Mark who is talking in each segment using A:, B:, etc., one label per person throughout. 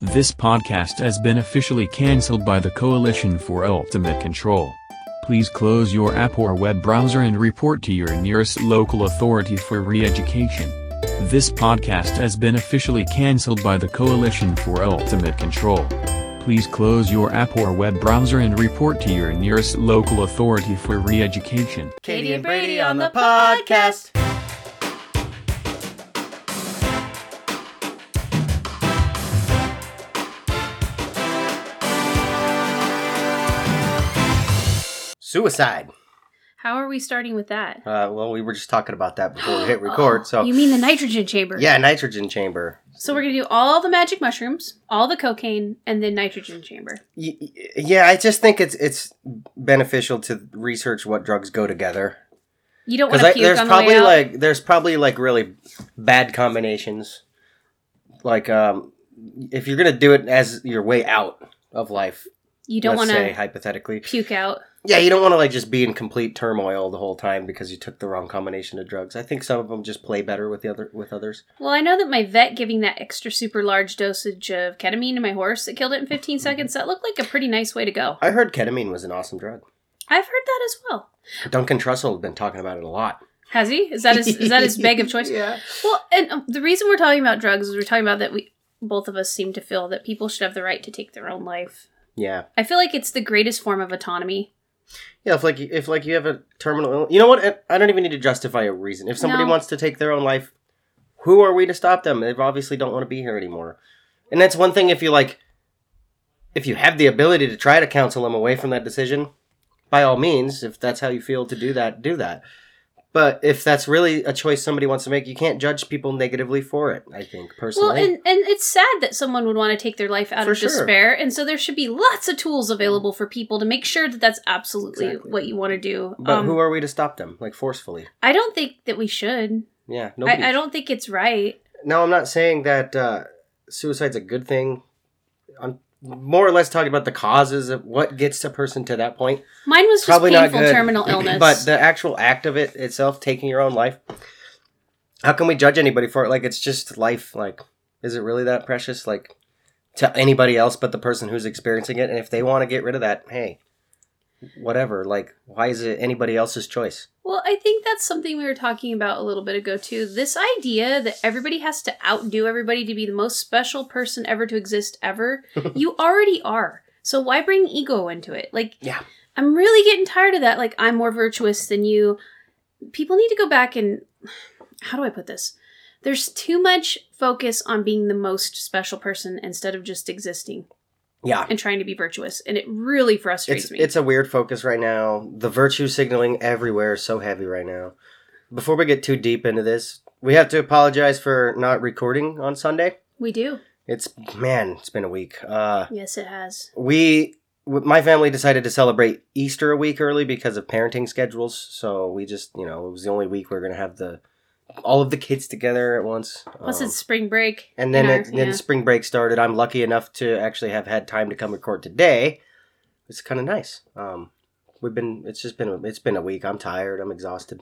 A: This podcast has been officially cancelled by the Coalition for Ultimate Control. Please close your app or web browser and report to your nearest local authority for re education. This podcast has been officially cancelled by the Coalition for Ultimate Control. Please close your app or web browser and report to your nearest local authority for re education.
B: Katie and Brady on the podcast. Suicide.
C: How are we starting with that?
B: Uh, well, we were just talking about that before we hit record.
C: Oh,
B: so
C: you mean the nitrogen chamber?
B: yeah, nitrogen chamber.
C: So we're gonna do all the magic mushrooms, all the cocaine, and then nitrogen chamber.
B: Y- y- yeah, I just think it's it's beneficial to research what drugs go together
C: You don't
B: because
C: want to
B: like,
C: puke
B: there's
C: on the way
B: probably
C: out.
B: like there's probably like really bad combinations. Like um, if you're gonna do it as your way out of life,
C: you don't
B: let's
C: want
B: say
C: to
B: hypothetically,
C: puke out.
B: Yeah, you don't want to like just be in complete turmoil the whole time because you took the wrong combination of drugs. I think some of them just play better with the other with others.
C: Well, I know that my vet giving that extra super large dosage of ketamine to my horse that killed it in
B: Mm-hmm.
C: 15 seconds. That looked like a pretty nice way to go.
B: I heard ketamine was an awesome drug.
C: I've heard that as well.
B: Duncan Trussell has been talking about it a lot.
C: Has he? Is that his? Is that his bag of choice?
B: Yeah.
C: Well, and um, the reason we're talking about drugs is we're talking about that we both of us seem to feel that people should have the right to take their own life.
B: Yeah.
C: I feel like it's the greatest form of autonomy.
B: Yeah, if like if like you have a terminal ill- You know what? I don't even need to justify a reason. If somebody
C: No.
B: wants to take their own life, who are we to stop them? They obviously don't want to be here anymore. And that's one thing if you like if you have the ability to try to counsel them away from that decision, by all means, if that's how you feel to do that, do that. But if that's really a choice somebody wants to make, you can't judge people negatively for it, I think, personally.
C: Well, and, and it's sad that someone would want to take their life out
B: For
C: of
B: sure.
C: despair. And so there should be lots of tools available for people to make sure that that's absolutely
B: Exactly.
C: what you want to do.
B: but
C: um,
B: who are we to stop them? Like forcefully.
C: I don't think that we should.
B: Yeah. nobody
C: I, I don't think it's right.
B: Now, I'm not saying that uh, suicide's a good thing. I'm more or less talking about the causes of what gets a person to that point.
C: Mine was just
B: Probably not
C: painful
B: good.
C: terminal illness.
B: But the actual act of it itself, taking your own life, how can we judge anybody for it? Like, it's just life. Like, is it really that precious? Like, to anybody else but the person who's experiencing it? And if they want to get rid of that, hey, whatever. Like, why is it anybody else's choice?
C: well, I think that's something we were talking about a little bit ago, too. This idea that everybody has to outdo everybody to be the most special person ever to exist ever. you already are. So why bring ego into it? Like,
B: Yeah.
C: I'm really getting tired of that. Like, I'm more virtuous than you. People need to go back and how do I put this? There's too much focus on being the most special person instead of just existing
B: Yeah.
C: and trying to be virtuous. And it really frustrates
B: It's,
C: me.
B: it's a weird focus right now. The virtue signaling everywhere is so heavy right now. Before we get too deep into this, we have to apologize for not recording on Sunday.
C: we do.
B: It's man, it's been a week. Uh,
C: Yes, it has.
B: we w- my family decided to celebrate Easter a week early because of parenting schedules. So we just you know it was the only week we are gonna have the all of the kids together at once.
C: Plus,
B: Um,
C: it's spring break.
B: and then
C: in our-
B: it, then
C: yeah.
B: spring break started. I'm lucky enough to actually have had time to come record today. It's kind of nice. Um, we've been it's just been a, it's been a week. I'm tired. I'm exhausted,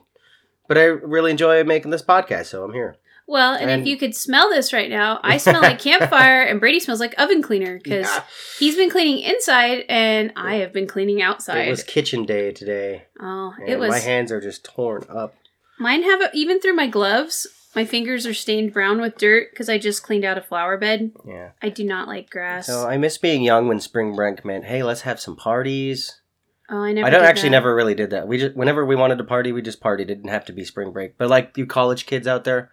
B: but I really enjoy making this podcast, so I'm here.
C: Well, and,
B: and-
C: if you could smell this right now, I smell like campfire and Brady smells like oven cleaner because
B: Yeah.
C: he's been cleaning inside and I have been cleaning outside.
B: It was kitchen day today.
C: oh,
B: And
C: it was.
B: my hands are just torn up.
C: Mine have a, even through my gloves. My fingers are stained brown with dirt because I just cleaned out a flower bed.
B: Yeah.
C: I do not like grass.
B: So I miss being young when spring break meant, hey, let's have some parties.
C: oh, I never.
B: I don't
C: did
B: actually
C: that.
B: never really did that. We just whenever we wanted to party, we just partied. It didn't have to be spring break. But like you college kids out there,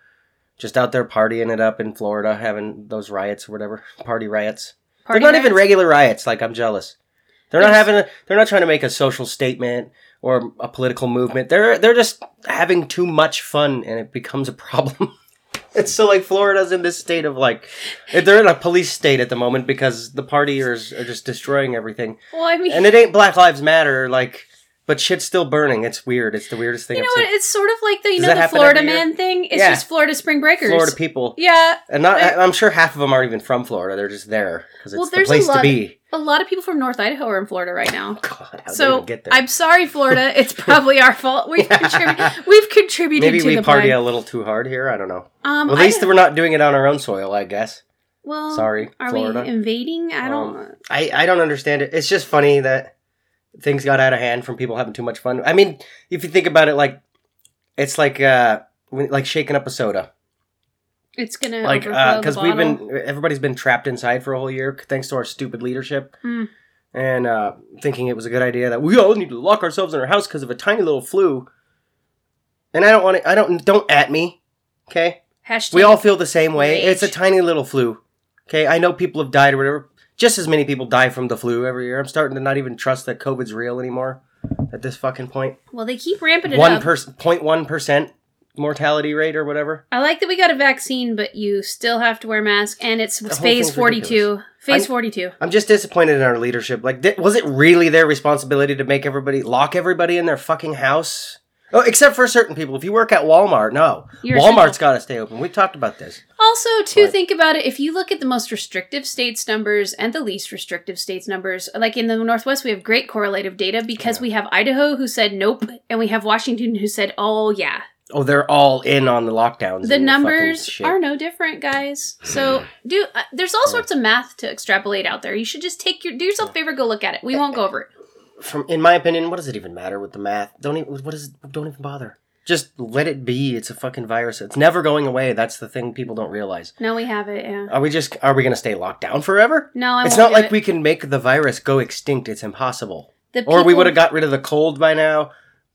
B: just out there partying it up in Florida, having those riots or whatever, party riots.
C: Party
B: they're not even
C: rats?
B: regular riots. Like I'm jealous. They're not
C: There's-
B: having. A, they're not trying to make a social statement or a political movement. They're they're just having too much fun, and it becomes a problem. and so like Florida's in this state of like, they're in a police state at the moment because the partiers are just destroying everything.
C: Well, I mean,
B: And it ain't Black Lives Matter, like, but shit's still burning. It's weird. It's the weirdest thing
C: you know
B: I've
C: what? It's sort of like the you
B: Does
C: know
B: that
C: the
B: happen
C: Florida
B: every year?
C: man thing. It's
B: Yeah.
C: just Florida spring breakers.
B: seen. Florida people,
C: Yeah,
B: and not,
C: Right.
B: I, am sure half of them aren't even from Florida. They're just there because it's
C: Well,
B: the
C: there's a
B: place to
C: lot-
B: be.
C: a lot of people from North Idaho are in Florida right now.
B: God, how so
C: so
B: even Oh, get there?
C: I'm sorry, Florida. It's probably our fault. We've, contrib- we've contributed
B: Maybe
C: to
B: we
C: the
B: party a
C: blind.
B: little too hard here. I don't know.
C: Um,
B: Well, at
C: I
B: least
C: don't-
B: we're not doing it on our own soil, I guess.
C: Well,
B: Sorry,
C: Are
B: Florida.
C: we invading? I don't.
B: I, I don't understand it. It's just funny that things got out of hand from people having too much fun. I mean, if you think about it, like it's like uh when- like shaking up a soda,
C: it's gonna
B: like
C: overflow
B: because
C: the
B: we've
C: bottle.
B: been everybody's been trapped inside for a whole year thanks to our stupid leadership
C: Hmm.
B: and uh, thinking it was a good idea that we all need to lock ourselves in our house because of a tiny little flu. And I don't want to. I don't don't at me, okay?
C: Hashtag
B: We all feel the same way. It's a
C: Rage.
B: tiny little flu. Okay, I know people have died or whatever. Just as many people die from the flu every year. I'm starting to not even trust that COVID's real anymore at this fucking point.
C: Well, they keep ramping it
B: One
C: up.
B: percent, point one percent mortality rate or whatever.
C: I like that we got a vaccine, but you still have to wear mask, and it's
B: whole
C: phase
B: thing's
C: forty two. Phase
B: I'm-
C: forty two.
B: I'm just disappointed in our leadership. Like, th- was it really their responsibility to make everybody lock everybody in their fucking house? Oh, except for certain people. If you work at Walmart, no,
C: You're
B: Walmart's
C: essential.
B: got to stay open. We talked about this.
C: Also, to
B: Right.
C: think about it, if you look at the most restrictive states numbers and the least restrictive states numbers, like in the Northwest, we have great correlative data because we have Idaho who said nope, and we have Washington who said, oh, yeah.
B: Oh, they're all in on the lockdowns.
C: The
B: and fucking
C: numbers
B: shit.
C: are no different, guys. So, do uh, there's all sorts of math to extrapolate out there. You should just take your do yourself a favor, go look at it. We won't go over it.
B: from in my opinion, what does it even matter with the math? Don't even what is don't even bother. Just let it be. It's a fucking virus. It's never going away. That's the thing people don't realize.
C: No, we have it. Yeah.
B: Are we just are we going to stay locked down forever?
C: No, I
B: it's
C: won't
B: not
C: do
B: like
C: it.
B: we can make the virus go extinct. It's impossible.
C: The
B: Or we
C: people-
B: would have got rid of the cold by now.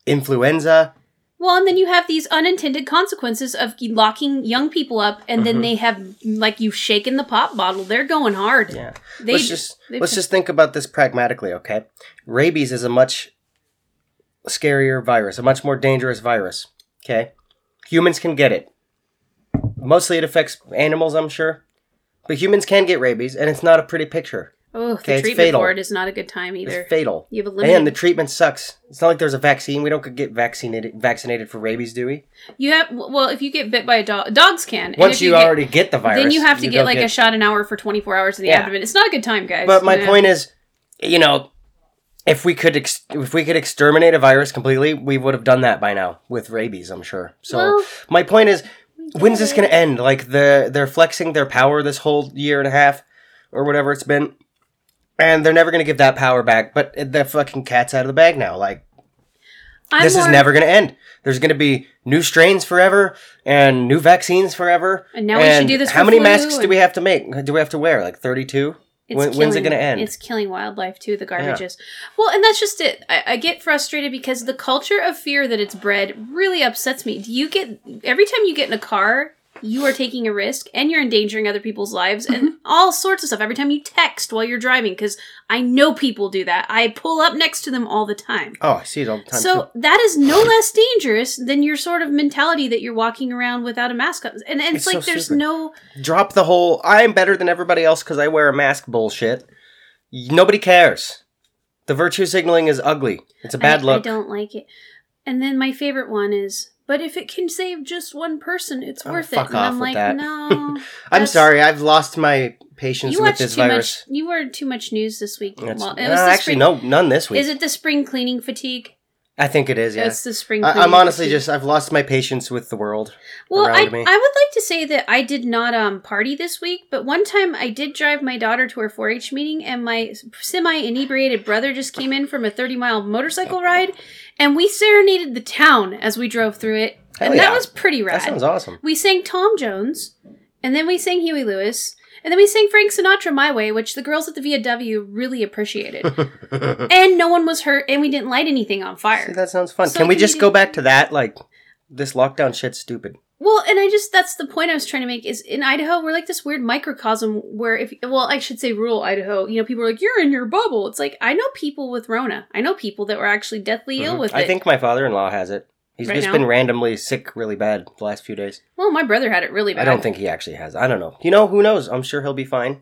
B: Influenza.
C: Well, and then you have these unintended consequences of locking young people up, and
B: Mm-hmm.
C: then they have like you've shaken the pop bottle. They're going hard.
B: Yeah.
C: They
B: let's
C: d-
B: just
C: they
B: let's
C: d-
B: just think about this pragmatically, okay? Rabies is a much scarier virus, a much more dangerous virus. Okay, humans can get it. Mostly, it affects animals, I'm sure, but humans can get rabies, and it's not a pretty picture.
C: oh,
B: okay,
C: the
B: it's
C: treatment
B: fatal.
C: for it is not a good time either.
B: It's fatal,
C: you have a limited.
B: and the treatment sucks. It's not like there's a vaccine. We don't could get vaccinated vaccinated for rabies, do we?
C: you have well, if you get bit by a dog, dogs can. And
B: Once
C: if
B: you,
C: get-
B: already get the virus,
C: then you have to get
B: go
C: like a shot an hour for twenty four hours in the
B: Yeah.
C: abdomen. It's not a good time, guys.
B: But my
C: Yeah.
B: point is, you know, if we could ex- if we could exterminate a virus completely, we would have done that by now with rabies, I'm sure. So
C: Well-
B: my point is, when's this going to end? Like the they're flexing their power this whole year and a half or whatever it's been, and they're never going to give that power back. But the fucking cat's out of the bag now. Like
C: I'm
B: this is
C: more-
B: never going to end. There's going to be new strains forever and new vaccines forever.
C: And now we should do this
B: How
C: for
B: many
C: flu
B: masks do
C: and-
B: we have to make? Do we have to wear like 32?
C: It's
B: When- when's it
C: killing-
B: going to end?
C: It's killing wildlife too. The garbage
B: Yeah.
C: is well, and that's just it. I, I get frustrated because the culture of fear that it's bred really upsets me. Do you get every time you get in a car, you are taking a risk and you're endangering other people's lives and all sorts of stuff. Every time you text while you're driving, because I know people do that. I pull up next to them all the time.
B: Oh, I see it all the time. too.
C: So that is no less dangerous than your sort of mentality that you're walking around without a mask on, and, and it's,
B: It's so
C: like there's
B: stupid.
C: no
B: Drop the whole I'm better than everybody else because I wear a mask bullshit. Y- Nobody cares. The virtue signaling is ugly. It's a bad
C: I,
B: look.
C: I don't like it. And then my favorite one is, but if it can save just one person, it's
B: Oh,
C: worth
B: fuck
C: it. And
B: off
C: I'm
B: with
C: like,
B: that.
C: no.
B: I'm
C: that's-
B: sorry, I've lost my patience
C: you
B: with
C: watched
B: this
C: too
B: virus.
C: much. You were too much news this week.
B: It's-
C: Well, it
B: no,
C: was the
B: actually,
C: spring,
B: no, none this week.
C: Is it the spring cleaning fatigue?
B: I think it is.
C: It's
B: Yes,
C: the spring.
B: I,
C: Cleaning
B: I'm honestly
C: fatigue.
B: just I've lost my patience with the world.
C: Well,
B: around
C: I, I would
B: me.
C: like to say that I did not um party this week, but one time I did drive my daughter to her 4-H meeting, and my semi inebriated brother just came in from a 30 mile
B: Oh.
C: motorcycle ride, and we serenaded the town as we drove through it,
B: Hell
C: and that
B: yeah.
C: was pretty
B: That
C: rad.
B: sounds awesome.
C: we sang Tom Jones, and then we sang Huey Lewis, and then we sang Frank Sinatra "My Way," which the girls at the VW really appreciated, and no one was hurt, and we didn't light anything on fire.
B: See, that sounds fun.
C: So
B: Can we
C: can
B: just
C: you-
B: go back to that? Like this lockdown shit's stupid.
C: Well, and I just that's the point I was trying to make is in Idaho we're like this weird microcosm where if well I should say rural Idaho you know people are like you're in your bubble it's like I know people with Rona I know people that were actually deathly ill
B: Mhm.
C: with it
B: I think my father-in-law has it. He's
C: Right
B: just
C: now?
B: been randomly sick really bad the last few days.
C: well my brother had it really bad
B: I don't think he actually has. I don't know. You know, who knows? I'm sure he'll be fine.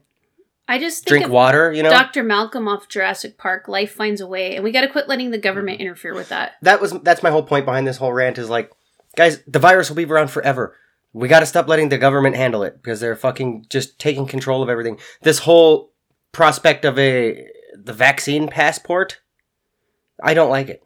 C: I just think
B: Drink
C: of
B: water, you know?
C: Dr. Malcolm off Jurassic Park life finds a way and we got to quit letting the government
B: Mm-hmm.
C: interfere with that
B: that was that's my whole point behind this whole rant is like, guys, the virus will be around forever. We gotta stop letting the government handle it because they're fucking just taking control of everything. This whole prospect of a the vaccine passport, I don't like it.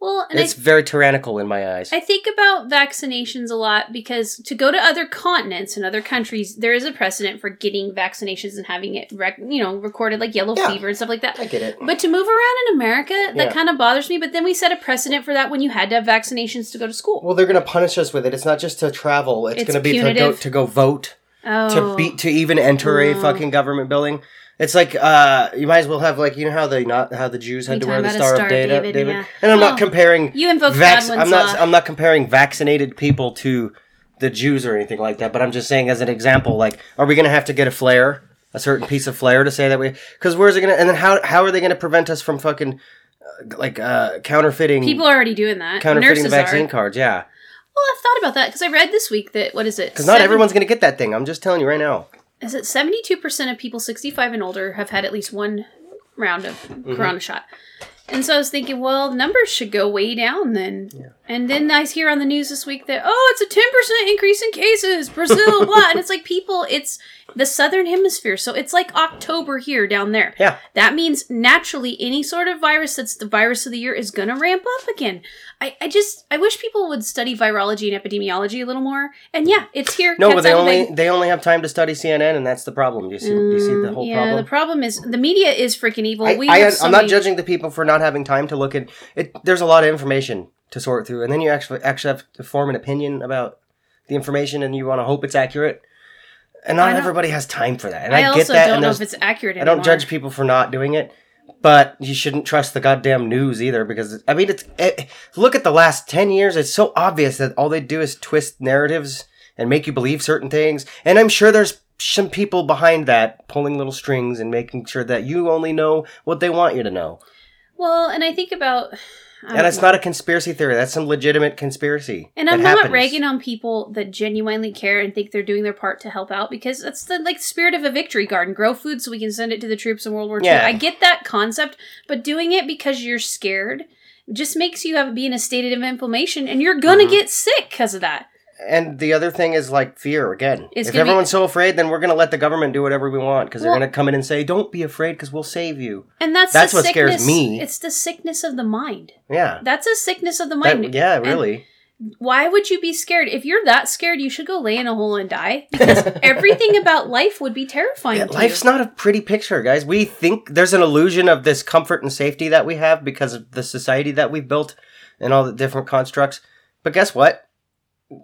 C: Well, and I
B: it's very tyrannical in my eyes.
C: I think about vaccinations a lot because to go to other continents and other countries, there is a precedent for getting vaccinations and having it, rec- you know, recorded like yellow
B: Yeah.
C: fever and stuff like that.
B: I get it.
C: But to move around in America, that
B: Yeah.
C: kind of bothers me. But then we set a precedent for that when you had to have vaccinations to go to school.
B: Well, they're going to punish us with it. It's not just to travel. It's,
C: It's
B: going to be to go,
C: punitive.
B: to go vote,
C: oh,
B: to be to even enter a
C: Oh.
B: fucking government building. It's like uh, you might as well have like you know how they not how the Jews had
C: You
B: to wear
C: talking
B: the
C: about
B: Star,
C: a Star
B: of David.
C: David, yeah.
B: And I'm not
C: Oh.
B: comparing.
C: you invoke
B: vac-
C: Godwin's
B: I'm not.
C: law.
B: I'm not comparing vaccinated people to the Jews or anything like that. But I'm just saying as an example. Like, are we going to have to get a flare, a certain piece of flare, to say that we? Because where's it going to? And then how how are they going to prevent us from fucking uh, like uh, counterfeiting
C: People are already doing that.
B: counterfeiting
C: Nurses
B: the vaccine
C: are.
B: cards? Yeah.
C: Well, I've thought about that because I read this week that what is it?
B: Because not
C: Seven-
B: everyone's going to get that thing. I'm just telling you right now.
C: is it 72% of people 65 and older have had at least one round of
B: Mm-hmm.
C: corona shot and so i was thinking well numbers should go way down then and then i hear on the news this week that oh it's a 10% increase in cases brazil blah and it's like people it's the southern hemisphere so it's like october here down there
B: Yeah.
C: that means naturally any sort of virus that's the virus of the year is going to ramp up again I, I just i wish people would study virology and epidemiology a little more and yeah it's here
B: No,
C: Cats
B: but they
C: out of the bag.
B: only they only have time to study CNN, and that's the problem. Do you see? do you see the whole
C: Mm, yeah,
B: problem?
C: the problem is the media is freaking evil.
B: I,
C: we
B: I,
C: have so
B: am not
C: many-
B: judging the people for not having time to look at it. There's a lot of information to sort through, and then you actually actually have to form an opinion about the information, and you want to hope it's accurate. And
C: I
B: not
C: don't-
B: everybody has time for that, and
C: I,
B: I, get
C: also
B: that.
C: don't
B: and
C: know
B: there's-
C: if it's accurate.
B: I don't
C: anymore.
B: judge people for not doing it, but you shouldn't trust the goddamn news either because I mean it's eh, look at the last 10 years it's so obvious that all they do is twist narratives and make you believe certain things and I'm sure there's some people behind that pulling little strings and making sure that you only know what they want you to know.
C: Well, and I think about. I
B: and
C: don't
B: it's
C: know.
B: not a conspiracy theory. That's some legitimate conspiracy.
C: Um, And
B: that
C: I'm not
B: happens.
C: ragging on people that genuinely care and think they're doing their part to help out because that's the like spirit of a victory garden. Grow food so we can send it to the troops in World War II.
B: Yeah.
C: I get that concept, but doing it because you're scared just makes you have be in a state of inflammation and you're gonna
B: Mhm.
C: get sick because of that.
B: And the other thing is like fear again.
C: It's
B: if
C: gonna be-
B: everyone's so afraid, then we're going to let the government do whatever we want because
C: Well-
B: they're going to come in and say, "Don't be afraid, because we'll save you."
C: And that's
B: That's
C: the
B: what scares
C: sickness-
B: me.
C: It's the sickness of the mind.
B: Yeah.
C: That's a sickness of the
B: That-
C: mind.
B: yeah,
C: And-
B: really.
C: why would you be scared? If you're that scared, you should go lay in a hole and die because everything about life would be terrifying.
B: Yeah,
C: to
B: life's
C: you.
B: not a pretty picture, guys. We think there's an illusion of this comfort and safety that we have because of the society that we've built and all the different constructs. But guess what?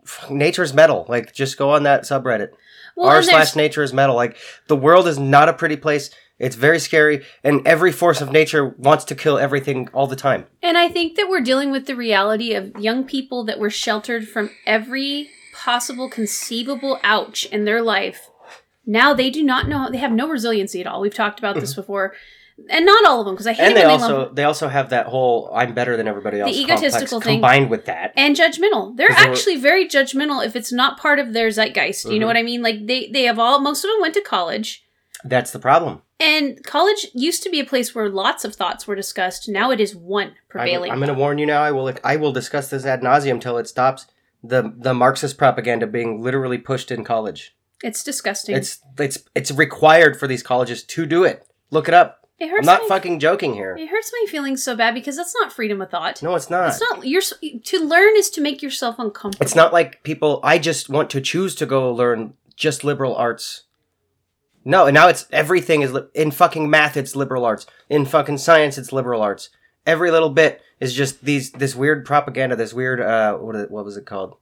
B: F- Nature is metal. Like, just go on that subreddit.
C: Well,
B: R
C: and there's-
B: slash nature is metal. Like, the world is not a pretty place. It's very scary, and every force of nature wants to kill everything all the time.
C: And I think that we're dealing with the reality of young people that were sheltered from every possible conceivable ouch in their life. Now they do not know. They have no resiliency at all. We've talked about this before, and not all of them because I hate
B: Mm-hmm. And
C: it
B: they
C: when they lump-
B: also they also have that whole "I'm better than everybody else" complex
C: egotistical thing.
B: combined with that.
C: and judgmental. They're
B: 'Cause they were-
C: actually very judgmental if it's not part of their zeitgeist. You know
B: Mhm.
C: what I mean? Like they they have all most of them went to college.
B: That's the problem.
C: And college used to be a place where lots of thoughts were discussed. Now it is one prevailing.
B: I'm, I'm going to warn you now. I will. I will discuss this ad nauseum till it stops. The the Marxist propaganda being literally pushed in college.
C: it's disgusting.
B: It's it's it's required for these colleges to do it. Look it up.
C: it hurts.
B: I'm not
C: my,
B: fucking joking here.
C: It hurts my feelings so bad because that's not freedom of thought.
B: No, it's not.
C: It's not. You're s- to learn is to make yourself uncomfortable.
B: It's not like people. I just want to choose to go learn just liberal arts. No, and now it's everything is li- in fucking math. It's liberal arts. In fucking science, it's liberal arts. Every little bit is just these this weird propaganda. This weird uh, what is- what was it called?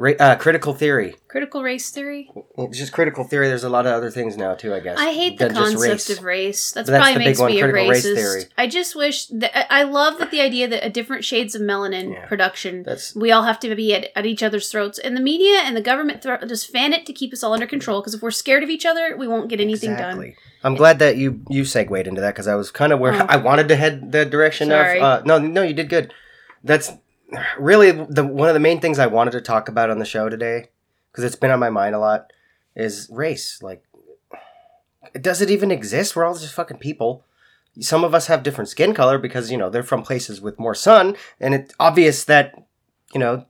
B: Ra- uh, critical theory.
C: critical race theory.
B: It's just critical theory. There's a lot of other things now too. I guess.
C: I hate the
B: than just
C: concept
B: race.
C: of race. That's,
B: But that's the
C: probably
B: big
C: makes
B: one,
C: me a
B: critical race
C: racist.
B: theory.
C: I just wish that I I love that the idea that a different shades of melanin
B: Yeah.
C: production.
B: That's
C: we all have to be at, at each other's throats, and the media and the government thro- just fan it to keep us all under control. Because if we're scared of each other, we won't get anything done.
B: exactly. I'm glad that you you segued into that because I was kind of where
C: Oh.
B: I wanted to head the direction
C: Sorry.
B: of. Uh, no, no, you did good. That's really the one of the main things I wanted to talk about on the show today because it's been on my mind a lot is race. Like, does it even exist? We're all just fucking people. Some of us have different skin color because you know they're from places with more sun, and it's obvious that you know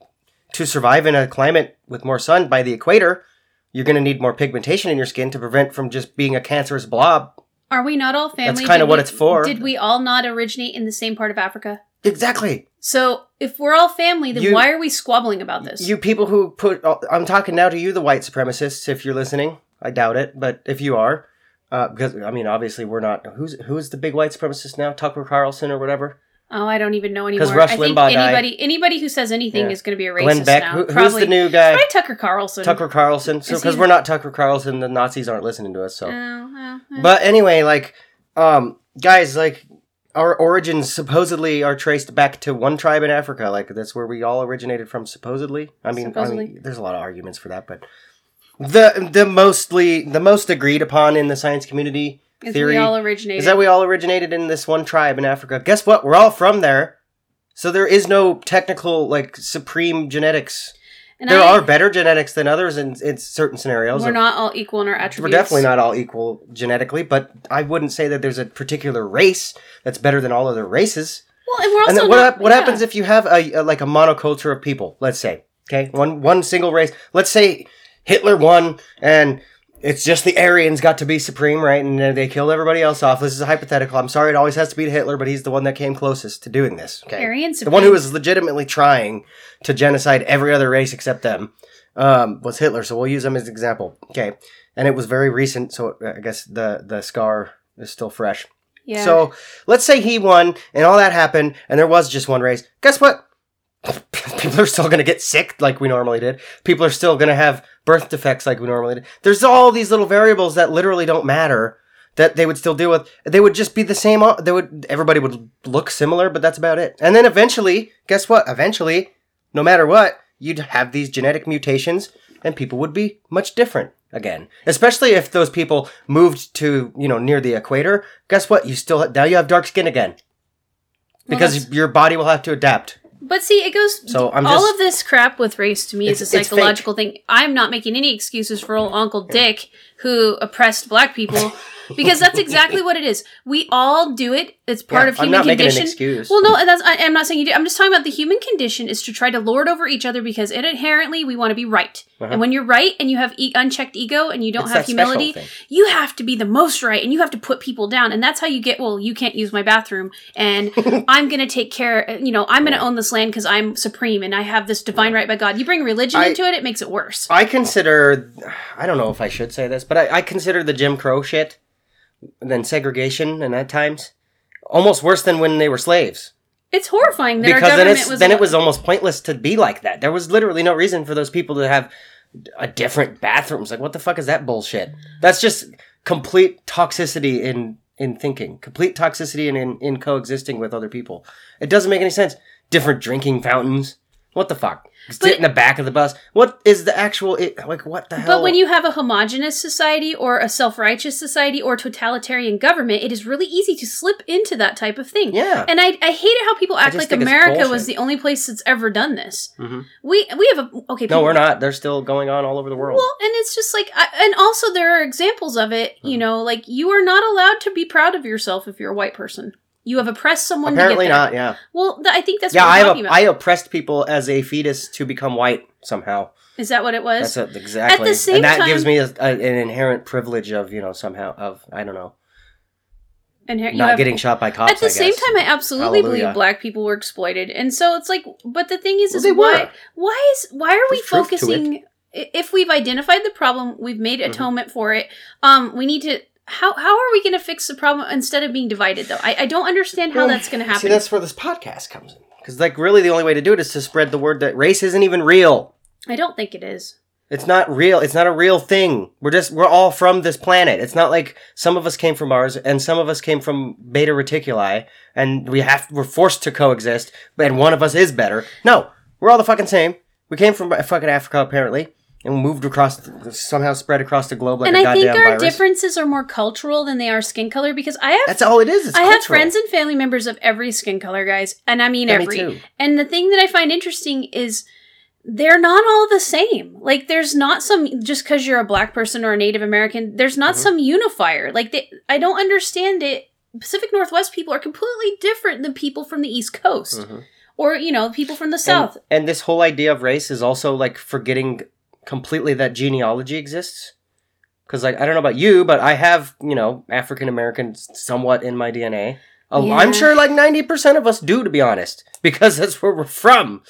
B: to survive in a climate with more sun by the equator, you're going to need more pigmentation in your skin to prevent from just being a cancerous blob.
C: Are we not all family?
B: kinda
C: Did
B: what
C: we-
B: it's for.
C: Did we all not originate in the same part of Africa?
B: Exactly.
C: So if we're all family, then
B: You-
C: why are we squabbling about this?
B: You people who put, uh, I'm talking now to you, the white supremacists, if you're listening. I doubt it, but if you are, uh, because I mean, obviously we're not. Who's who's the big white supremacist now? Tucker Carlson or whatever?
C: oh, I don't even know anymore.
B: 'Cause Rush
C: I think
B: Limbaugh died.
C: anybody anybody who says anything
B: Yeah.
C: is going to be a racist
B: Glenn Beck.
C: now.
B: Who, who's
C: Probably
B: the new guy?
C: probably Tucker Carlson.
B: Tucker Carlson. So
C: Is
B: because
C: he-
B: we're not Tucker Carlson, the Nazis aren't listening to us. So,
C: Oh, oh, oh.
B: but anyway, like, um, guys, like, our origins supposedly are traced back to one tribe in Africa. Like that's where we all originated from. Supposedly, I mean, I
C: Supposedly.
B: mean there's a lot of arguments for that, but the the mostly the most agreed upon in the science community
C: Is
B: theory
C: we all originated.
B: is that we all originated in this one tribe in Africa. Guess what? We're all from there. So there is no technical like supreme genetics
C: and
B: there
C: I-
B: are better genetics than others in, in certain scenarios.
C: We're not all equal in our attributes.
B: We're definitely not all equal genetically, but I wouldn't say that there's a particular race that's better than all other races.
C: Well, and we're also
B: and then what,
C: not,
B: hap- what
C: yeah.
B: happens if you have a, a like a monoculture of people? Let's say, okay, one one single race. Let's say Hitler won, and it's just the Aryans got to be supreme, right? And then they killed everybody else off. This is a hypothetical. I'm sorry, it always has to be to Hitler, but he's the one that came closest to doing this. Okay,
C: Aryan
B: the one who
C: supreme-
B: was legitimately trying to genocide every other race except them um, was Hitler. So we'll use him as an example. Okay, and it was very recent, so I guess the the scar is still fresh.
C: yeah.
B: So let's say he won, and all that happened, and there was just one race. Guess what? People are still gonna get sick like we normally did. People are still gonna have birth defects like we normally did. There's all these little variables that literally don't matter that they would still deal with. They would just be the same. o- They would everybody would look similar, but that's about it. And then eventually, guess what? Eventually, no matter what, you'd have these genetic mutations, and people would be much different again. Especially if those people moved to you know near the equator. Guess what? You still now you have dark skin again
C: Well,
B: because
C: that's-
B: your body will have to adapt.
C: but see, it goes.
B: So I'm
C: all
B: just-
C: of this crap with race to me is
B: It's-
C: a
B: it's fake.
C: psychological thing. I'm not making any excuses for old Uncle Dick who oppressed black people because that's exactly what it is. We all do it. It's part
B: Yeah,
C: of human
B: I'm not making
C: condition.
B: an excuse.
C: Well, no, and that's, I, I'm not saying you do. I'm just talking about the human condition is to try to lord over each other because it inherently we want to be right.
B: Uh-huh.
C: And when you're right and you have e- unchecked ego and you don't
B: It's
C: have
B: that special
C: humility,
B: thing.
C: you have to be the most right and you have to put people down. And that's how you get, well, you can't use my bathroom and I'm going to take care, you know, I'm going to own this land because I'm supreme and I have this divine right by God. You bring religion
B: I-
C: into it, it makes it worse.
B: I consider, I don't know if I should say this, but I, I consider the Jim Crow shit, and then segregation, and at times, almost worse than when they were slaves.
C: It's horrifying that our
B: Because then,
C: government
B: it's,
C: was.
B: then it was almost pointless to be like that. There was literally no reason for those people to have a different bathrooms. Like, what the fuck is that bullshit? That's just complete toxicity in in thinking, complete toxicity in in, in coexisting with other people. It doesn't make any sense. Different drinking fountains. What the fuck? Sit in the back of the bus. What is the actual? It, like, what the hell?
C: But when you have a homogenous society or a self righteous society or totalitarian government, it is really easy to slip into that type of thing.
B: Yeah.
C: And I, I hate it how people act
B: just
C: like
B: think it's
C: America was
B: bullshit.
C: the only place that's ever done this.
B: Mhm.
C: We we have a okay.
B: No,
C: people-
B: we're not. They're still going on all over the world.
C: Well, and it's just like, I, and also there are examples of it.
B: Hmm.
C: You know, like you are not allowed to be proud of yourself if you're a white person. You have oppressed someone.
B: Apparently
C: to get there.
B: not. Yeah,
C: Well, th- I think that's
B: yeah.
C: what
B: I,
C: I'm
B: have
C: talking
B: a,
C: about.
B: I oppressed people as a fetus to become white somehow.
C: Is that what it was?
B: That's a, exactly.
C: same
B: and that
C: time-
B: gives me a, a, an inherent privilege of you know somehow of I don't know
C: and here, you
B: not
C: have-
B: getting shot by cops.
C: At the
B: I
C: same
B: guess.
C: time, I absolutely
B: Hallelujah.
C: believe black people were exploited, and so it's like, but the thing is,
B: Well,
C: is
B: they were.
C: why why is why are we
B: There's truth to it. Mm-hmm.
C: focusing? i- If we've identified the problem, we've made atonement for it. Um, we need to. How, how are we going to fix the problem instead of being divided though? I, I don't understand how that's going to happen.
B: See, that's where this podcast comes in because like really the only way to do it is to spread the word that race isn't even real.
C: I don't think it is.
B: It's not real. It's not a real thing. We're just we're all from this planet. It's not like some of us came from Mars and some of us came from Beta Reticuli, and we have we're forced to coexist. And one of us is better. No, we're all the fucking same. We came from fucking Africa apparently, and we moved across somehow spread across the globe like
C: and
B: a
C: I
B: goddamn
C: think our
B: virus.
C: differences are more cultural than they are skin color because I have
B: That's all it is. It's
C: I have
B: cultural.
C: friends and family members of every skin color, guys, and I mean
B: Yeah, me
C: every.
B: too.
C: And the thing that I find interesting is they're not all the same. Like, there's not some just because you're a black person or a Native American. There's
B: Mm-hmm.
C: not some unifier. Like, they, I don't understand it. Pacific Northwest people are completely different than people from the East Coast,
B: Mm-hmm.
C: or you know, people from the
B: Mm. And-
C: South.
B: And, this whole idea of race is also like forgetting completely that genealogy exists. Because like I don't know about you, but I have you know African American somewhat in my DNA. A- I'm
C: Yeah.
B: sure like 90% of us do, to be honest, because that's where we're from.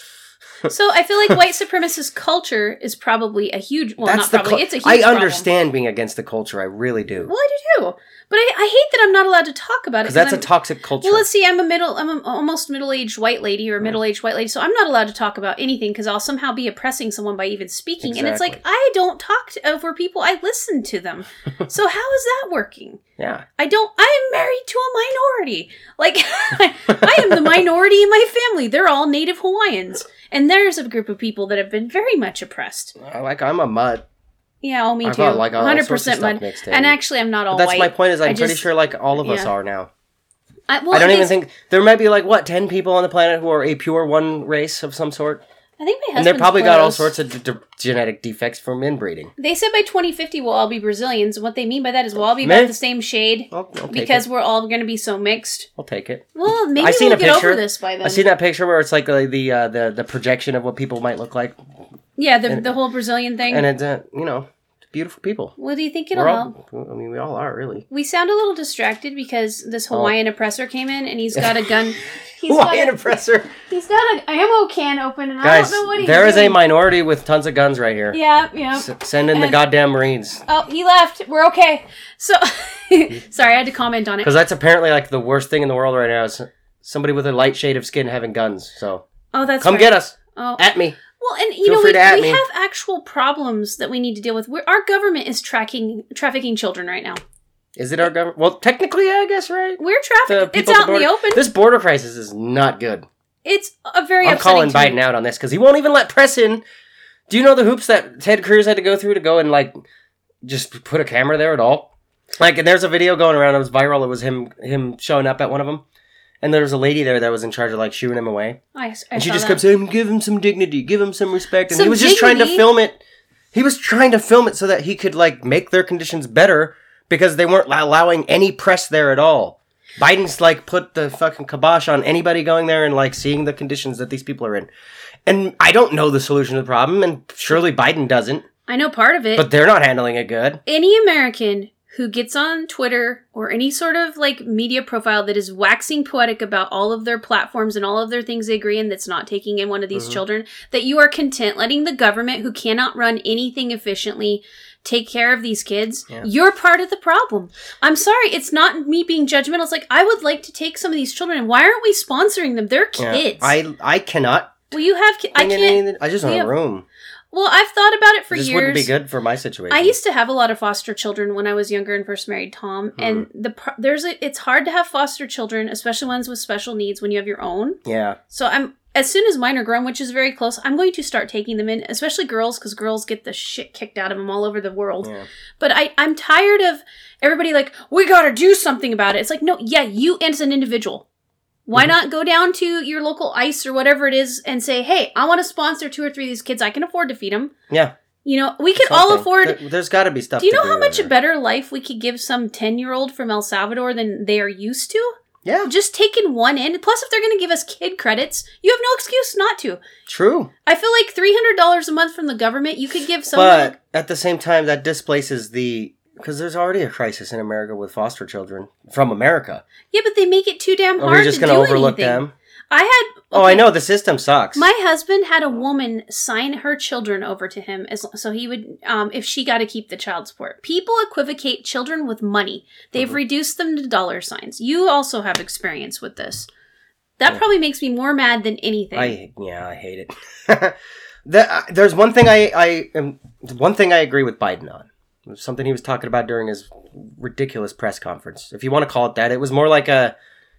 C: So I feel like white supremacist culture is probably a huge. Well,
B: that's
C: not probably.
B: cul-
C: it's a huge.
B: I
C: problem.
B: understand being against the culture. I really do.
C: Well, I do too, but I, I hate that I'm not allowed to talk about it.
B: Because that's a
C: I'm-
B: toxic culture.
C: Well, let's see. I'm a middle. I'm a almost middle-aged white lady or middle-aged white lady, so I'm not allowed to talk about anything because I'll somehow be oppressing someone by even speaking. And it's like
B: Exactly.
C: I don't talk to, over people. I listen to them. so how is that working?
B: yeah.
C: I don't. I am married to a minority. Like I am the minority in my family. They're all Native Hawaiians, and there's a group of people that have been very much oppressed.
B: I- Uh, Like, I'm a mud.
C: Yeah, oh, me
B: I've
C: too.
B: got, like, all
C: Hundred
B: sorts of
C: percent
B: stuff
C: mud.
B: mixed in.
C: And actually, I'm not all
B: But that's
C: white.
B: my point is I'm
C: I
B: pretty
C: just-
B: sure like all of us
C: yeah.
B: are now.
C: I, well,
B: I don't
C: it
B: even
C: is-
B: think there might be like what 10 people on the planet who are a pure one race of some sort.
C: I think my husband.
B: and they're probably got all sorts of d- d- genetic defects from inbreeding.
C: They said by 2050 we'll all be Brazilians, and what they mean by that is we'll all be
B: Meh.
C: about the same shade
B: I'll, I'll take
C: because
B: it.
C: we're all going to be so mixed.
B: I'll take it.
C: Well, maybe
B: I seen
C: we'll
B: a
C: get
B: picture.
C: over this by then.
B: I've seen that picture where it's like uh, the uh, the the projection of what people might look like,
C: yeah, the,
B: and-
C: the whole Brazilian thing.
B: and it's uh, you know beautiful people.
C: Oh, well, do you think it'll
B: We're
C: help?
B: all, I mean, we all are really.
C: We sound a little distracted because this Hawaiian oppressor came in and he's got a gun. He's
B: Oh. Hawaiian
C: got a,
B: oppressor,
C: he's got an ammo can open, and I
B: guys.
C: don't know what he's
B: There is a
C: doing.
B: minority with tons of guns right here.
C: Yeah, yeah.
B: S- send in the
C: And-
B: goddamn Marines,
C: Oh, he left. We're okay. So, sorry, I had to comment on it.
B: because that's apparently like the worst thing in the world right now is somebody with a light shade of skin having guns. So
C: Oh, that's
B: come
C: right.
B: get us
C: Oh,
B: at me.
C: well, and you
B: feel
C: know
B: free
C: we,
B: to at
C: we
B: me.
C: have actual problems that we need to deal with. We're, our government is tracking trafficking children right now.
B: Is it our government? Well, technically, yeah, I guess right.
C: We're
B: The
C: trafficking. It's
B: people at
C: out in the
B: border-
C: open.
B: This border crisis is not good.
C: it's a very.
B: I'm calling
C: upsetting to me.
B: Biden out on this because he won't even let press in. Do you know the hoops that Ted Cruz had to go through to go and like just put a camera there at all? Like, and there's a video going around. It was viral. It was him him showing up at one of them, and there was a lady there that was in charge of like shooing him away,
C: I, I
B: and she
C: saw
B: just
C: that.
B: kept saying, "Give him some dignity, give him some respect," and he
C: Some
B: was just trying to
C: dignity?
B: film it. He was trying to film it so that he could like make their conditions better because they weren't allowing any press there at all. Biden's like put the fucking kibosh on anybody going there and like seeing the conditions that these people are in. And I don't know the solution to the problem, and surely Biden doesn't.
C: I know part of it.
B: But they're not handling it good.
C: any American who gets on Twitter or any sort of like media profile that is waxing poetic about all of their platforms and all of their things they agree in that's not taking in one of these
B: Mhm.
C: children, that you are content letting the government who cannot run anything efficiently take care of these kids,
B: Yeah.
C: you're part of the problem. I'm sorry, it's not me being judgmental. It's like I would like to take some of these children and why aren't we sponsoring them? They're
B: Yeah.
C: kids.
B: I I cannot.
C: well you have ki- I
B: bring in
C: can't
B: anything- I just
C: we
B: want a
C: have-
B: room.
C: well I've thought about it for
B: this
C: years.
B: wouldn't be good for my situation.
C: I used to have a lot of foster children when I was younger and first married Tom, and the pro- there's a, it's hard to have foster children, especially ones with special needs, when you have your own.
B: yeah.
C: So I'm as soon as mine are grown, which is very close, I'm going to start taking them in, especially girls, because girls get the shit kicked out of them all over the world.
B: Yeah.
C: But I I'm tired of everybody like we got to do something about it. It's like no, yeah, you and as an individual. Why
B: Mhm.
C: not go down to your local ICE or whatever it is and say, "Hey, I want to sponsor two or three of these kids. I can afford to feed them."
B: Yeah.
C: You know, we could all
B: Something.
C: afford
B: There, has got to be stuff.
C: do you
B: to
C: know how
B: over
C: much
B: there.
C: better life we could give some 10 year old from El Salvador than they are used to?
B: Yeah.
C: Just taking one in. Plus, if they're going to give us kid credits, you have no excuse not to.
B: True.
C: I feel like $300 a month from the government, you could give someone.
B: but at the same time, that displaces the because there's already a crisis in America with foster children from America.
C: yeah, but they make it too damn
B: Are we
C: hard
B: just
C: to
B: going
C: do
B: to overlook
C: anything.
B: them?
C: I had.
B: Oh, I
C: okay,
B: know the system sucks.
C: My husband had a woman sign her children over to him as so he would um, if she got to keep the child support. People equivocate children with money. They've
B: Mhm.
C: reduced them to dollar signs. You also have experience with this. That
B: Yeah.
C: probably makes me more mad than anything.
B: I yeah, I hate it. The- uh, there's one thing I I am one thing I agree with Biden on. It was Something he was talking about during his ridiculous press conference, if you want to call it that. It was more like a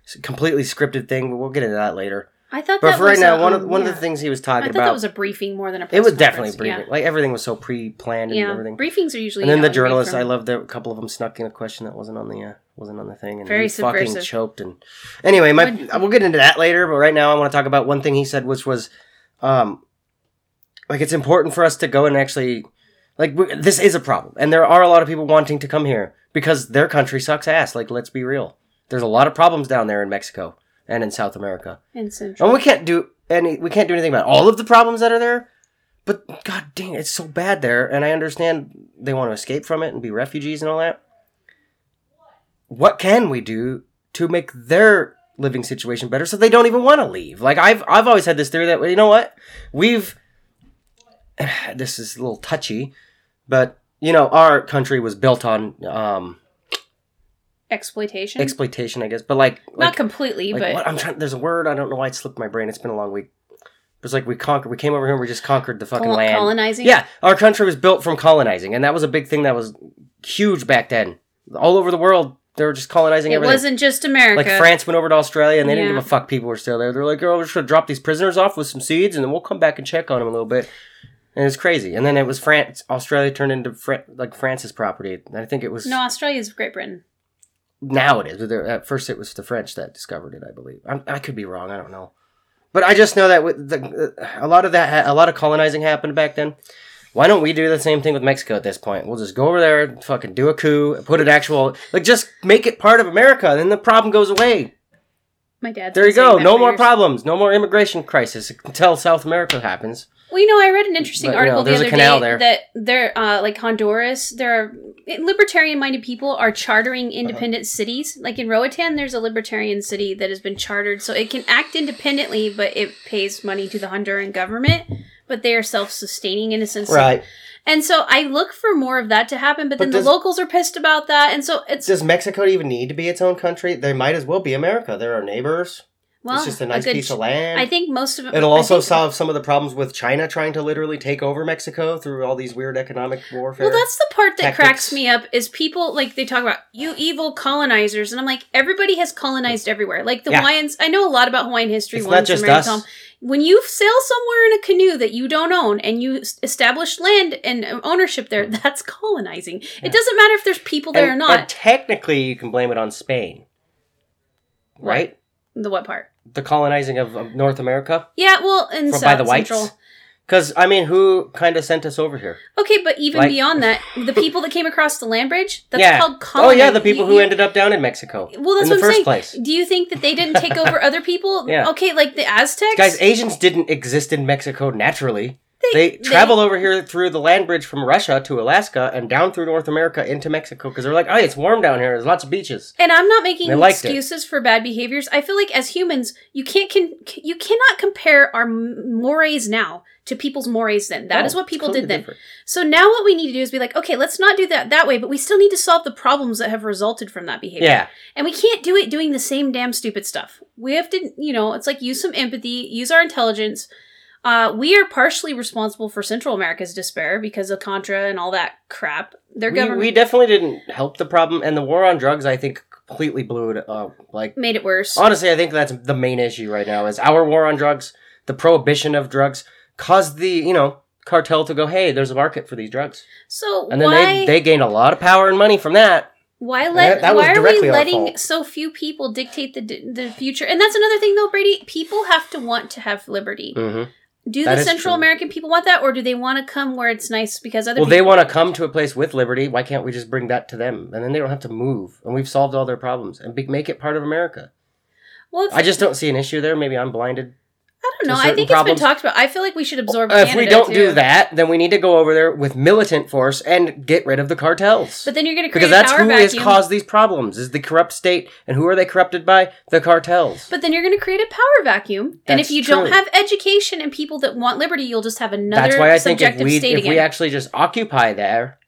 B: s- completely scripted thing, but we'll get into that later.
C: I thought
B: But
C: that
B: for right
C: was
B: now,
C: a,
B: one of
C: um,
B: one of
C: yeah.
B: the things he was
C: I
B: talking
C: thought
B: about
C: that was a briefing more than a press
B: it was
C: conference.
B: definitely briefing.
C: Yeah.
B: Like everything was so pre-planned and
C: Yeah.
B: everything.
C: briefings are usually
B: And then the
C: out way
B: journalist,
C: from-
B: I love that a couple of them snuck in a question that wasn't on the uh, wasn't on the thing, and
C: Very
B: he fucking
C: subversive.
B: choked. And anyway, my
C: Would-
B: we'll get into that later. But right now, I want to talk about one thing he said, which was, um, like it's important for us to go and actually, like we, this is a problem, and there are a lot of people wanting to come here because their country sucks ass. Like, let's be real, there's a lot of problems down there in Mexico and in South America,
C: in Central.
B: and we can't do any, we can't do anything about all of the problems that are there. But god dang, it's so bad there, and I understand they want to escape from it and be refugees and all that. What can we do to make their living situation better so they don't even want to leave. Like I've I've always had this theory that you know what? We've this is a little touchy, but you know, our country was built on um
C: Exploitation.
B: exploitation, I guess. But like
C: Not
B: Oh, like,
C: completely,
B: like,
C: but
B: what I'm trying there's a word, I don't know why it slipped my brain. It's been a long week. It's like we conquered we came over here and we just conquered the fucking
C: col-
B: land.
C: colonizing.
B: Yeah, our country was built from colonizing, and that was a big thing that was huge back then. All over the world, they were just colonizing
C: It
B: everything.
C: wasn't just America.
B: like France went over to Australia, and they didn't
C: Yeah.
B: give a fuck. People were still there. They're like, "Oh, we're just gonna drop these prisoners off with some seeds, and then we'll come back and check on them a little bit." And it's crazy. And then it was France. Australia turned into Fran- like France's property. And I think it was
C: No, Australia's Great Britain.
B: now it is. But there- at first, it was the French that discovered it, I believe. I'm, I could be wrong. I don't know. But I just know that with the, a lot of that, ha- a lot of colonizing happened back then. Why don't we do the same thing with Mexico at this point? We'll just go over there, fucking do a coup, put an actual like, just make it part of America, then the problem goes away.
C: My dad.
B: There you go. No more problems. No more immigration crisis until South America happens.
C: Well, you know, I read an interesting
B: But, you know,
C: article the
B: there's a
C: other
B: canal
C: day
B: there.
C: that there, uh, like Honduras, there are libertarian-minded people are
B: Uh-huh.
C: chartering independent cities. Like in Roatan, there's a libertarian city that has been chartered, so it can act independently, but it pays money to the Honduran government. But they are self-sustaining in a sense, And so I look for more of that to happen, but,
B: But
C: then
B: does-
C: the locals are pissed about that, and so it's
B: Does Mexico even need to be its own country? They might as well be America. They're our neighbors.
C: well,
B: it's just a nice
C: good
B: piece
C: ch-
B: of land.
C: I think most of it.
B: It'll
C: I
B: also
C: think-
B: solve some of the problems with China trying to literally take over Mexico through all these weird economic warfare.
C: Well, that's the part that
B: tactics.
C: cracks me up is people like they talk about you evil colonizers, and I'm like, everybody has colonized everywhere. Like the
B: Yeah.
C: Hawaiians, I know a lot about Hawaiian history.
B: It's
C: one
B: not just
C: Samaritan
B: us.
C: Tom. When you sail somewhere in a canoe that you don't own and you s- establish land and um, ownership there, that's colonizing. It doesn't matter if there's people there
B: Mm. And-
C: or not.
B: And technically, you can blame it on Spain,
C: What?
B: right?
C: the what part?
B: The colonizing of, of North America
C: Yeah, well, and
B: from,
C: South
B: by the whites.
C: Central.
B: Because I mean, who kind of sent us over here?
C: Okay, but even
B: Like-
C: beyond that, the people that came across the land bridge, that's
B: yeah.
C: called
B: oh
C: colonizing.
B: yeah, the people
C: You-
B: who
C: you-
B: ended up down in Mexico.
C: Well, that's
B: in the
C: what I'm
B: first
C: saying.
B: place.
C: Do you think that they didn't take over other people?
B: Yeah.
C: Okay, like the Aztecs.
B: Guys, Asians didn't exist in Mexico naturally. They,
C: They-
B: traveled over here through the land bridge from Russia to Alaska and down through North America into Mexico because they're like, oh, it's warm down here. There's lots of beaches.
C: and I'm not making
B: They liked it.
C: excuses for bad behaviors. I feel like as humans, you can't con- you cannot compare our m- mores now to people's mores then. That is
B: Oh,
C: what
B: it's
C: people
B: totally
C: did then.
B: different.
C: So now what we need to do is be like, okay, let's not do that that way, but we still need to solve the problems that have resulted from that behavior.
B: Yeah.
C: And we can't do it doing the same damn stupid stuff. We have to, you know, it's like use some empathy, use our intelligence. Uh, we are partially responsible for Central America's despair because of Contra and all that crap. Their
B: We,
C: government
B: we definitely didn't help the problem. And the war on drugs, I think, completely blew it up. Like,
C: made it worse.
B: honestly, I think that's the main issue right now is our war on drugs, the prohibition of drugs, caused the, you know, cartel to go, hey, there's a market for these drugs.
C: so
B: And then
C: why
B: they, they gained a lot of power and money from that.
C: why
B: that-
C: let
B: that was
C: why are
B: directly
C: we
B: our
C: letting
B: fault.
C: so few people dictate the d- the future? And that's another thing though, Brady. People have to want to have liberty.
B: hmm
C: Do
B: That
C: the
B: is
C: Central
B: true.
C: American people want that, or do they want to come where it's nice because other
B: Well,
C: people?
B: they want to come to a place with liberty. Why can't we just bring that to them? And then they don't have to move. And we've solved all their problems and be- make it part of America.
C: well, if-
B: I just don't see an issue there. Maybe I'm blinded.
C: I don't
B: to
C: know. I
B: certain
C: think
B: problems.
C: it's been talked about. I feel like we should absorb.
B: if we
C: Canada,
B: don't
C: too.
B: do that, then we need to go over there with militant force and get rid of the cartels.
C: But then you're going to
B: because
C: create
B: that's
C: a power
B: who has
C: vacuum.
B: caused these problems is the corrupt state. And who are they corrupted by? The cartels.
C: but then you're going to create a power vacuum, and if
B: That's
C: you
B: true.
C: don't have education and people that want liberty, you'll just have another
B: that's why I think if
C: subjective
B: we
C: state
B: if
C: again.
B: we actually just occupy there,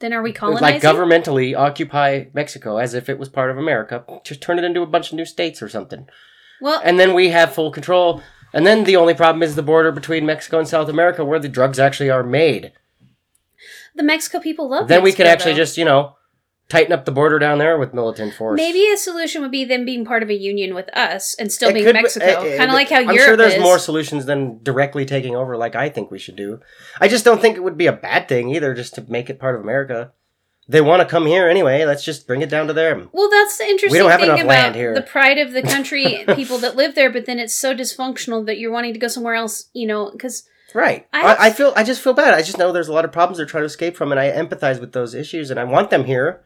C: then are we
B: like
C: colonizing?
B: governmentally occupy Mexico as if it was part of America, just turn it into a bunch of new states or something.
C: well,
B: and then we have full control. And then the only problem is the border between Mexico and South America, where the drugs actually are made.
C: the Mexico people love.
B: then we could
C: Mexico,
B: actually
C: though.
B: just, you know, tighten up the border down there with militant force.
C: Maybe a solution would be them being part of a union with us and still
B: It
C: being
B: could be-
C: Mexico,
B: eh, eh,
C: kind of like how
B: I'm
C: Europe
B: sure there's
C: is.
B: more solutions than directly taking over, like I think we should do. I just don't think it would be a bad thing either, just to make it part of America. They want to come here anyway. Let's just bring it down to them.
C: Well, that's the interesting
B: have
C: thing
B: enough
C: about
B: land here.
C: the pride of the country, people that live there, but then it's so dysfunctional that you're wanting to go somewhere else, you know, because
B: Right.
C: I
B: I, I
C: have-
B: feel. I just feel bad. I just know there's a lot of problems they're trying to escape from, and I empathize with those issues, and I want them here.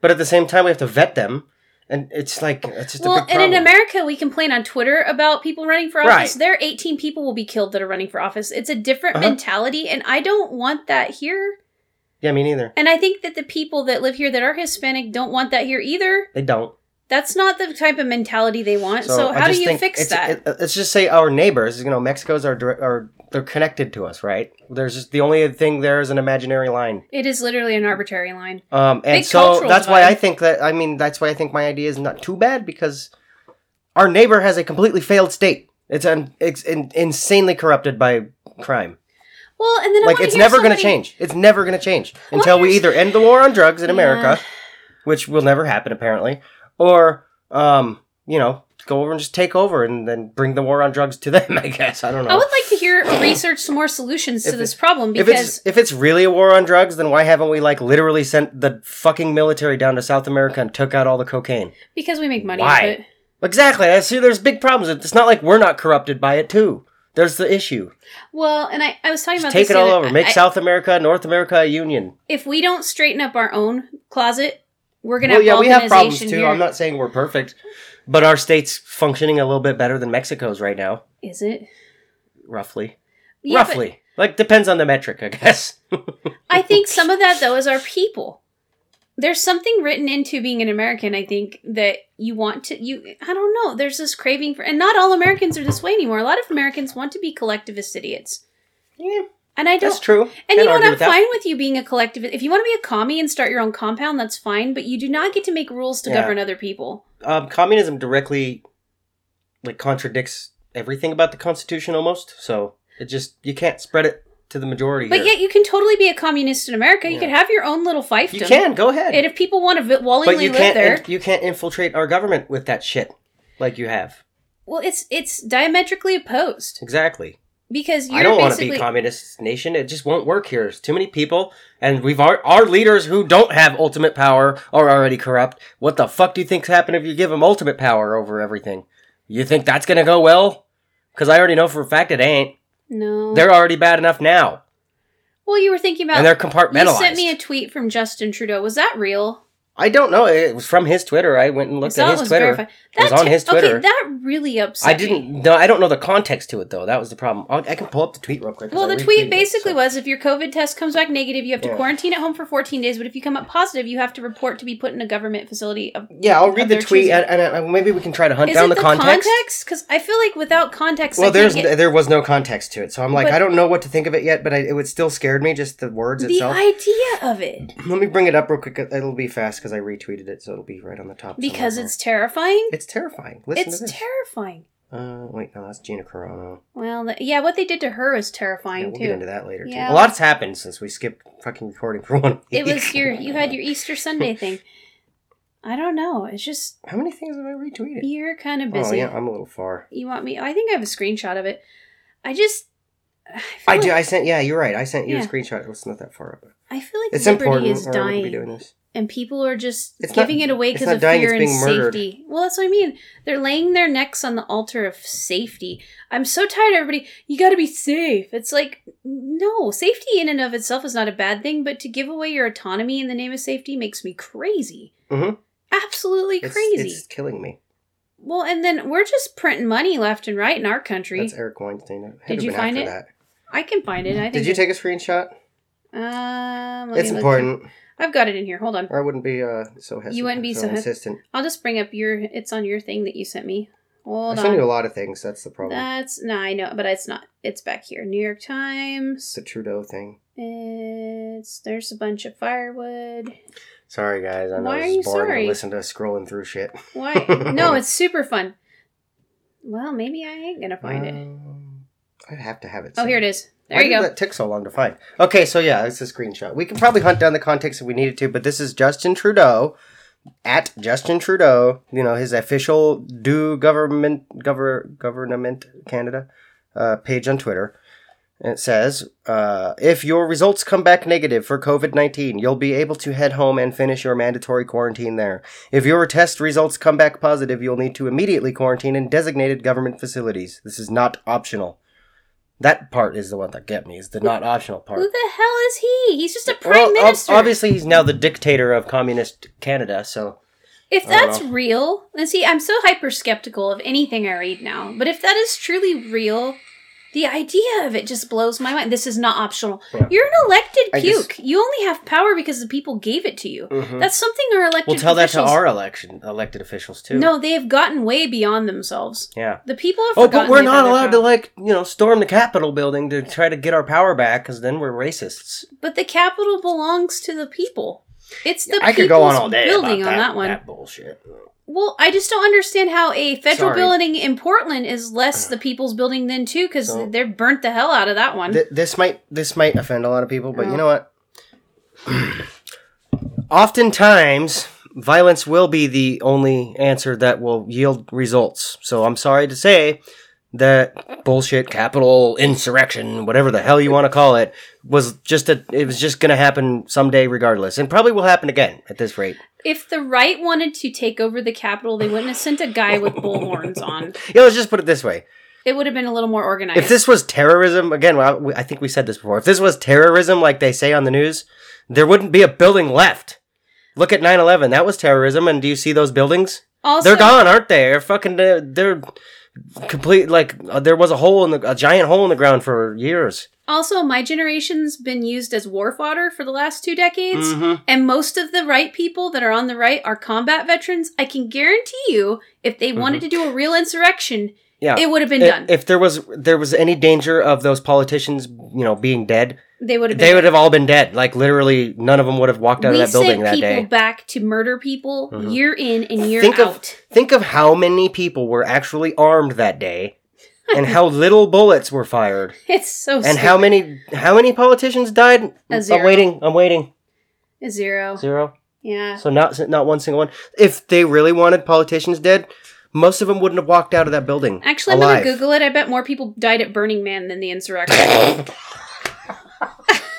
B: But at the same time, we have to vet them, and it's like it's just a
C: well,
B: big
C: and
B: problem.
C: in America, we complain on Twitter about people running for office.
B: Right.
C: There, eighteen people will be killed that are running for office. It's a different
B: Uh-huh.
C: mentality, and I don't want that here.
B: yeah, me neither.
C: And I think that the people that live here that are Hispanic don't want that here either.
B: They don't.
C: That's not the type of mentality they want. So,
B: I
C: how do
B: just
C: you
B: think
C: fix
B: it's-
C: that?
B: it- let's just say our neighbors, you know, Mexico's are direct, are they're connected to us, right? There's just the only thing there is an imaginary line.
C: it is literally an arbitrary line.
B: Um, and
C: Big
B: so
C: cultural
B: that's why
C: divide.
B: I think that I mean that's why I think my idea is not too bad because our neighbor has a completely failed state. It's un, it's in, insanely corrupted by crime.
C: Well, and then I
B: like
C: wanna
B: it's
C: hear
B: never going to
C: somebody-
B: change. It's never going to change until we
C: here's-
B: either end the war on drugs in America,
C: Yeah.
B: which will never happen apparently, or um, you know, go over and just take over and then bring the war on drugs to them. I guess I don't know.
C: I would like to hear or research some more solutions to
B: If it-
C: this problem
B: if
C: because
B: it's if it's really a war on drugs, then why haven't we like literally sent the fucking military down to South America and took out all the cocaine?
C: because we make money
B: Why?
C: off it.
B: Exactly. I see. There's big problems. It's not like we're not corrupted by it too. There's the issue.
C: Well, and I, I was talking
B: Just
C: about
B: take
C: this
B: it
C: the
B: all
C: other-
B: over. Make
C: I-
B: South America, North America a union.
C: if we don't straighten up our own closet, we're gonna
B: Well,
C: have
B: yeah, we have
C: balkanization
B: problems too.
C: here.
B: I'm not saying we're perfect, but our state's functioning a little bit better than Mexico's right now,
C: Is it
B: roughly.
C: Yeah, but
B: roughly. Like depends on the metric, I guess.
C: I think some of that though is our people. There's something written into being an American. I think that you want to you. I don't know. There's this craving for, and not all Americans are this way anymore. A lot of Americans want to be collectivist idiots,
B: yeah,
C: and I don't.
B: that's true.
C: And you
B: Can't
C: know what?
B: argue
C: I'm
B: with that.
C: fine with you being a collectivist. If you want to be a commie and start your own compound, that's fine. But you do not get to make rules to
B: Yeah.
C: govern other people.
B: um, communism directly like contradicts everything about the Constitution almost. So it just you can't spread it to the majority.
C: But
B: here.
C: yet, you can totally be a communist in America. You
B: Yeah.
C: can have your own little fiefdom.
B: you can go ahead.
C: And if people want to vi-
B: but
C: wallingly
B: you
C: live
B: can't
C: there,
B: in- you can't infiltrate our government with that shit like you have
C: well, it's it's diametrically opposed
B: exactly
C: because you're
B: i don't want to
C: basically.
B: be a communist nation it just won't work here There's too many people and we've our, our leaders who don't have ultimate power are already corrupt what the fuck do you think's happened if you give them ultimate power over everything you think that's gonna go well because i already know for a fact it ain't
C: no.
B: they're already bad enough now
C: well, you were thinking about.
B: and they're
C: you
B: compartmentalized
C: sent me a tweet from Justin Trudeau. Was that real?
B: i don't know it was from his twitter i went and looked
C: I saw
B: at his twitter
C: verified.
B: It was
C: That
B: on
C: te-
B: his Twitter.
C: Okay, that really upset.
B: I
C: me.
B: didn't. No, I don't know the context to it though. That was the problem. I'll, I can pull up the tweet real quick. 'cause
C: Well,
B: I
C: the tweet
B: retweeted it,
C: basically
B: so-
C: was if your COVID test comes back negative, you have to
B: Yeah.
C: quarantine at home for 14 days, but if you come up positive, you have to report to be put in a government facility. Of,
B: Yeah, I'll
C: of
B: read the
C: their
B: tweet
C: choosing.
B: and, and, uh, maybe we can try to hunt
C: Is
B: down
C: it
B: the, context.
C: Because I feel like without context,
B: Well,
C: I can't
B: there's
C: get
B: there was no context to it, so I'm like,
C: But-
B: I don't know what to think of it yet. But I, it would still scared me just the words
C: the
B: itself.
C: idea of it
B: Let me bring it up real quick. It'll be fast because I retweeted it, so it'll be right on the top. somewhere
C: because
B: here.
C: it's terrifying.
B: it's terrifying. Listen to
C: it's
B: this.
C: terrifying.
B: uh, wait, no, that's Gina Carano.
C: Well, th- yeah, what they did to her is
B: Yeah,
C: terrifying
B: we'll get into
C: too.
B: that later.
C: Yeah.
B: Too. A lot's happened since we skipped fucking recording for one.
C: It
B: week.
C: was your you had your Easter Sunday thing. I don't know. It's just
B: How many things have I retweeted?
C: you're kind of
B: Oh
C: busy.
B: yeah, I'm a little far.
C: You want me? I think I have a screenshot of it. I just. I, feel
B: I do.
C: like-
B: I sent. Yeah, you're right. I sent you
C: Yeah.
B: a screenshot. It's not that far up.
C: I feel like
B: It's
C: liberty
B: important.
C: is
B: or I wouldn't be
C: dying,
B: doing this.
C: and people are just
B: It's
C: giving
B: not-
C: it away
B: it's
C: because
B: not
C: of
B: dying,
C: fear
B: it's
C: and
B: being murdered.
C: safety. Well, that's what I mean. They're laying their necks on the altar of safety. I'm so tired. of Everybody, you got to be safe. It's like no safety in and of itself is not a bad thing, but to give away your autonomy in the name of safety makes me crazy.
B: Mhm.
C: Absolutely
B: It's,
C: crazy.
B: It's killing me.
C: well, and then we're just printing money left and right in our country.
B: That's Eric Weinstein. It had
C: Did
B: to
C: you
B: been
C: find
B: after
C: it?
B: That.
C: I can find it. I think
B: Did you
C: it-
B: take a screenshot?
C: Um, let
B: It's
C: me look.
B: important.
C: I've got it in here. Hold on.
B: Or I wouldn't be uh, so hesitant.
C: wouldn't be so hes-
B: insistent.
C: I'll just bring up your. It's on your thing that you sent me. Hold
B: I send you a
C: on.
B: lot of things. That's the problem.
C: That's no, I know, but it's not. It's back here. New York Times.
B: It's the Trudeau thing.
C: It's there's a bunch of firewood.
B: Sorry, guys. I know
C: Why are
B: it's
C: you
B: boring
C: sorry?
B: to listen to us scrolling through shit.
C: Why? no, it's super fun. Well, maybe I ain't gonna find it.
B: Um, I'd have to have it.
C: Oh, here it is. There you go.
B: That took so long to find. Okay, so yeah, it's a screenshot. We can probably hunt down the context if we needed to, but this is Justin Trudeau at Justin Trudeau. You know his official do government govern government Canada uh, page on Twitter. And it says, uh, if your results come back negative for COVID 19, you'll be able to head home and finish your mandatory quarantine there. If your test results come back positive, you'll need to immediately quarantine in designated government facilities. This is not optional. That part is the one that get me, is the not optional part.
C: Who the hell is he? He's just a
B: Well,
C: prime
B: ob-
C: minister.
B: obviously, he's now the dictator of communist Canada, so.
C: If
B: I don't
C: that's
B: know.
C: real, and see, I'm so hyper skeptical of anything I read now, but if that is truly real, The idea of it just blows my mind. This is not optional.
B: Yeah.
C: You're an elected
B: I just-
C: puke. You only have power because the people gave it to you.
B: Mhm.
C: That's something our elected
B: We'll tell that to
C: officials-
B: our election elected officials too.
C: No, they have gotten way beyond themselves.
B: Yeah.
C: The people have
B: Oh, but
C: forgotten
B: we're
C: they've had
B: not
C: their
B: allowed to
C: power.
B: like you know storm the Capitol building to try to get our power back because then we're racists.
C: But the capital belongs to the people. It's the
B: I could go on
C: people's
B: all day
C: building
B: about
C: on
B: that,
C: that one.
B: That bullshit.
C: Well, I just don't understand how a federal
B: Sorry. Uh.
C: building in Portland is less the people's building than too, because
B: So-
C: they've burnt the hell out of that one.
B: Th- this might this might offend a lot of people, but
C: No.
B: you know what? Oftentimes, violence will be the only answer that will yield results. So I'm sorry to say that bullshit capital insurrection, whatever the hell you want to call it, was just a it was just going to happen someday regardless, and probably will happen again at this rate.
C: if the right wanted to take over the capital, they wouldn't have sent a guy with bullhorns on.
B: Yeah, let's just put it this way:
C: It would have been a little more organized.
B: if this was terrorism, again, well, we- I think we said this before. If this was terrorism, like they say on the news, there wouldn't be a building left. Look at 9 11. That was terrorism. And do you see those buildings?
C: also,
B: they're gone, aren't they? They're fucking, uh, they're complete, like, uh, there was a hole in the, a giant hole in the ground for years.
C: Also, my generation's been used as war fodder for the last two decades,
B: Mhm.
C: and most of the right people that are on the right are combat veterans. I can guarantee you, if they wanted to do a real insurrection,
B: Mm-hmm. Yeah.
C: it would have been
B: I-
C: done.
B: If there was there was any danger of those politicians, you know, being dead,
C: they would have. Been
B: they would have all been dead. Like literally, none of them would have walked out
C: we
B: of that building
C: sent
B: that
C: people
B: day. Mm-hmm.
C: back to murder people year in and year
B: think
C: out.
B: of think of how many people were actually armed that day and how little bullets were fired
C: it's so
B: and how many how many politicians died
C: A zero.
B: i'm waiting i'm waiting
C: stupid. zero.
B: zero
C: Yeah.
B: so not not one single one if they really wanted politicians dead most of them wouldn't have walked out of that building
C: Actually, I'm
B: alive.
C: gonna Google it. I bet more people died at Burning Man than the insurrection.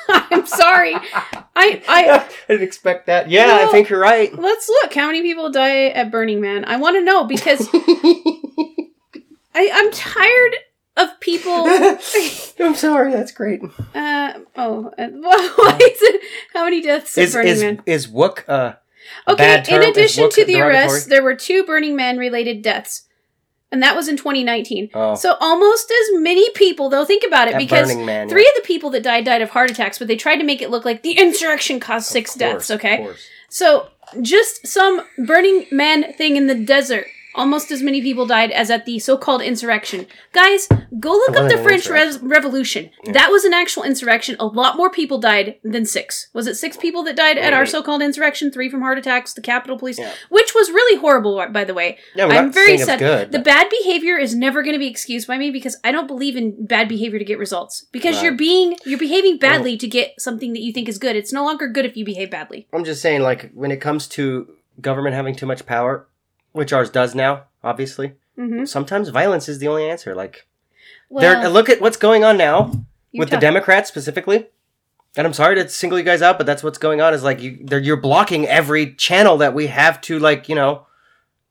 C: I'm sorry. I I
B: i didn't expect that yeah
C: No.
B: i think you're right
C: let's look how many people die at Burning Man. I want to know because I I'm tired of people.
B: i'm sorry that's great
C: Uh, oh, uh, why is it- how many deaths at
B: is
C: Burning
B: is,
C: Man?
B: is wook uh
C: Okay,
B: bad term
C: in
B: is
C: addition
B: woke
C: to the
B: derogatory?
C: arrests, there were two Burning Man related deaths. And that was in 2019.
B: Oh.
C: So almost as many people, though, think about it,
B: At
C: because
B: Burning Man,
C: three of the people that died died of heart attacks, but they tried to make it look like the insurrection caused six deaths, okay? So just some Burning Man thing in the desert. Almost as many people died as at the so-called insurrection. Guys, go look up
B: wasn't
C: the
B: an
C: French Re- Revolution. That was an actual insurrection. A lot more people died than six. Was it six people that died at our so-called insurrection? Three from heart attacks, the Capitol Police, which was really horrible, uh, by the way.
B: Yeah, we're
C: I'm
B: not
C: very
B: saying it's
C: sad.
B: good,
C: the
B: but-
C: bad behavior is never going to be excused by me because I don't believe in bad behavior to get results. Because you're being you're behaving badly to get something that you think is good. It's no longer good if you behave badly.
B: I'm just saying, like, when it comes to government having too much power, which ours does now, obviously,
C: Mhm.
B: sometimes violence is the only answer. Like,
C: Well,
B: there, look at what's going on now
C: you're
B: with the
C: tough.
B: Democrats specifically. And I'm sorry to single you guys out, but that's what's going on. Is like you, they're, you're blocking every channel that we have to, like, you know,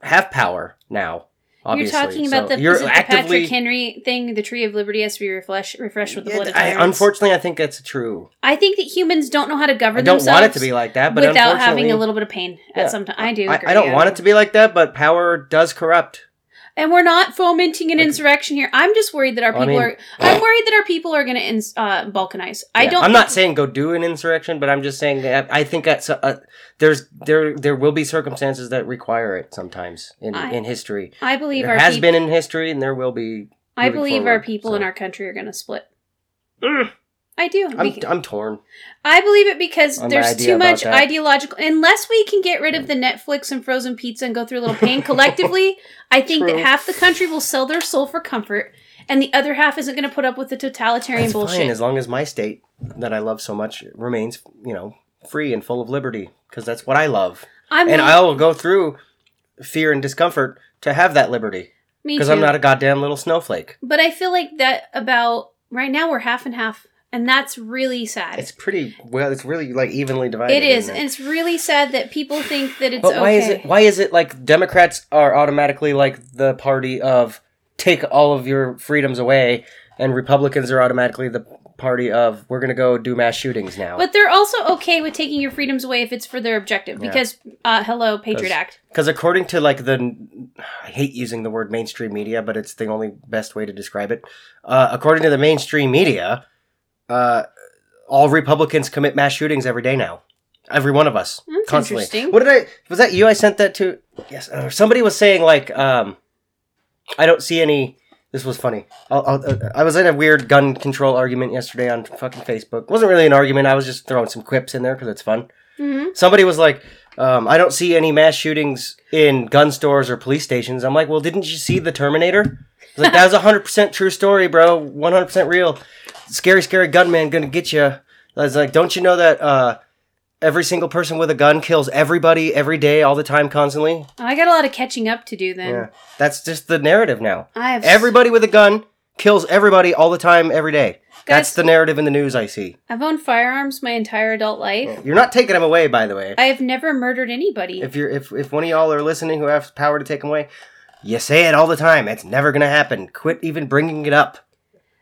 B: have power now.
C: You're
B: Obviously,
C: talking about
B: So
C: the,
B: you're
C: is it the
B: actively.
C: Patrick Henry thing. The tree of liberty has to be refresh, refreshed with the blood of
B: I,
C: tyrants.
B: unfortunately, I think that's true.
C: I think that humans don't know how to govern
B: I don't
C: themselves
B: want it to be like that, but
C: without having a
B: unfortunately-
C: little bit of pain
B: Yeah.
C: at some time. I do.
B: I,
C: agree,
B: I don't
C: yeah.
B: want it to be like that, but power does corrupt.
C: And we're not fomenting an insurrection here. I'm just worried that our
B: Well, I
C: people
B: mean- oh.
C: are. I'm worried that our people are going to ins- uh, balkanize. I
B: Yeah,
C: don't.
B: I'm not saying
C: think-
B: go do an insurrection, but I'm just saying that I think that's uh, there's there there will be circumstances that require it sometimes in
C: I-
B: in history.
C: I believe
B: There
C: our
B: has
C: peop-
B: been in history, and there will be.
C: I
B: moving
C: believe our
B: forward,
C: people
B: so.
C: in our country are going to split. I do.
B: I'm,
C: Bec-
B: I'm torn.
C: I believe it because
B: On my
C: there's
B: idea
C: too
B: about
C: much
B: that.
C: ideological. Unless we can get rid of the Netflix and frozen pizza and go through a little pain collectively, I think
B: True.
C: that half the country will sell their soul for comfort, and the other half isn't going to put up with the totalitarian
B: It's
C: bullshit.
B: fine as long as my state that I love so much remains, you know, free and full of liberty, because that's what I love,
C: I'm
B: and
C: not-
B: I will go through fear and discomfort to have that liberty,
C: me
B: because
C: too.
B: I'm not a goddamn little snowflake.
C: but I feel like that about right now we're half and half, and that's really sad.
B: It's pretty well. It's really like evenly divided.
C: it is,
B: isn't
C: and it's really sad that people think that it's
B: But why
C: okay.
B: is it why is it like Democrats are automatically like the party of take all of your freedoms away and Republicans are automatically the party of we're going to go do mass shootings now.
C: But they're also okay with taking your freedoms away if it's for their objective.
B: Yeah.
C: Because, uh, hello, Patriot
B: That's-
C: Act.
B: Because according to like the, I hate using the word mainstream media, but it's the only best way to describe it. Uh, according to the mainstream media, uh, all Republicans commit mass shootings every day now. Every one of us,
C: That's
B: constantly.
C: interesting.
B: What did I? Was that you? I sent that to. Yes, uh, somebody was saying like, um, I don't see any. This was funny. I'll, I'll, uh, I was in a weird gun control argument yesterday on fucking Facebook. wasn't really an argument. I was just throwing some quips in there because it's fun.
C: hmm
B: Somebody was like, um, I don't see any mass shootings in gun stores or police stations. I'm like, well, didn't you see The Terminator? It's like, that was a 100% true story, bro. 100% real. Scary, scary gunman gonna get you. I was like, don't you know that uh, every single person with a gun kills everybody every day, all the time, constantly?
C: I got a lot of catching up to do then.
B: Yeah. That's just the narrative now.
C: I have
B: Everybody with a gun kills everybody all the time, every day. That's
C: Guys-
B: the narrative in the news I see.
C: I've owned firearms my entire adult life.
B: You're not taking them away, by the way.
C: I have never murdered anybody.
B: Oh. If you're if if one of y'all are listening who has power to take them away, you say it all the time. It's never gonna happen. Quit even bringing it up.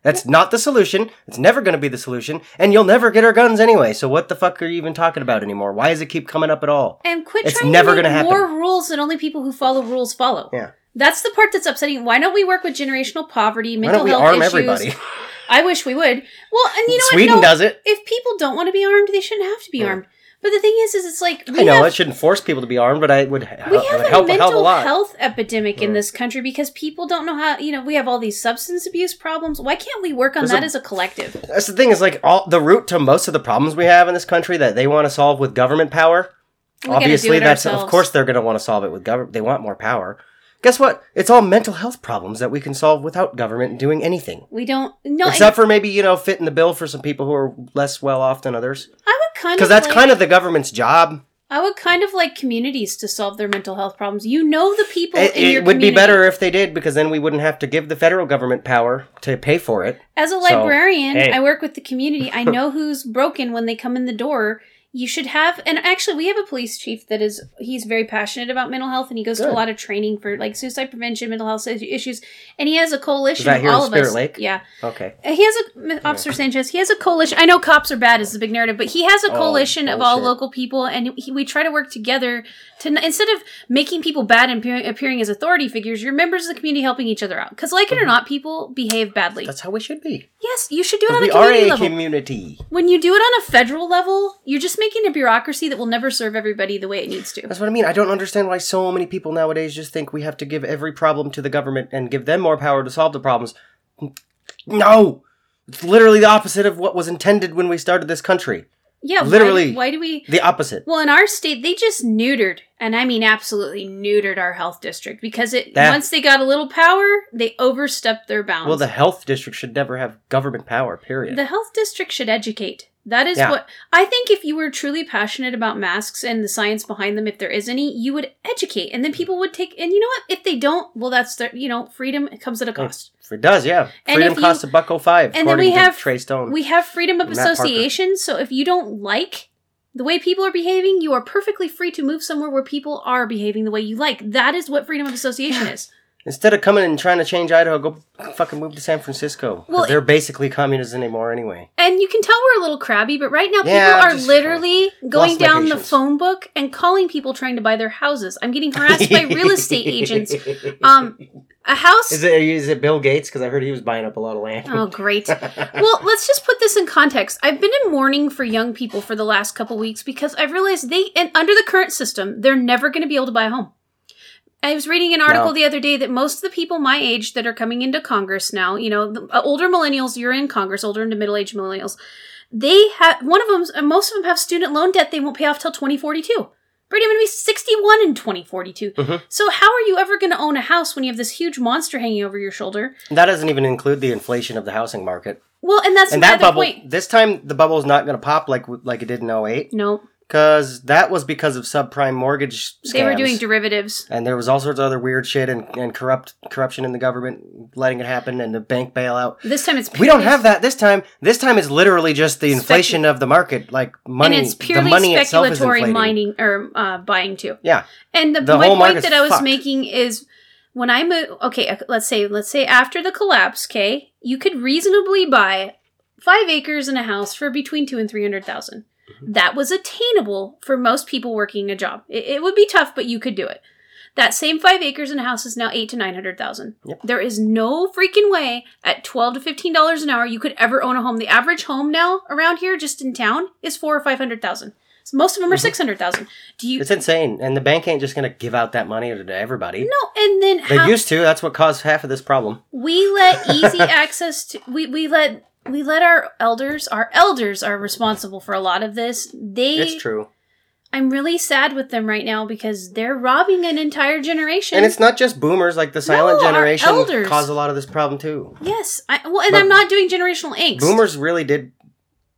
B: That's not the solution. It's never gonna be the solution, and you'll never get our guns anyway. So what the fuck are you even talking about anymore? Why does it keep coming up at all?
C: and quit
B: It's
C: trying
B: never
C: to make
B: gonna happen.
C: more rules that only people who follow rules follow.
B: Yeah.
C: That's the part that's upsetting. Why don't we work with generational poverty,
B: Why
C: mental
B: don't we
C: health
B: arm
C: issues?
B: everybody?
C: I wish we would. Well, and you know
B: Sweden
C: what? No,
B: does it.
C: If people don't want to be armed, they shouldn't have to be
B: Yeah.
C: armed. But the thing is, is it's like we
B: I know
C: have
B: I shouldn't force people to be armed, but I would,
C: we
B: it
C: have
B: would
C: a
B: help a hell of a
C: mental
B: lot.
C: health epidemic in
B: Mm.
C: this country because people don't know how. You know, we have all these substance abuse problems. Why can't we work on
B: There's
C: that
B: a-
C: as a collective?
B: That's the thing is like all the root to most of the problems we have in this country that they want to solve with government power
C: We gotta do
B: Obviously,
C: it
B: that's
C: ourselves.
B: of course they're going to want to solve it with government. They want more power. Guess what? It's all mental health problems that we can solve without government doing anything,
C: we don't. No, and
B: except for maybe you know fitting the bill for some people who are less well off than others.
C: I would kind of
B: Because that's
C: like-
B: kind of the government's job.
C: I would kind of like communities to solve their mental health problems. You know the people
B: It,
C: in your
B: it would be
C: community.
B: better if they did, because then we wouldn't have to give the federal government power to pay for it.
C: As a librarian,
B: hey.
C: I work with the community. I know who's broken when they come in the door. You should have and actually we have a police chief that is he's very passionate about mental health and he goes to a
B: Good.
C: lot of training for like suicide prevention, mental health is- issues, and he has a coalition
B: that
C: of
B: here in
C: all of us.
B: Spirit Lake?
C: Yeah.
B: Okay.
C: Uh, He has a Officer Sanchez. He has a coalition. I know cops are bad is the big narrative, but he has a
B: Oh,
C: coalition of all
B: bullshit.
C: local people, and he, we try to work together to n- instead of making people bad and appearing, appearing as authority figures. You're members of the community helping each other out because, like it or not, people behave badly.
B: Mm-hmm. That's how we should be.
C: yes, you should do it on a
B: We are
C: community
B: a
C: level.
B: community.
C: when you do it on a federal level, you're just making a bureaucracy that will never serve everybody the way it needs to.
B: That's what I mean. I don't understand why so many people nowadays just think we have to give every problem to the government and give them more power to solve the problems. No! It's literally the opposite of what was intended when we started this country.
C: Yeah, why-
B: Literally.
C: Why do we?
B: The opposite.
C: Well, in our state, they just neutered, and I mean absolutely neutered our health district because it
B: That-
C: once they got a little power, they overstepped their bounds.
B: Well, the health district should never have government power, period.
C: The health district should educate. That is
B: Yeah.
C: what I think if you were truly passionate about masks and the science behind them, if there is any, you would educate and
B: Mm.
C: then people would take and you know what? If they don't, well that's their you know, freedom comes at a cost.
B: If it does, yeah.
C: And
B: Freedom
C: if you-
B: costs a buck oh five,
C: and then
B: according
C: we have-
B: to Trey Stone.
C: We have freedom of
B: Matt Parker.
C: association, so if you don't like the way people are behaving, you are perfectly free to move somewhere where people are behaving the way you like. That is what freedom of association is.
B: Instead of coming and trying to change Idaho, go fucking move to San Francisco. 'Cause
C: Well,
B: they're basically communists anymore anyway.
C: And you can tell we're a little crabby, but right now
B: Yeah,
C: people
B: I'm
C: are
B: just-
C: literally going
B: lost my
C: down the
B: patience.
C: phone book and calling people trying to buy their houses. I'm getting harassed by real estate agents. Um, a house.
B: Is it, is it Bill Gates? Because I heard he was buying up a lot of land.
C: oh, great. Well, let's just put this in context. I've been in mourning for young people for the last couple weeks because I've realized they, and under the current system, they're never going to be able to buy a home. I was reading an article
B: No.
C: the other day that most of the people my age that are coming into Congress now, you know, the uh, older millennials, you're in Congress, older into middle aged millennials, they have, one of them, most of them have student loan debt they won't pay off till 2042. Pretty going to be 61 in 2042.
B: Mhm.
C: So, how are you ever going to own a house when you have this huge monster hanging over your shoulder?
B: That doesn't even include the inflation of the housing market.
C: Well, and that's
B: and
C: my
B: that
C: other
B: bubble
C: point.
B: this time the bubble's not going to pop like like it did in 08
C: No,
B: cuz that was because of subprime mortgage scams.
C: They were doing derivatives.
B: and there was all sorts of other weird shit and, and corrupt corruption in the government letting it happen and the bank bailout.
C: This time it's
B: We don't have that this time. This time is literally just the
C: Specu-
B: inflation of the market, like money.
C: and it's purely
B: the money itself is
C: speculatory
B: inflating.
C: mining or uh, buying too.
B: Yeah.
C: And the,
B: The
C: my
B: whole
C: point
B: market's
C: that I was
B: fucked.
C: making is when I uh, move. Okay, let's say let's say after the collapse, okay, you could reasonably buy five acres and a house for between two and three hundred thousand.
B: Mm-hmm.
C: That was attainable for most people working a job. It, it would be tough, but you could do it. That same five acres and a house is now eight to nine hundred thousand.
B: Yep.
C: There is no freaking way at twelve to fifteen dollars an hour you could ever own a home. The average home now around here, just in town, is four or five hundred thousand. So most of them are
B: Mm-hmm.
C: hundred thousand. Do you?
B: It's insane. And the bank ain't just going to give out that money to to everybody.
C: no, and then
B: They
C: how?
B: used to. That's what caused half of this problem.
C: we let easy access to we, we let we let our elders our elders are responsible for a lot of this they
B: It's true.
C: i'm really sad with them right now because they're robbing an entire generation
B: And it's not just boomers. Like the silent
C: No, our
B: generation
C: elders.
B: caused a lot of this problem too.
C: yes I, well and
B: But-
C: i'm not doing generational angst
B: Boomers really did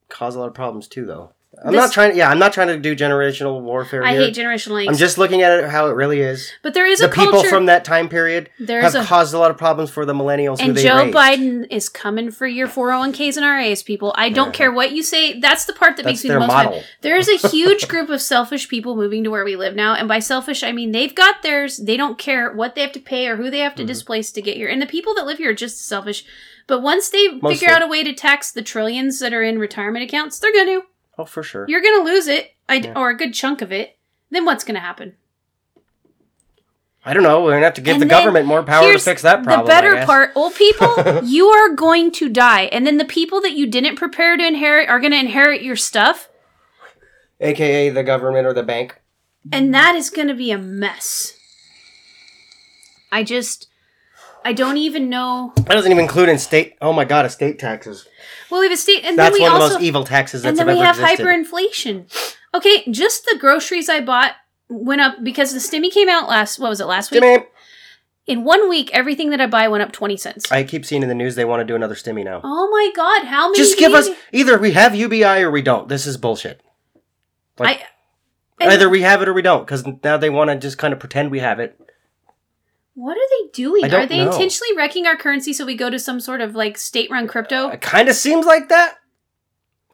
B: cause a lot of problems too, though. I'm
C: This-
B: not trying. Yeah, I'm not trying to do generational warfare.
C: i
B: here.
C: hate generational angst
B: I'm just looking at it how it really is.
C: but there is
B: the
C: a
B: people
C: culture
B: from that time period
C: there's
B: have
C: a
B: caused a lot of problems for the millennials who
C: and
B: they
C: Joe
B: raised.
C: Biden is coming for your 401ks and RAs, people. I don't care what you say. That's the part that
B: That's
C: makes me
B: their
C: the most
B: model.
C: mad. There is a huge group of selfish people moving to where we live now, and by selfish, I mean they've got theirs. They don't care what they have to pay or who they
B: Mm-hmm.
C: have to displace to get here. And the people that live here are just as selfish. But once they
B: Mostly.
C: figure out a way to tax the trillions that are in retirement accounts, they're going to.
B: Oh, for sure.
C: You're going to lose it, I d
B: Yeah.
C: or a good chunk of it. Then what's going to happen?
B: I don't know. We're gonna have to give
C: And
B: the
C: then
B: government more power to
C: Here's
B: fix that problem.
C: The better
B: I guess.
C: part, old people, you are going to die, and then the people that you didn't prepare to inherit are going to inherit your stuff,
B: aka the government or the bank.
C: and that is going to be a mess. I just, I don't even know.
B: That doesn't even include in state. Oh my god, estate taxes.
C: Well, we have a state, and
B: That's
C: then we
B: one
C: also,
B: of the most evil taxes that's
C: and then
B: ever
C: we have
B: existed.
C: hyperinflation. Okay, just the groceries I bought went up because the stimmy came out last. What was it last week?
B: Stimmy.
C: In one week, everything that I buy went up twenty cents.
B: I keep seeing in the news they want to do another stimmy now.
C: oh my god! How many?
B: Just give
C: do you-
B: us either we have UBI or we don't. This is bullshit. like-
C: I, and-
B: either we have it or we don't, because now they want to just kind of pretend we have it.
C: What are they doing?
B: I don't
C: Are they
B: know.
C: intentionally wrecking our currency so we go to some sort of like state run crypto?
B: It kind of seems like that.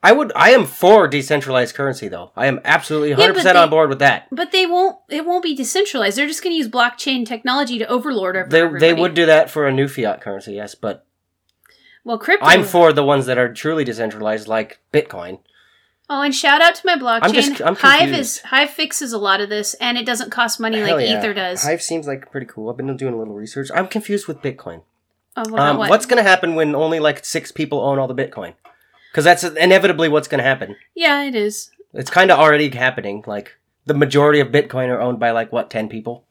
B: I would. I am for decentralized currency, though. I am absolutely
C: Yeah, but
B: 100 percent on
C: they-
B: board with that.
C: but they won't it won't be decentralized. They're just going to use blockchain technology to overlord over
B: They,
C: everybody.
B: they would do that for a new fiat currency, yes, but
C: Well, crypto.
B: I'm for the ones that are truly decentralized, like Bitcoin.
C: Oh, and shout out to my blockchain.
B: I'm just- I'm
C: Hive
B: confused.
C: is Hive fixes a lot of this and it doesn't cost money
B: Hell
C: like
B: yeah.
C: Ether does.
B: Hive seems like pretty cool. I've been doing a little research. I'm confused with Bitcoin.
C: oh, well,
B: Um,
C: what?
B: What's going to happen when only like six people own all the Bitcoin? Because that's inevitably what's going to happen.
C: yeah, it is.
B: It's kind of already happening. Like the majority of Bitcoin are owned by like what ten people.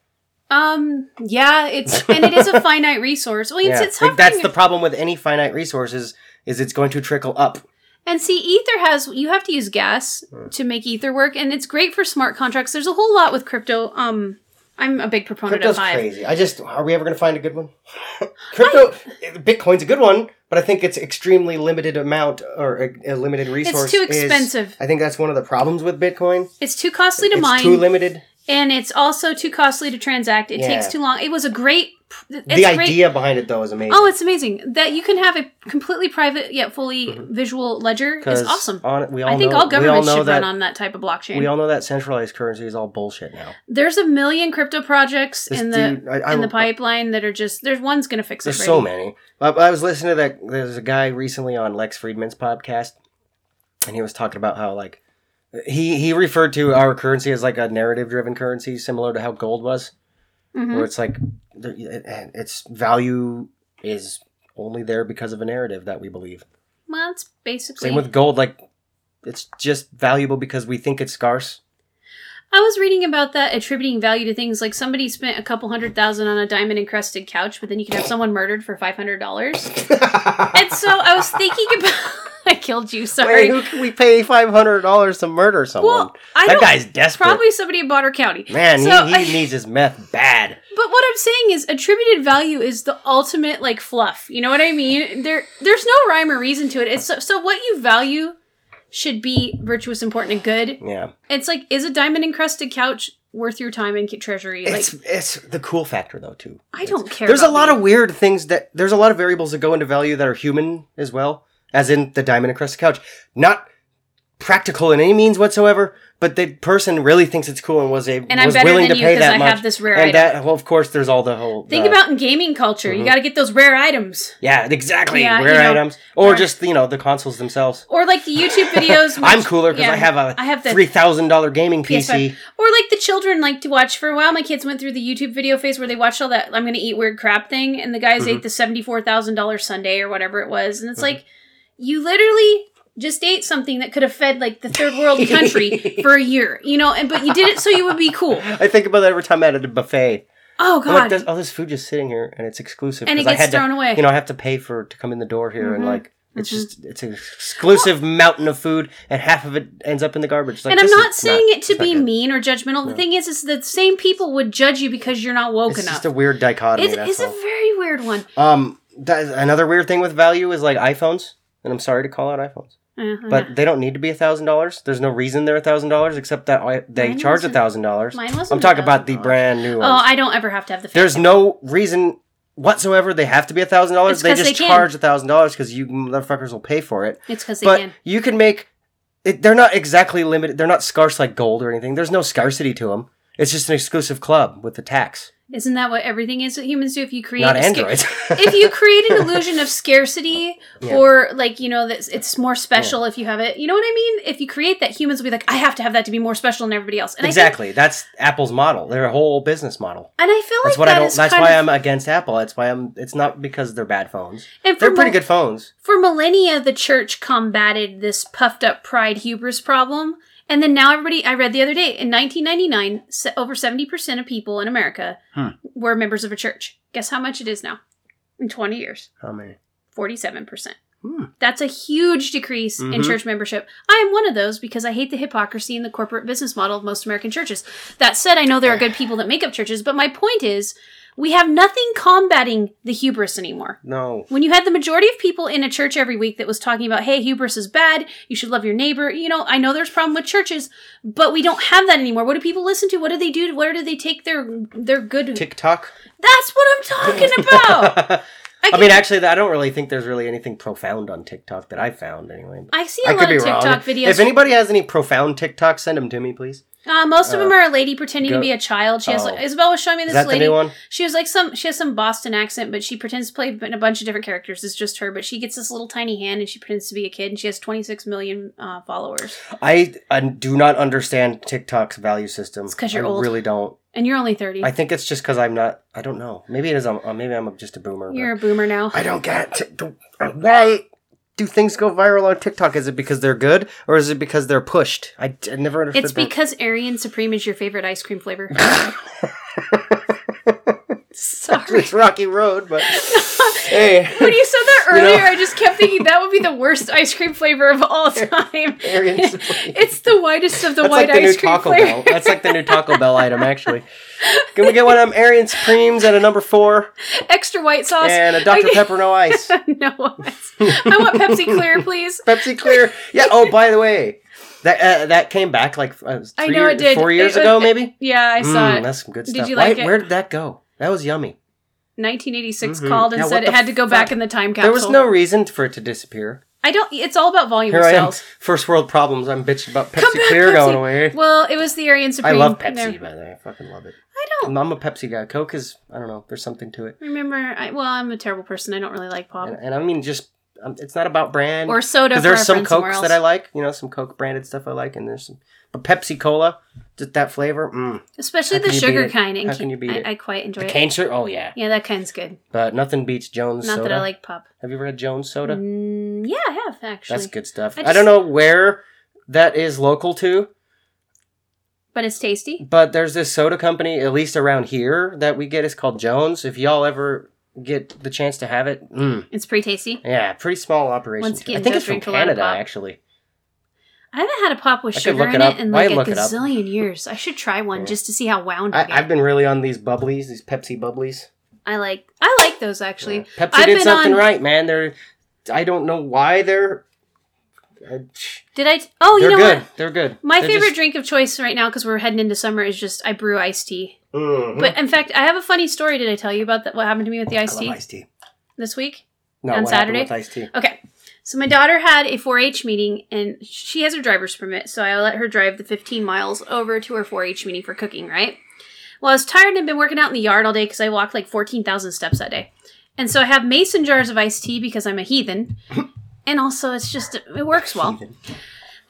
C: Um, yeah, it's and it is a finite resource. Well, it's,
B: Yeah,
C: it's
B: like,
C: hovering
B: that's the problem with any finite resources is it's going to trickle up.
C: And see, Ether has you have to use gas to make Ether work, and it's great for smart contracts. There's a whole lot with crypto. Um, I'm a big proponent
B: Crypto's
C: of Hive.
B: crazy. I just are we ever going to find a good one? Crypto, Bitcoin's a good one, but I think it's extremely limited amount or uh, a, a limited resource.
C: too
B: is-
C: expensive.
B: I think that's one of the problems with Bitcoin.
C: It's too costly to
B: it's
C: mine,
B: too limited.
C: and it's also too costly to transact. It
B: Yeah.
C: takes too long. It was a great. It's
B: the
C: great,
B: idea behind it though is amazing.
C: Oh, it's amazing that you can have a completely private yet fully visual ledger. is
B: Mm-hmm. 'Cause
C: awesome.
B: On, we all
C: I think
B: know,
C: all
B: governments
C: governments
B: we all know
C: should
B: that,
C: run on that type of blockchain.
B: We all know that centralized currency is all bullshit now.
C: there's a million crypto projects
B: This
C: in the
B: dude- I- I-
C: in the pipeline that are just there's one's gonna fix it.
B: There's
C: right
B: so many. I, I was listening to that. There's a guy recently on Lex Friedman's podcast, and he was talking about how like he he referred to our currency as like a narrative driven currency, similar to how gold was,
C: Mhm.
B: where it's like the- it- its value is only there because of a narrative that we believe.
C: Well, it's basically
B: Same with gold, like it's just valuable because we think it's scarce.
C: I was reading about that attributing value to things like somebody spent a couple hundred thousand on a diamond encrusted couch, but then you could have someone murdered for five hundred dollars. And so I was thinking about I killed you,
B: Wait,
C: sorry.
B: who can we pay five hundred dollars to murder someone?
C: well, I
B: that
C: don't
B: guy's desperate.
C: probably somebody in Bonner County.
B: Man,
C: So
B: he, he
C: I-
B: needs his meth bad.
C: But what I'm saying is attributed value is the ultimate like fluff. You know what I mean? There there's no rhyme or reason to it. It's so, so what you value should be virtuous, important, and good.
B: Yeah.
C: It's like is a diamond encrusted couch worth your time and treasury? Like
B: it's it's the cool factor though too.
C: I don't care.
B: There's a
C: about
B: lot
C: me.
B: of weird things that there's a lot of variables that go into value that are human as well, as in the diamond across the couch. Not practical in any means whatsoever, but the person really thinks it's cool and was, a,
C: And I'm
B: was
C: better
B: willing
C: than
B: to
C: you
B: pay
C: 'cause
B: that
C: I
B: much.
C: have this rare
B: and
C: item.
B: that, well, of course, there's all the whole
C: Think
B: uh,
C: about in gaming culture, you got to get those rare items.
B: yeah, exactly
C: Yeah,
B: rare
C: you know,
B: items or
C: or-
B: just you know the consoles themselves.
C: Or like the YouTube videos.
B: I'm
C: which-
B: cooler because
C: yeah,
B: I have a
C: I have the
B: three thousand dollar gaming
C: PS5.
B: PC.
C: Or like the children like to watch for a while. My kids went through the YouTube video phase where they watched all that "I'm going to eat weird crap" thing, and the guys
B: Mm-hmm.
C: ate the seventy-four thousand dollars Sunday or whatever it was, and it's like you literally just ate something that could have fed like the third world country for a year, you know, and but you did it so you would be cool.
B: I think about that every time I'm at a buffet.
C: Oh
B: I'm like,
C: god,
B: there's all this food just sitting here, and it's exclusive.
C: and it
B: 'cause I
C: gets
B: had to-
C: thrown away.
B: You know, I have to pay for to come in the door here, and
C: Mhm.
B: like, it's just it's an exclusive mountain of food, and half of it ends up in the garbage. Like,
C: and I'm
B: this
C: not
B: is
C: saying it to
B: it's not
C: be
B: good.
C: mean or judgmental. The thing is, is the same people would judge you because you're not woke
B: It's
C: enough.
B: just a weird dichotomy.
C: it's
B: that's
C: it's a
B: all.
C: very weird one.
B: Um, that is, another weird thing with value is like iPhones, and I'm sorry to call out iPhones,
C: Uh,
B: but they don't need to be a thousand dollars. There's no reason they're a thousand dollars except that I, they
C: Mine
B: charge a
C: wasn't-
B: thousand dollars.
C: mine wasn't
B: I'm talking about the
C: $1,000.
B: brand new
C: oh,
B: ones.
C: I don't ever have to have the. fake
B: There's
C: it.
B: no reason whatsoever they have to be a thousand dollars.
C: It's
B: They
C: 'cause
B: just
C: they can.
B: charge a thousand dollars because you motherfuckers will pay for it.
C: It's because they
B: but
C: can.
B: you can make it, they're not exactly limited they're not scarce like gold or anything there's no scarcity to them it's just an exclusive club with the tax
C: Isn't that what everything is that humans do? If you create
B: not
C: a sca-
B: androids
C: if you create an illusion of scarcity
B: Yeah.
C: or like you know that it's more special if you have it, you know what I mean? If you create that, humans will be like, I have to have that to be more special than everybody else. And
B: exactly that's apple's model their whole business model
C: I think, and I feel
B: that's
C: like
B: what
C: that
B: i don't
C: is
B: that's
C: kind
B: why
C: of-
B: i'm against apple that's why i'm it's not because they're bad phones
C: and for
B: they're pretty
C: mil-
B: good phones
C: For millennia, the church combated this puffed up pride hubris problem. And then now everybody, I read the other day, in 1999, se- over 70% of people in America
A: Hmm.
C: were members of a church. Guess how much it is now? In 20 years.
B: how many
C: 47%.
B: Hmm.
C: That's a huge decrease in
B: Mhm.
C: church membership. I am one of those because I hate the hypocrisy in the corporate business model of most American churches. That said, I know there are good people that make up churches, but my point is we have nothing combating the hubris anymore.
B: no
C: When you had the majority of people in a church every week that was talking about, hey, hubris is bad, you should love your neighbor, you know, I know there's a problem with churches, but we don't have that anymore. What do people listen to? What do they do? Where do they take their their good
B: tiktok
C: That's what I'm talking about.
B: i mean actually i don't really think there's really anything profound on tiktok that i found anyway
C: I see
B: I
C: a lot
B: could be
C: of TikTok
B: wrong.
C: videos.
B: If anybody has any profound TikTok, send them to me, please.
C: Uh, most of
B: Uh,
C: them are a lady pretending
B: go-
C: to be a child. She has
B: Oh.
C: Isabel was showing me
B: Is
C: this
B: that
C: lady.
B: the new one?
C: She was like some she has some Boston accent, but she pretends to play in a bunch of different characters. It's just her, but she gets this little tiny hand and she pretends to be a kid, and she has 26 million uh, followers.
B: I, I do not understand TikTok's value system.
C: It's 'cause you're
B: I
C: old.
B: really don't.
C: And you're only 30.
B: I think it's just because I'm not. I don't know. Maybe it is. I'm, uh, maybe I'm just a boomer. but-
C: you're a boomer now.
B: I don't get it. T- t- Why do things go viral on TikTok? Is it because they're good or is it because they're pushed? I, d- I never understood.
C: It's
B: that.
C: because Aryan Supreme is your favorite ice cream flavor. Sorry.
B: it's Rocky Road, but hey,
C: When you said that
B: You know-
C: earlier, I just kept thinking that would be the worst ice cream flavor of all time.
B: Aryan Supreme.
C: it's the whitest of the
B: That's
C: white
B: like the new
C: ice cream
B: Taco
C: flavor.
B: Bell. That's like the new Taco Bell item, actually. Can we get one of them Aryan Supremes at a number four
C: Extra white sauce.
B: and a Dr.
C: I-
B: Pepper no ice?
C: no ice. I want Pepsi Clear, please.
B: Pepsi Clear. Yeah. Oh, by the way, that uh, that came back like uh, three
C: I know
B: year-
C: it did.
B: four years
C: It was-
B: ago, maybe.
C: Yeah, I saw
B: Mm,
C: it.
B: That's some good
C: Did
B: stuff.
C: you like
B: Why-
C: it?
B: Where did that go? That was yummy.
C: 1986
B: Mhm.
C: called and
B: Yeah, what
C: said
B: the
C: it had to go
B: fuck?
C: back in the time capsule.
B: There was no reason for it to disappear.
C: I don't. It's all about volume
B: Here I am,
C: sales.
B: first world problems. I'm bitching about Pepsi
C: Come back,
B: Clear
C: Pepsi.
B: going away.
C: Well, it was the Aryan
B: I
C: Supreme.
B: love Pepsi,
C: There. Oh.
B: by the way. I fucking love it.
C: I don't
B: I'm I'm a Pepsi guy. Coke is, I don't know, there's something to it.
C: remember. I, well, I'm a terrible person. I don't really like pop
B: And, and I mean, just, um, it's not about brand.
C: Oh. or soda.
B: Because there's
C: Because
B: some Cokes that I like, you know, some Coke branded stuff I like, and there's some. But Pepsi Cola, just that flavor, mm.
C: especially
B: How
C: the
B: can you beat
C: sugar
B: it?
C: kind. And
B: How can you beat
C: I,
B: it?
C: I quite enjoy
B: The
C: it.
B: cane sugar, oh yeah.
C: Yeah, that kind's good.
B: But nothing beats Jones
C: Not
B: soda.
C: that I like pop.
B: Have you ever had Jones soda?
C: Mm, yeah, I have actually,
B: That's good stuff.
C: I
B: I don't
C: just-
B: know where that is local to,
C: but it's tasty.
B: but there's this soda company, at least around here, that we get. It's called Jones. If y'all ever get the chance to have it, mm,
C: It's pretty tasty.
B: yeah, pretty small operation.
C: Once again,
B: I think it's
C: don't
B: from
C: drink a lot of
B: Canada,
C: pop.
B: actually.
C: I haven't had a pop with
B: I could
C: sugar
B: look
C: in
B: it up.
C: it in
B: Why
C: like a
B: look it up?
C: gazillion years. I should try one
B: Yeah.
C: just to see how wound I,
B: I,
C: get.
B: I've been really on these bubblies, these Pepsi bubblies.
C: I like I like those actually.
B: Yeah. Pepsi
C: I've
B: did
C: been
B: something
C: on-
B: right, man. They're I don't know why they're. I-
C: Did I? T- oh,
B: they're
C: you know
B: good.
C: what?
B: They're good.
C: My
B: They're
C: favorite
B: just-
C: drink of choice right now, because we're heading into summer, is just I brew iced tea.
B: Mhm.
C: But in fact, I have a funny story. Did I tell you about that? What happened to me with the
B: I
C: iced
B: love
C: tea
B: iced tea.
C: this week?
B: No,
C: On
B: what happened
C: Saturday?
B: with iced tea.
C: Okay, So my daughter had a 4-H meeting, and she has her driver's permit, so I let her drive the 15 miles over to her 4-H meeting for cooking. Right. Well, I was tired and had been working out in the yard all day because I walked like 14,000 steps that day, and so I have mason jars of iced tea because I'm a heathen, and also it's just it works well.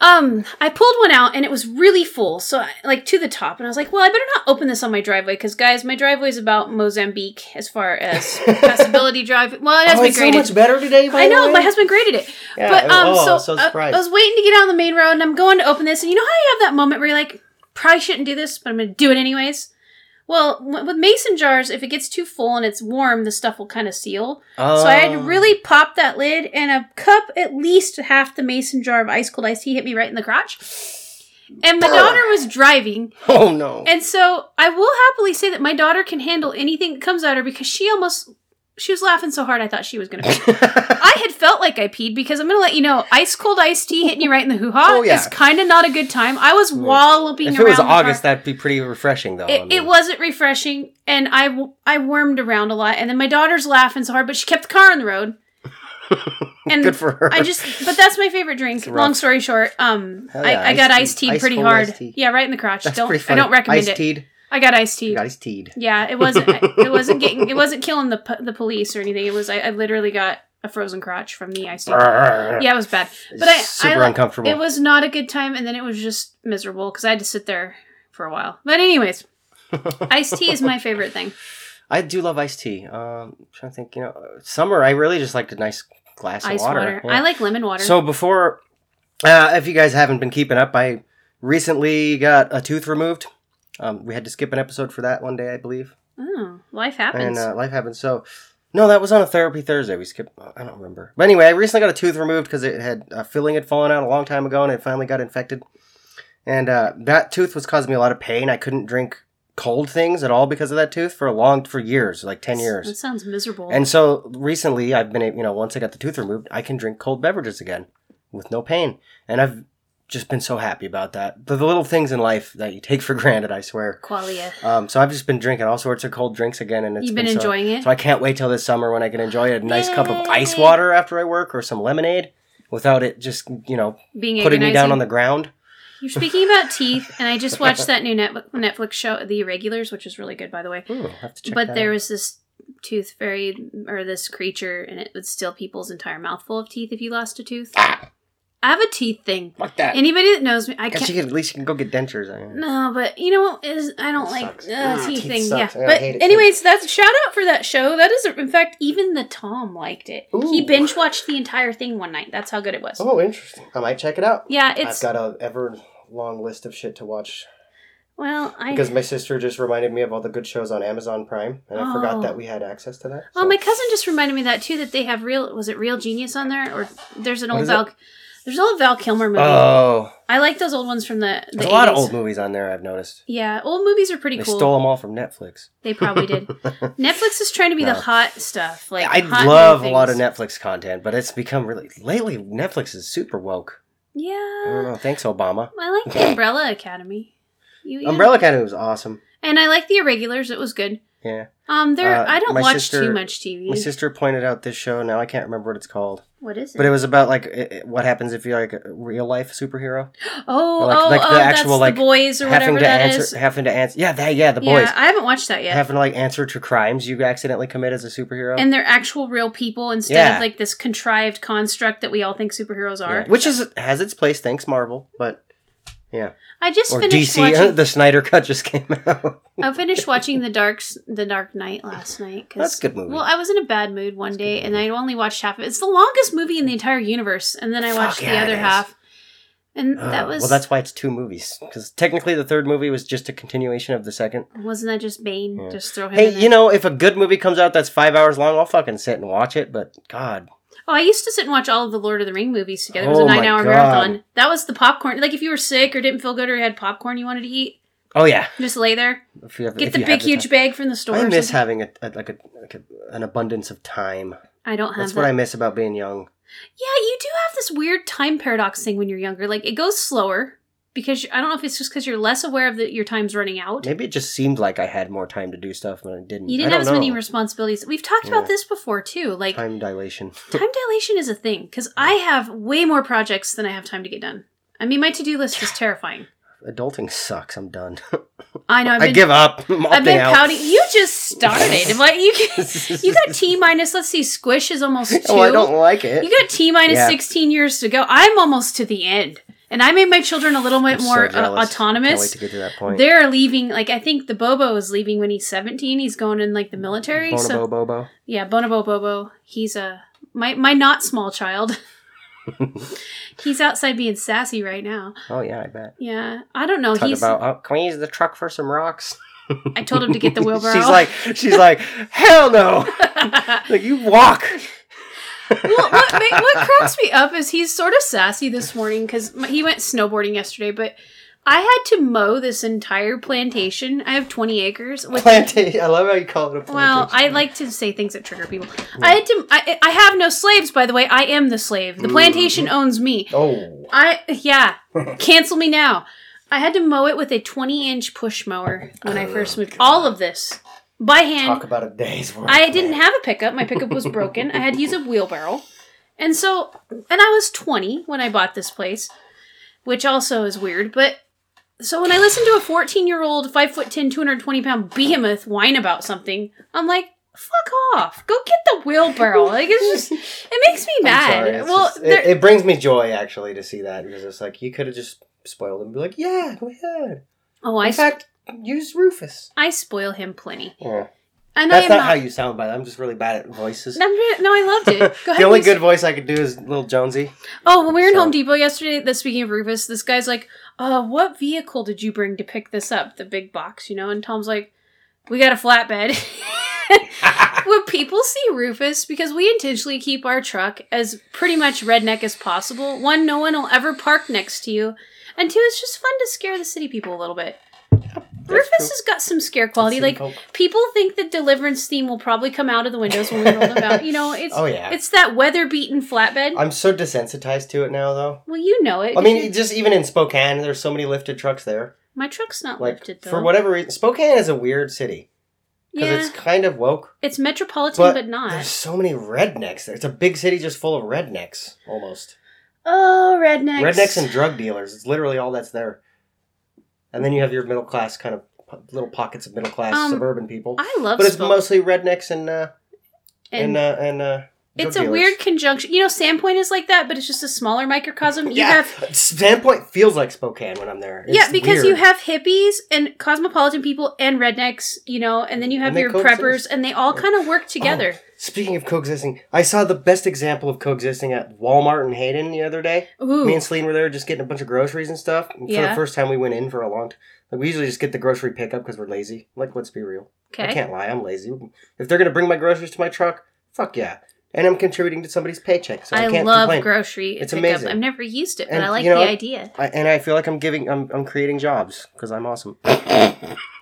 C: Um, I pulled one out and it was really full, so I, like to the top, and I was like, "Well, I better not open this on my driveway because, guys, my driveway is about Mozambique as far as passability drive. Well, it has
B: Oh,
C: been
B: it's so
C: graded.
B: much better today. By
C: I know
B: the way.
C: my husband graded it,
B: Yeah,
C: but um,
B: oh,
C: so,
B: so
C: I, I
B: surprised.
C: was waiting to get out on the main road, and I'm going to open this, and you know how you have that moment where you're like, "Probably shouldn't do this, but I'm going to do it anyways." Well, w- with mason jars, if it gets too full and it's warm, the stuff will kind of seal. So I had to
B: Oh.
C: really pop that lid, and a cup, at least half the mason jar of ice cold iced tea hit me right in the crotch. And my daughter was driving,
B: Oh no.
C: and so I will happily say that my daughter can handle anything that comes at her because she almost she was laughing so hard I thought she was gonna. Pee. I had felt like I peed because I'm gonna let you know, ice cold iced tea hitting you right in the hoo ha
B: Oh, yeah.
C: is kind of not a good time. I was walloping
B: if it
C: around.
B: was
C: the car.
B: August, that'd be pretty refreshing, though. I
C: It, it
B: mean.
C: wasn't refreshing, and I w- I wormed around a lot, and then my daughter's laughing so hard, but she kept the car on the road. And
B: good for her.
C: I just, but that's my favorite drink.
B: rough.
C: Long story short, um,
B: Hell
C: I,
B: yeah,
C: I got
B: iced
C: iced
B: tea.
C: tea
B: Ice
C: pretty
B: cold
C: hard.
B: iced tea.
C: Yeah, right in the crotch.
B: That's
C: don't
B: pretty
C: I
B: funny.
C: don't recommend
B: Iced
C: it.
B: tea'd.
C: I got iced tea.
B: Got iced tea'd.
C: Yeah, it wasn't. it wasn't getting. It wasn't killing the po- the police or anything. It was. I, I literally got a frozen crotch from the iced tea.
B: Yeah,
C: Yeah, it was bad. But I I,
B: super
C: like-
B: uncomfortable.
C: It was not a good time, and then it was just miserable because I had to sit there for a while. But anyways, iced tea is my favorite thing.
B: I do love iced tea. Um, I'm trying to think, you know, summer. I really just like a nice glass
C: Ice
B: of water.
C: water.
B: yeah.
C: I like lemon water.
B: So before, uh, if you guys haven't been keeping up, I recently got a tooth removed. Um, we had to skip an episode for that one day, I believe,
C: oh, life
B: and
C: happens.
B: uh, life happened. So, no, that was on a therapy Thursday. We skipped. I don't remember. But anyway, I recently got a tooth removed because it had a filling had fallen out a long time ago, and it finally got infected. And uh, that tooth was causing me a lot of pain. I couldn't drink cold things at all because of that tooth for a long for years, like ten years.
C: That sounds miserable.
B: And so recently, I've been, a- you know, once I got the tooth removed, I can drink cold beverages again with no pain. And I've just been so happy about that. The, the little things in life that you take for granted, I swear.
C: Qualia.
B: Um, so I've just been drinking all sorts of cold drinks again, and it's
C: You've been,
B: so-
C: enjoying it.
B: So I can't wait till this summer when I can enjoy a nice cup of ice
C: Yay.
B: water after I work or some lemonade without it just, you know,
C: being
B: putting me down on
C: agonizing.
B: the ground.
C: You're speaking about teeth, and I just watched that new Net- Netflix show, The Irregulars, which is really good, by the way.
B: Ooh, I'll have to check
C: but
B: that
C: there
B: out.
C: was this tooth fairy or this creature, and it would steal people's entire mouthful of teeth if you lost a tooth.
B: Ah!
C: I have a teeth thing.
B: Fuck that.
C: Anybody that knows me, I
B: Guess
C: can't.
B: you could, at least you can go get dentures. eh? I mean.
C: No, but you know, what is I don't
B: It
C: like
B: sucks.
C: uh,
B: Ah,
C: teeth,
B: teeth
C: thing.
B: sucks.
C: Yeah,
B: I
C: but
B: hate it too.
C: anyways, that's shout out for that show. That is, in fact, even the Tom liked it. He
B: Ooh.
C: binge watched the entire thing one night. That's how good it was.
B: Oh, interesting. I might check it out.
C: Yeah, it's
B: I've got a ever long list of shit to watch
C: well, I
B: because my sister just reminded me of all the good shows on Amazon Prime, and I
C: Oh.
B: forgot that we had access to that.
C: Oh,
B: so-
C: my cousin just reminded me that too. That they have real was it Real Genius on there or there's an
B: What
C: old
B: is
C: Val there's an old Val Kilmer movie.
B: Oh,
C: I like those old ones from the, the
B: there's a lot of
C: 80s.
B: old movies on there. I've noticed
C: Yeah, old movies are pretty
B: they
C: cool.
B: stole them all from Netflix.
C: They probably did. Netflix is trying to be the
B: No.
C: hot stuff. Like
B: I
C: hot new
B: love a lot of
C: things.
B: Netflix content, but it's become really lately. Netflix is super woke. I don't
C: Yeah,
B: know. Thanks, Obama.
C: I like the Umbrella Academy. You, you-
B: Umbrella Academy was awesome.
C: and I like the Irregulars. It was good.
B: Yeah,
C: Um, there
B: Uh,
C: I don't
B: my
C: watch
B: sister-
C: too much TV.
B: my sister pointed out this show. Now I can't remember what it's called,
C: what is it?
B: but it was about like it- it- what happens if you're like a real life superhero
C: oh,
B: like-
C: oh,
B: like the
C: oh, that's
B: actual, like,
C: the boys or
B: having
C: whatever
B: to
C: that is.
B: answer, having to answer. Yeah, that yeah, the boys.
C: Yeah, I haven't watched that yet.
B: having to like answer to crimes you accidentally commit as a superhero.
C: and they're actual real people instead
B: Yeah.
C: of like this contrived construct that we all think superheroes
B: Yeah.
C: are.
B: Which is has its place, thanks Marvel, but yeah,
C: I just
B: or
C: finished
B: DC.
C: watching.
B: the Snyder Cut just came out.
C: I finished watching the Dark the Dark Knight last night. 'cause-
B: That's a good movie.
C: Well, I was in a bad mood one day, and I only watched half of it. It's the longest movie in the entire universe, and then I
B: Fuck
C: watched the
B: yeah, it
C: other
B: is.
C: half. And that
B: Uh,
C: was
B: well, that's why it's two movies because technically the third movie was just a continuation of the second.
C: wasn't that just Bane?
B: Yeah.
C: Just throw him.
B: Hey,
C: in
B: you
C: it.
B: know, if a good movie comes out that's five hours long, I'll fucking sit and watch it. But God,
C: Oh, I used to sit and watch all of the Lord of the Ring movies together. It was
B: Oh
C: a
B: my
C: nine-hour
B: God.
C: marathon. That was the popcorn. Like if you were sick or didn't feel good or you had popcorn you wanted to eat,
B: oh yeah,
C: just lay there,
B: if you have,
C: get
B: if
C: the
B: you have
C: big huge
B: time.
C: bag from the store.
B: I
C: or
B: miss having
C: something.
B: a, a- like a like a, an abundance of time.
C: I don't have
B: That's
C: that.
B: what I miss about being young.
C: Yeah, you do have this weird time paradox thing when you're younger. Like it goes slower, because you- I don't know if it's just because you're less aware of that your time's running out.
B: Maybe it just seemed like I had more time to do stuff, but I didn't.
C: You
B: I don't
C: didn't have as many
B: know.
C: responsibilities. We've talked
B: Yeah.
C: about this before too. Like
B: time
C: time,
B: dilation.
C: dilation is a thing because I have way more projects than I have time to get done. I mean, my to do list is terrifying.
B: Adulting sucks. I'm done.
C: I know. I've
B: I
C: been,
B: give up. I'm
C: I've
B: opting
C: been
B: out.
C: pouting. You just started. like you, you got T minus. Let's see. Squish is almost two.
B: Oh, I don't like it.
C: You got T minus
B: Yeah.
C: 16 years to go. I'm almost to the end. And I made my children a little bit
B: I'm so
C: more uh,
B: jealous. Can't wait
C: autonomous.
B: to get to that point.
C: They're leaving, like, I think the Bobo is leaving when he's 17. He's going in, like, the military.
B: Bonobo
C: So,
B: Bobo.
C: yeah, Bonobo Bobo. He's a, my, my not small child. he's outside being sassy right now.
B: Oh yeah, I bet.
C: Yeah. I don't know.
B: Talk
C: he's,
B: about. Oh, can we use the truck for some rocks?
C: I told him to get the wheelbarrow.
B: she's like, she's like, hell no. Like you walk.
C: well, what, ma- what cracks me up is he's sort of sassy this morning because he went snowboarding yesterday, but I had to mow this entire plantation. I have 20 acres. With
B: Plantation. I love how you call it a plantation.
C: well, I like to say things that trigger people. I had to. I, I have no slaves, by the way. I am the slave. The plantation owns me.
B: Mm-hmm. Oh.
C: I yeah. Cancel me now. I had to mow it with a 20 inch push mower when I first moved. All of this by hand.
B: Oh, Talk about a day's work.
C: I didn't have a pickup. My pickup was broken. I had to use a wheelbarrow. And so, and I was 20 when I bought this place, which also is weird. But so when I listen to a 14 year old, 5'10, 220 pound behemoth whine about something, I'm like, fuck off. Go get the wheelbarrow. Like, it's just, it makes me
B: I'm
C: mad.
B: sorry, it's
C: well,
B: just-
C: there-
B: it, it brings me joy actually to see that because it's like you could have just spoiled him and be like, yeah, go ahead.
C: oh, I,
B: In fact, use Rufus.
C: I spoil him plenty.
B: Yeah.
C: And I
B: That's
C: am
B: not,
C: not.
B: how you sound, by the way. I'm just really bad at voices.
C: I'm re- no, I loved it. Go ahead.
B: the
C: and
B: only
C: use-
B: good voice I could do is Little Jonesy.
C: Oh, when we were in
B: So-
C: Home Depot yesterday, the speaking of Rufus, this guy's like, "Uh, what vehicle did you bring to pick this up? The big box, you know?" And Tom's like, "We got a flatbed." when people see Rufus, because we intentionally keep our truck as pretty much redneck as possible. One, no one will ever park next to you, and two, it's just fun to scare the city people a little bit. Rufus
B: true.
C: has got some scare quality.
B: City
C: Like
B: folk.
C: people think the Deliverance theme will probably come out of the windows when we roll them out. You know, it's
B: Oh, yeah.
C: it's that weather-beaten flatbed.
B: I'm so desensitized to it now, though.
C: well, you know it.
B: I
C: 'cause
B: mean,
C: you-
B: it- just even in Spokane, there's so many lifted trucks there.
C: My truck's not
B: Like
C: lifted though.
B: for whatever reason, Spokane is a weird city because
C: yeah,
B: it's
C: it's,
B: kind of woke,
C: metropolitan,
B: but,
C: but, not.
B: there's so many rednecks. There. It's a big city just full of rednecks, almost
C: Oh, rednecks!
B: rednecks and drug dealers. It's literally all that's there. And then you have your middle class kind of po- little pockets of middle class
C: Um,
B: suburban people,
C: I love.
B: but it's
C: Spokane.
B: mostly rednecks and uh, and
C: And
B: uh, and uh, drug
C: it's a
B: dealers.
C: weird conjunction. You know, Sandpoint is like that, but it's just a smaller microcosm. You
B: Yeah,
C: have
B: Sandpoint feels like Spokane when I'm there. It's
C: yeah, because
B: weird.
C: you have hippies and cosmopolitan people and rednecks. You know, and then you have
B: And they
C: your
B: coexist.
C: preppers, and they all kind of work together.
B: Oh, speaking of coexisting, I saw the best example of coexisting at Walmart in Hayden the other day.
C: Ooh,
B: Me and Celine were there just getting a bunch of groceries and stuff. And For the
C: Yeah.
B: first time we went in for a long time. Like, we usually just get the grocery pickup because we're lazy. Like, let's be real. I
C: okay.
B: can't lie, I'm lazy. If they're going to bring my groceries to my truck, fuck yeah. And I'm contributing to somebody's paycheck, so I,
C: I,
B: can't
C: love
B: complain.
C: grocery.
B: It's
C: pickup.
B: amazing.
C: I've never used it, but
B: And,
C: I like
B: you know
C: the
B: what?
C: idea.
B: I, and I feel like I'm giving, I'm, I'm creating jobs because I'm awesome.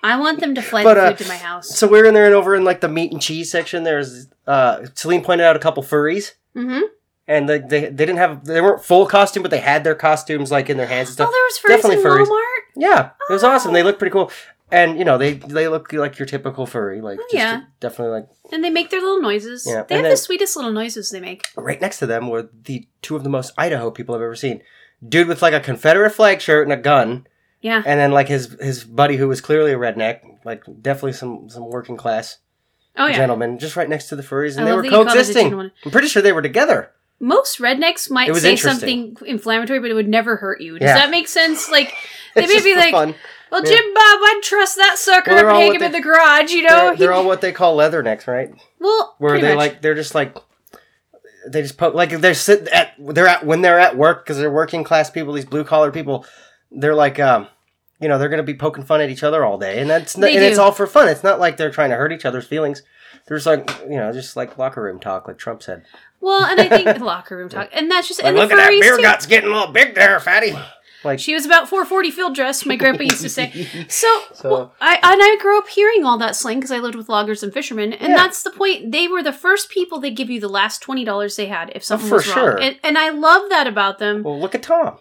C: I want them to fly
B: But,
C: the food
B: uh,
C: to my house.
B: so we're in there and over in like the meat and cheese section. There's uh, Celine pointed out a couple furries.
C: Mm-hmm.
B: and they, they they didn't have they weren't full costume, but they had their costumes like in their hands and
C: Oh, there
B: stuff.
C: was furries
B: definitely
C: in
B: furries.
C: Walmart.
B: yeah, it was
C: Oh.
B: awesome. They looked pretty cool, and you know they they look like your typical furry, like
C: Oh,
B: just
C: yeah.
B: definitely like.
C: And they make their little noises.
B: Yeah,
C: They
B: and
C: have
B: then-
C: the sweetest little noises they make.
B: Right next to them were the two of the most Idaho people I've ever seen. Dude with like a Confederate flag shirt and a gun,
C: Yeah.
B: and then like his his buddy who was clearly a redneck, like definitely some some working class
C: Oh yeah.
B: gentleman, just right next to the furries, and
C: I
B: they
C: love
B: were
C: that you called it a
B: coexisting.
C: gentleman.
B: I'm pretty sure they were together.
C: Most rednecks
B: It
C: might
B: was
C: say
B: interesting.
C: something inflammatory, but it would never hurt you. Does
B: Yeah.
C: that make sense? Like they
B: It's
C: may
B: just
C: be
B: for
C: like,
B: fun.
C: "Well,
B: Yeah.
C: Jim Bob, I'd trust that sucker
B: Well, they're
C: and
B: all
C: hang
B: what
C: him in
B: they-
C: the garage." You know,
B: they're, they're all what they call leathernecks, right?
C: well,
B: where
C: pretty
B: they
C: much.
B: like they're just like they just po- like they're sit at they're at when they're at work because they're working class people these blue collar people they're like um you know they're gonna be poking fun at each other all day and that's not,
C: They
B: and it's
C: do.
B: all for fun it's not like they're trying to hurt each other's feelings they're just like you know just like locker room talk like Trump said
C: well, and I think locker room talk, and that's just
B: like,
C: and
B: look
C: the
B: at that
C: furries
B: beer
C: too.
B: gut's getting a little big there fatty like
C: She was about 440 field dress, my grandpa used to say. So,
B: So-
C: well, I and I grew up hearing all that slang because I lived with loggers and fishermen, and
B: Yeah.
C: that's the point. They were the first people that give you the last twenty dollars they had if something
B: Oh, for
C: was wrong,
B: sure.
C: and, and I love that about them.
B: well look at Tom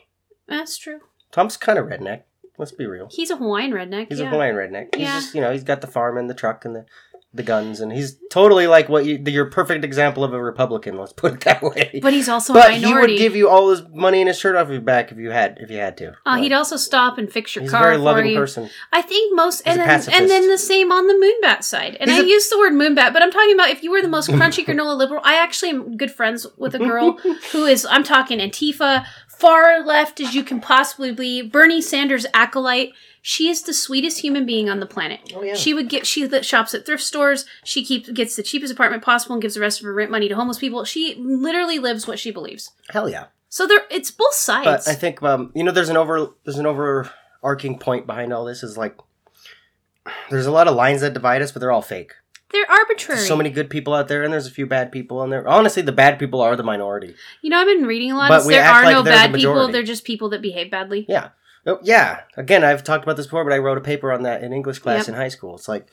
C: That's true.
B: Tom's kind of redneck. Let's be real.
C: He's a Hawaiian redneck.
B: He's
C: yeah.
B: a Hawaiian redneck. He's
C: Yeah.
B: just, you know, he's got the farm and the truck and the, the guns, and he's totally like what you, your perfect example of a Republican. Let's put it that way.
C: But he's also
B: But
C: a
B: he would
C: minority.
B: give you all his money and his shirt off your back if you had if you had to.
C: uh,
B: Like,
C: he'd also stop and fix your
B: he's a
C: car
B: very
C: for
B: loving
C: you.
B: person.
C: I think most,
B: He's
C: and
B: a
C: then and then
B: pacifist.
C: the same on the moonbat side. And
B: He's
C: I
B: a-
C: use the word moonbat, but I'm talking about if you were the most crunchy granola liberal. I actually am good friends with a girl who is. I'm talking Antifa, far left as you can possibly be, Bernie Sanders acolyte. She is the sweetest human being on the planet.
B: Oh, yeah.
C: She would get she that shops at thrift stores. She keeps gets the cheapest apartment possible and gives the rest of her rent money to homeless people. She literally lives what she believes.
B: Hell yeah.
C: So there, it's both sides.
B: But I think um, you know there's an over there's an overarching point behind all this is like there's a lot of lines that divide us, but they're all fake.
C: They're arbitrary.
B: There's so many good people out there, and there's a few bad people, and there honestly the bad people are the minority.
C: You know, I've been reading a lot.
B: But
C: is
B: we
C: there
B: act
C: are
B: like
C: no
B: they're the
C: bad people.
B: majority.
C: They're just people that behave badly.
B: Yeah. Oh, yeah. Again, I've talked about this before, but I wrote a paper on that in English class
C: Yep.
B: in high school. It's like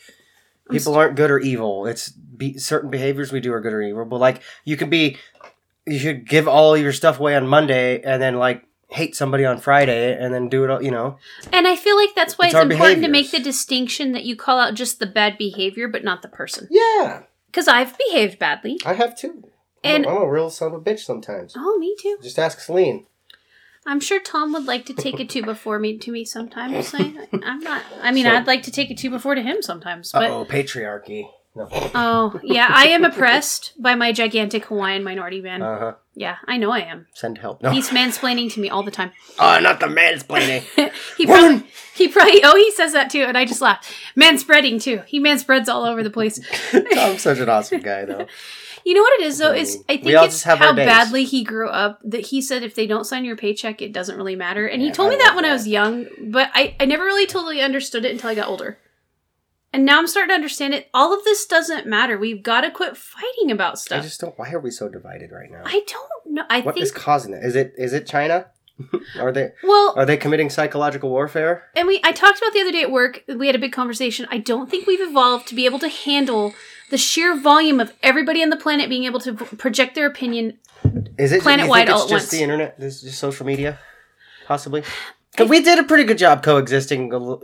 C: I'm
B: people aren't good or evil. It's be, certain behaviors we do are good or evil. But like you could be, you should give all your stuff away on Monday and then like hate somebody on Friday and then do it all. You know,
C: And I feel like that's why
B: It's
C: it's,
B: our
C: important to make
B: behaviors.
C: the distinction that you call out just the bad behavior, but not the person.
B: Yeah,
C: Because I've behaved badly.
B: I have too.
C: And-
B: I'm a real son of a bitch sometimes.
C: Oh, me too.
B: Just ask Celine.
C: I'm sure Tom would like to take a two before me to me sometimes. I, I'm not. I mean,
B: So-
C: I'd like to take a two before to him sometimes. But
B: Uh oh, patriarchy. No. Uh
C: oh, yeah, I am oppressed by my gigantic Hawaiian minority man.
B: huh.
C: yeah, I know I am.
B: uh-huh. Send help. No.
C: He's mansplaining to me all the time.
B: oh, not the mansplaining.
C: He
B: Woman!
C: probably, he probably, oh, he says that too, and I just laugh. Man spreading too. He man spreads all over the place.
B: I'm such an awesome guy, though.
C: You know what it is though is I
B: We
C: think
B: all
C: it's
B: just have
C: how
B: our days.
C: badly he grew up that he said if they don't sign your paycheck it doesn't really matter. And he
B: Yeah,
C: told
B: I
C: me that
B: love
C: when I
B: that.
C: was young, but I, I never really totally understood it until I got older. And now I'm starting to understand it. All of this doesn't matter. We've got to quit fighting about
B: I
C: stuff. I,
B: just don't. Why are we so divided right now?
C: don't know. I
B: What
C: think
B: is causing that? Is it is it China? are they
C: well,
B: are they committing psychological warfare?
C: and we I talked about the other day at work. We had a big conversation. I don't think we've evolved to be able to handle the sheer volume of everybody on the planet being able to v- project their opinion.
B: Is it you think
C: Planet-wide
B: It's
C: all at
B: just
C: once.
B: the internet. This is just social media, possibly. 'Cause we did a pretty good job coexisting a little-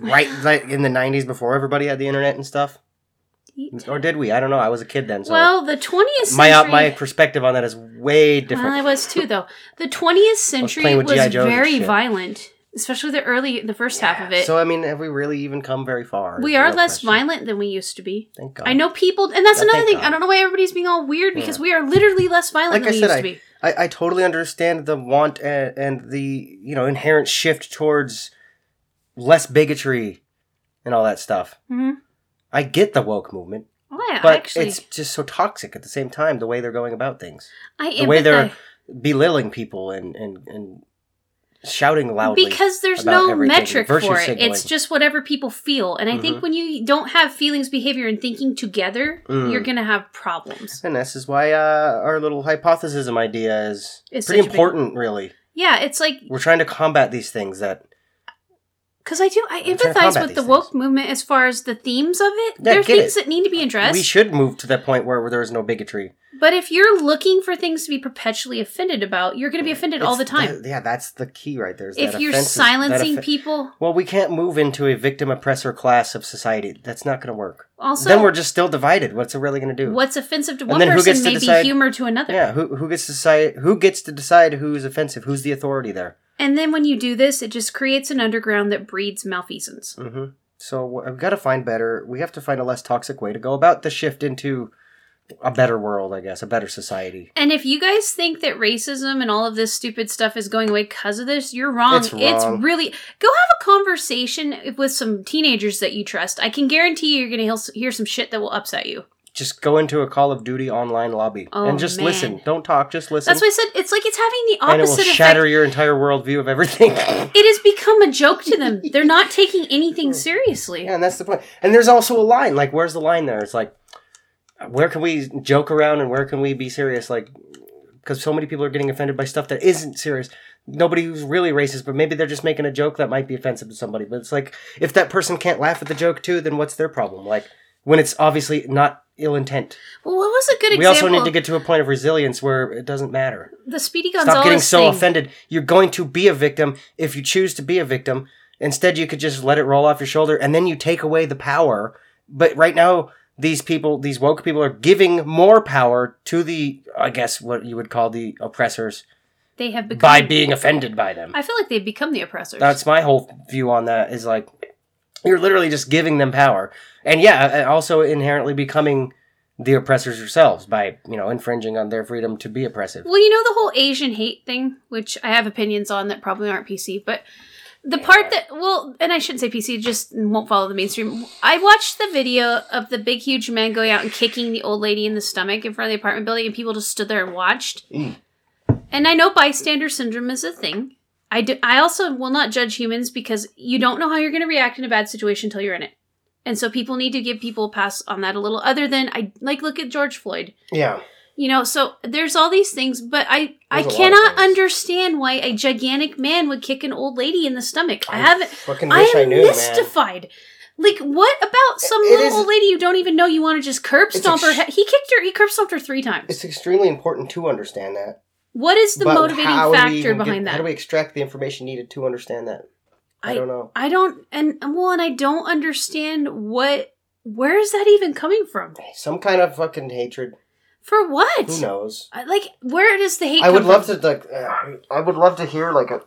B: right like in the '90s before everybody had the internet and stuff. Or did we? I don't know. I was a kid then, so
C: Well, the 20th century
B: my uh, my perspective on that is way
C: Well, I
B: different.
C: was too, though. The 20th century
B: playing with
C: was,
B: G.I. Joes and
C: very
B: shit.
C: violent, especially the early, the first half of it.
B: So I mean, have we really even come very far? is
C: we
B: the
C: are
B: real
C: less
B: question.
C: violent than we used to be.
B: Thank God.
C: I know people, and that's
B: Yeah,
C: another
B: thank
C: thing.
B: God.
C: I don't know why everybody's being all weird because we are literally less violent
B: like
C: than
B: I
C: we
B: said, I,
C: used to be.
B: I I totally understand the want and, and the you know inherent shift towards less bigotry and all that stuff.
C: hmm
B: I get the woke movement,
C: Well, I
B: but
C: actually,
B: it's just so toxic at the same time the way they're going about things,
C: I
B: the way they're
C: empathize.
B: belittling people and and and shouting loudly.
C: because there's
B: about
C: no
B: everything,
C: metric for it.
B: virtue signaling. Mm-hmm.
C: It's just whatever people feel, and I think when you don't have feelings, behavior, and thinking together,
B: Mm.
C: you're gonna have problems.
B: and this is why uh, our little hypothesis idea is
C: It's
B: pretty
C: such a big-
B: important. Really,
C: Yeah, it's like
B: we're trying to combat these things that
C: Because I do, I
B: trying to combat
C: empathize with
B: these
C: the
B: things.
C: woke movement as far as the themes of it.
B: Yeah,
C: there are
B: get
C: things
B: it.
C: that need to be addressed.
B: we should move to that point where there is no bigotry.
C: but if you're looking for things to be perpetually offended about, you're going to be offended all the
B: It's
C: time.
B: that- yeah, that's the key right there. is
C: if
B: that
C: you're
B: offensive- that
C: silencing
B: offe-
C: people,
B: Well, we can't move into a victim oppressor class of society. That's not going to work.
C: also,
B: then we're just still divided. What's it really going to do?
C: what's offensive to
B: And
C: one
B: then who
C: person
B: gets to
C: may be
B: decide-
C: humor to another.
B: Yeah, who who gets to decide who gets to decide who's offensive? Who's the authority there?
C: And then when you do this, it just creates an underground that breeds malfeasance.
B: hmm So we- we've got to find better. We have to find a less toxic way to go about the shift into a better world, I guess, a better society.
C: And if you guys think that racism and all of this stupid stuff is going away because of this, you're wrong.
B: It's wrong.
C: really go have a conversation with some teenagers that you trust. I can guarantee you, you're going to hear some shit that will upset you.
B: Just go into a Call of Duty online lobby
C: Oh,
B: and just
C: man.
B: listen. Don't talk. Just listen.
C: That's why I said it's like it's having the
B: and it will
C: opposite
B: shatter
C: effect.
B: your entire worldview of everything.
C: It has become a joke to them. They're not taking anything seriously.
B: Yeah, and that's the point. And there's also a line. Like, where's the line there? It's like, where can we joke around and where can we be serious? Like, because so many people are getting offended by stuff that isn't serious. Nobody who's really racist, but maybe they're just making a joke that might be offensive to somebody. But it's like, if that person can't laugh at the joke too, then what's their problem? Like, when it's obviously not ill intent.
C: Well, what was a good
B: We also
C: example?
B: need to get to a point of resilience where it doesn't matter.
C: the Speedy
B: Stop
C: Gonzalez
B: getting so
C: thing.
B: offended. You're going to be a victim if you choose to be a victim. Instead, you could just let it roll off your shoulder and then you take away the power. But right now, these people, these woke people, are giving more power to the, I guess, what you would call the oppressors
C: They have become.
B: by being offended by them.
C: I feel like they've become the oppressors.
B: That's my whole view on that is like, you're literally just giving them power. And yeah, and also inherently becoming the oppressors yourselves by, you know, infringing on their freedom to be oppressive.
C: Well, you know the whole Asian hate thing, which I have opinions on that probably aren't PC, but the part that well, and I shouldn't say PC, it just won't follow the mainstream. I watched the video of the big huge man going out and kicking the old lady in the stomach in front of the apartment building, and people just stood there and watched. And I know bystander syndrome is a thing. I do, I also will not judge humans because you don't know how you're going to react in a bad situation until you're in it. And so people need to give people a pass on that a little other than I like look at George Floyd
B: Yeah.
C: you know so there's all these things but i i
B: There's a lot of
C: cannot
B: things.
C: understand why a gigantic man would kick an old lady in the stomach i haven't
B: Fucking
C: i
B: wish
C: am
B: I, knew, man.
C: mystified like what about some
B: it
C: little
B: is-
C: old lady you don't even know you want to just curb
B: It's
C: stomp her
B: ex-
C: he he kicked her he curb stomped her three times
B: It's extremely important to understand that.
C: what is the
B: But
C: motivating
B: how do we
C: factor
B: even get-
C: behind
B: How
C: that
B: do we extract the information needed to understand that? I,
C: I-
B: don't know.
C: i don't and well and i don't understand what where is that even coming from
B: Some kind of fucking hatred.
C: for what
B: Who knows?
C: I- like where does the hate
B: I would
C: come
B: love
C: from?
B: to like. Uh, I would love to hear like a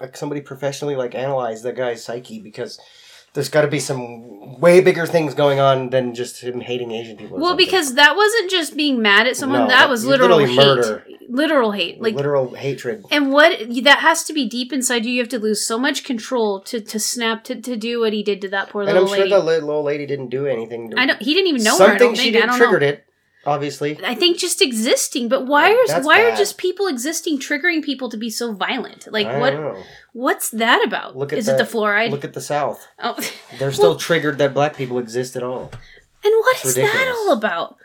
B: like somebody professionally like analyze that guy's psyche because there's got to be some way bigger things going on than just him hating Asian people. or
C: Well,
B: something.
C: because that wasn't just being mad at someone;
B: No,
C: that was
B: it's
C: literal
B: literally
C: hate,
B: murder.
C: literal hate. Like,
B: literal hatred.
C: and what that has to be deep inside you. You have to lose so much control to to snap to, to do what he did to that poor
B: And
C: little
B: I'm sure
C: lady.
B: the li- little lady didn't do anything. to-
C: I don't. He didn't even know her. I
B: Something
C: don't
B: she
C: think.
B: did
C: I don't
B: triggered
C: know.
B: it. Obviously,
C: I think just existing, but why
B: Yeah,
C: are
B: that's
C: why are
B: bad.
C: just people existing triggering people to be so violent? Like
B: I don't
C: what
B: know.
C: what's that about?
B: Look at
C: Is it the
B: that-
C: fluoride?
B: Look at the South.
C: oh.
B: They're still triggered that black people exist at all,
C: and what
B: It's
C: is that
B: ridiculous.
C: all about?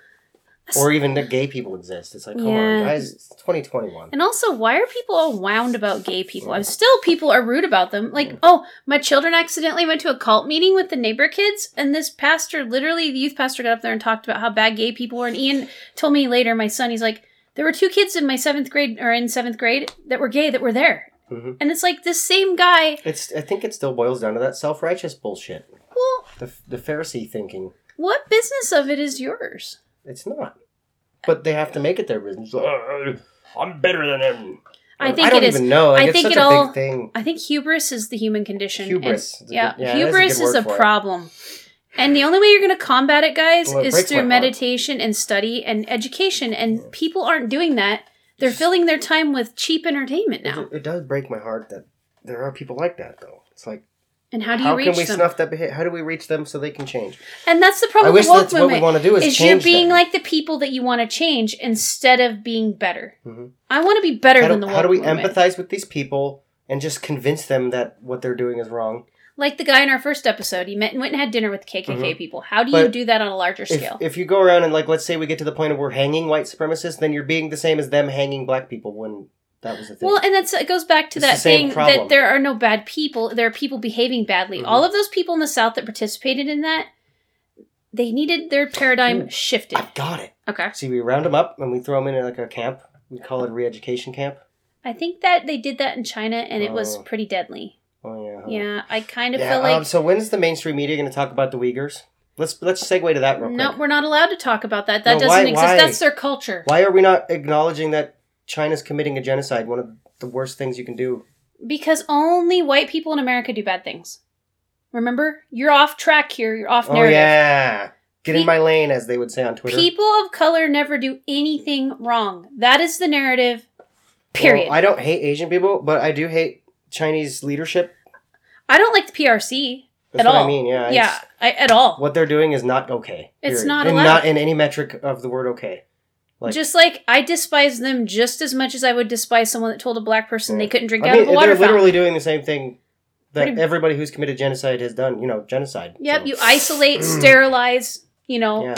B: or even that gay people exist. It's like, come
C: Yeah.
B: on, guys, it's 2021.
C: And also, why are people all wound about gay people? I'm still people are rude about them. Like, oh, my children accidentally went to a cult meeting with the neighbor kids, and this pastor, literally, the youth pastor, got up there and talked about how bad gay people were. And Ian told me later, my son, he's like, there were two kids in my seventh grade or in seventh grade that were gay that were there,
B: Mhm.
C: and it's like this same guy.
B: It's. I think it still boils down to that self righteous bullshit,
C: Well,
B: the the Pharisee thinking.
C: what business of it is yours?
B: It's not, but they have to make it their business. "Uh, I'm better than them.
C: I think
B: I don't
C: it is-
B: even know. Like,
C: I
B: it's
C: think
B: such
C: it
B: a
C: all-
B: big thing.
C: I think hubris is the human condition. and-
B: Hubris.
C: yeah,
B: Yeah, that is a
C: hubris
B: good
C: is
B: word
C: a
B: for it.
C: problem. And the only way you're going to combat it, guys,
B: Well, it
C: is
B: breaks my
C: through
B: heart.
C: meditation and study and education. And people aren't doing that. They're filling their time with cheap entertainment now.
B: It, it does break my heart that there are people like that, though. It's like,
C: And how do you
B: how can
C: reach
B: we
C: them?
B: snuff that behavior? How do we reach them so they can change?
C: and that's the
B: I
C: problem with
B: wish
C: woke
B: that's what we
C: movement.
B: want to do. Is,
C: is
B: change
C: you're being
B: them.
C: like the people that you want to change instead of being better.
B: Mhm.
C: I want to be better
B: how do,
C: than the woke
B: how do we
C: movement.
B: empathize with these people and just convince them that what they're doing is wrong?
C: Like the guy in our first episode, he met and went and had dinner with KKK people. How do you
B: Mm-hmm. But
C: do that on a larger
B: If,
C: scale?
B: if you go around and like, let's say we get to the point of we're hanging white supremacists, then you're being the same as them hanging black people when that was the thing.
C: Well, and that's it goes back to
B: It's the
C: that
B: same
C: thing
B: problem.
C: that there are no bad people. There are people behaving badly.
B: Mhm.
C: All of those people in the South that participated in that, they needed their paradigm
B: Mm.
C: shifted.
B: I've got it.
C: okay,
B: See, we round them up and we throw them in like a camp. We call it a re-education camp.
C: I think that they did that in China, and it was
B: Oh.
C: pretty deadly.
B: Oh yeah. huh.
C: Yeah, I kind of
B: Yeah,
C: feel like
B: um, so when's the mainstream media going to talk about the Uyghurs? Let's let's segue to that real
C: no,
B: quick.
C: we're not allowed to talk about that. That
B: No,
C: doesn't
B: why-
C: exist.
B: why?
C: That's their culture
B: Why are we not acknowledging that China's committing a genocide? One of the worst things you can do.
C: because only white people in America do bad things. Remember, you're off track here. You're off
B: Oh
C: narrative.
B: yeah. Get
C: Pe-
B: in my lane, as they would say on Twitter.
C: People of color never do anything wrong. That is the narrative. Period.
B: Well, I don't hate Asian people, but I do hate Chinese leadership.
C: I don't like the PRC
B: That's
C: at
B: what
C: all.
B: I mean. Yeah. it's-
C: yeah, I, at all.
B: What they're doing is not okay.
C: It's
B: period.
C: not
B: and
C: allowed.
B: not in any metric of the word okay. like-
C: just like I despise them just as much as I would despise someone that told a black person they
B: Yeah.
C: couldn't drink
B: I
C: out
B: mean,
C: of a water
B: they're
C: fountain.
B: literally doing the same thing that
C: Pretty-
B: everybody who's committed genocide has done. You know, genocide.
C: yep,
B: So-
C: you isolate, sterilize. You know,
B: Yeah.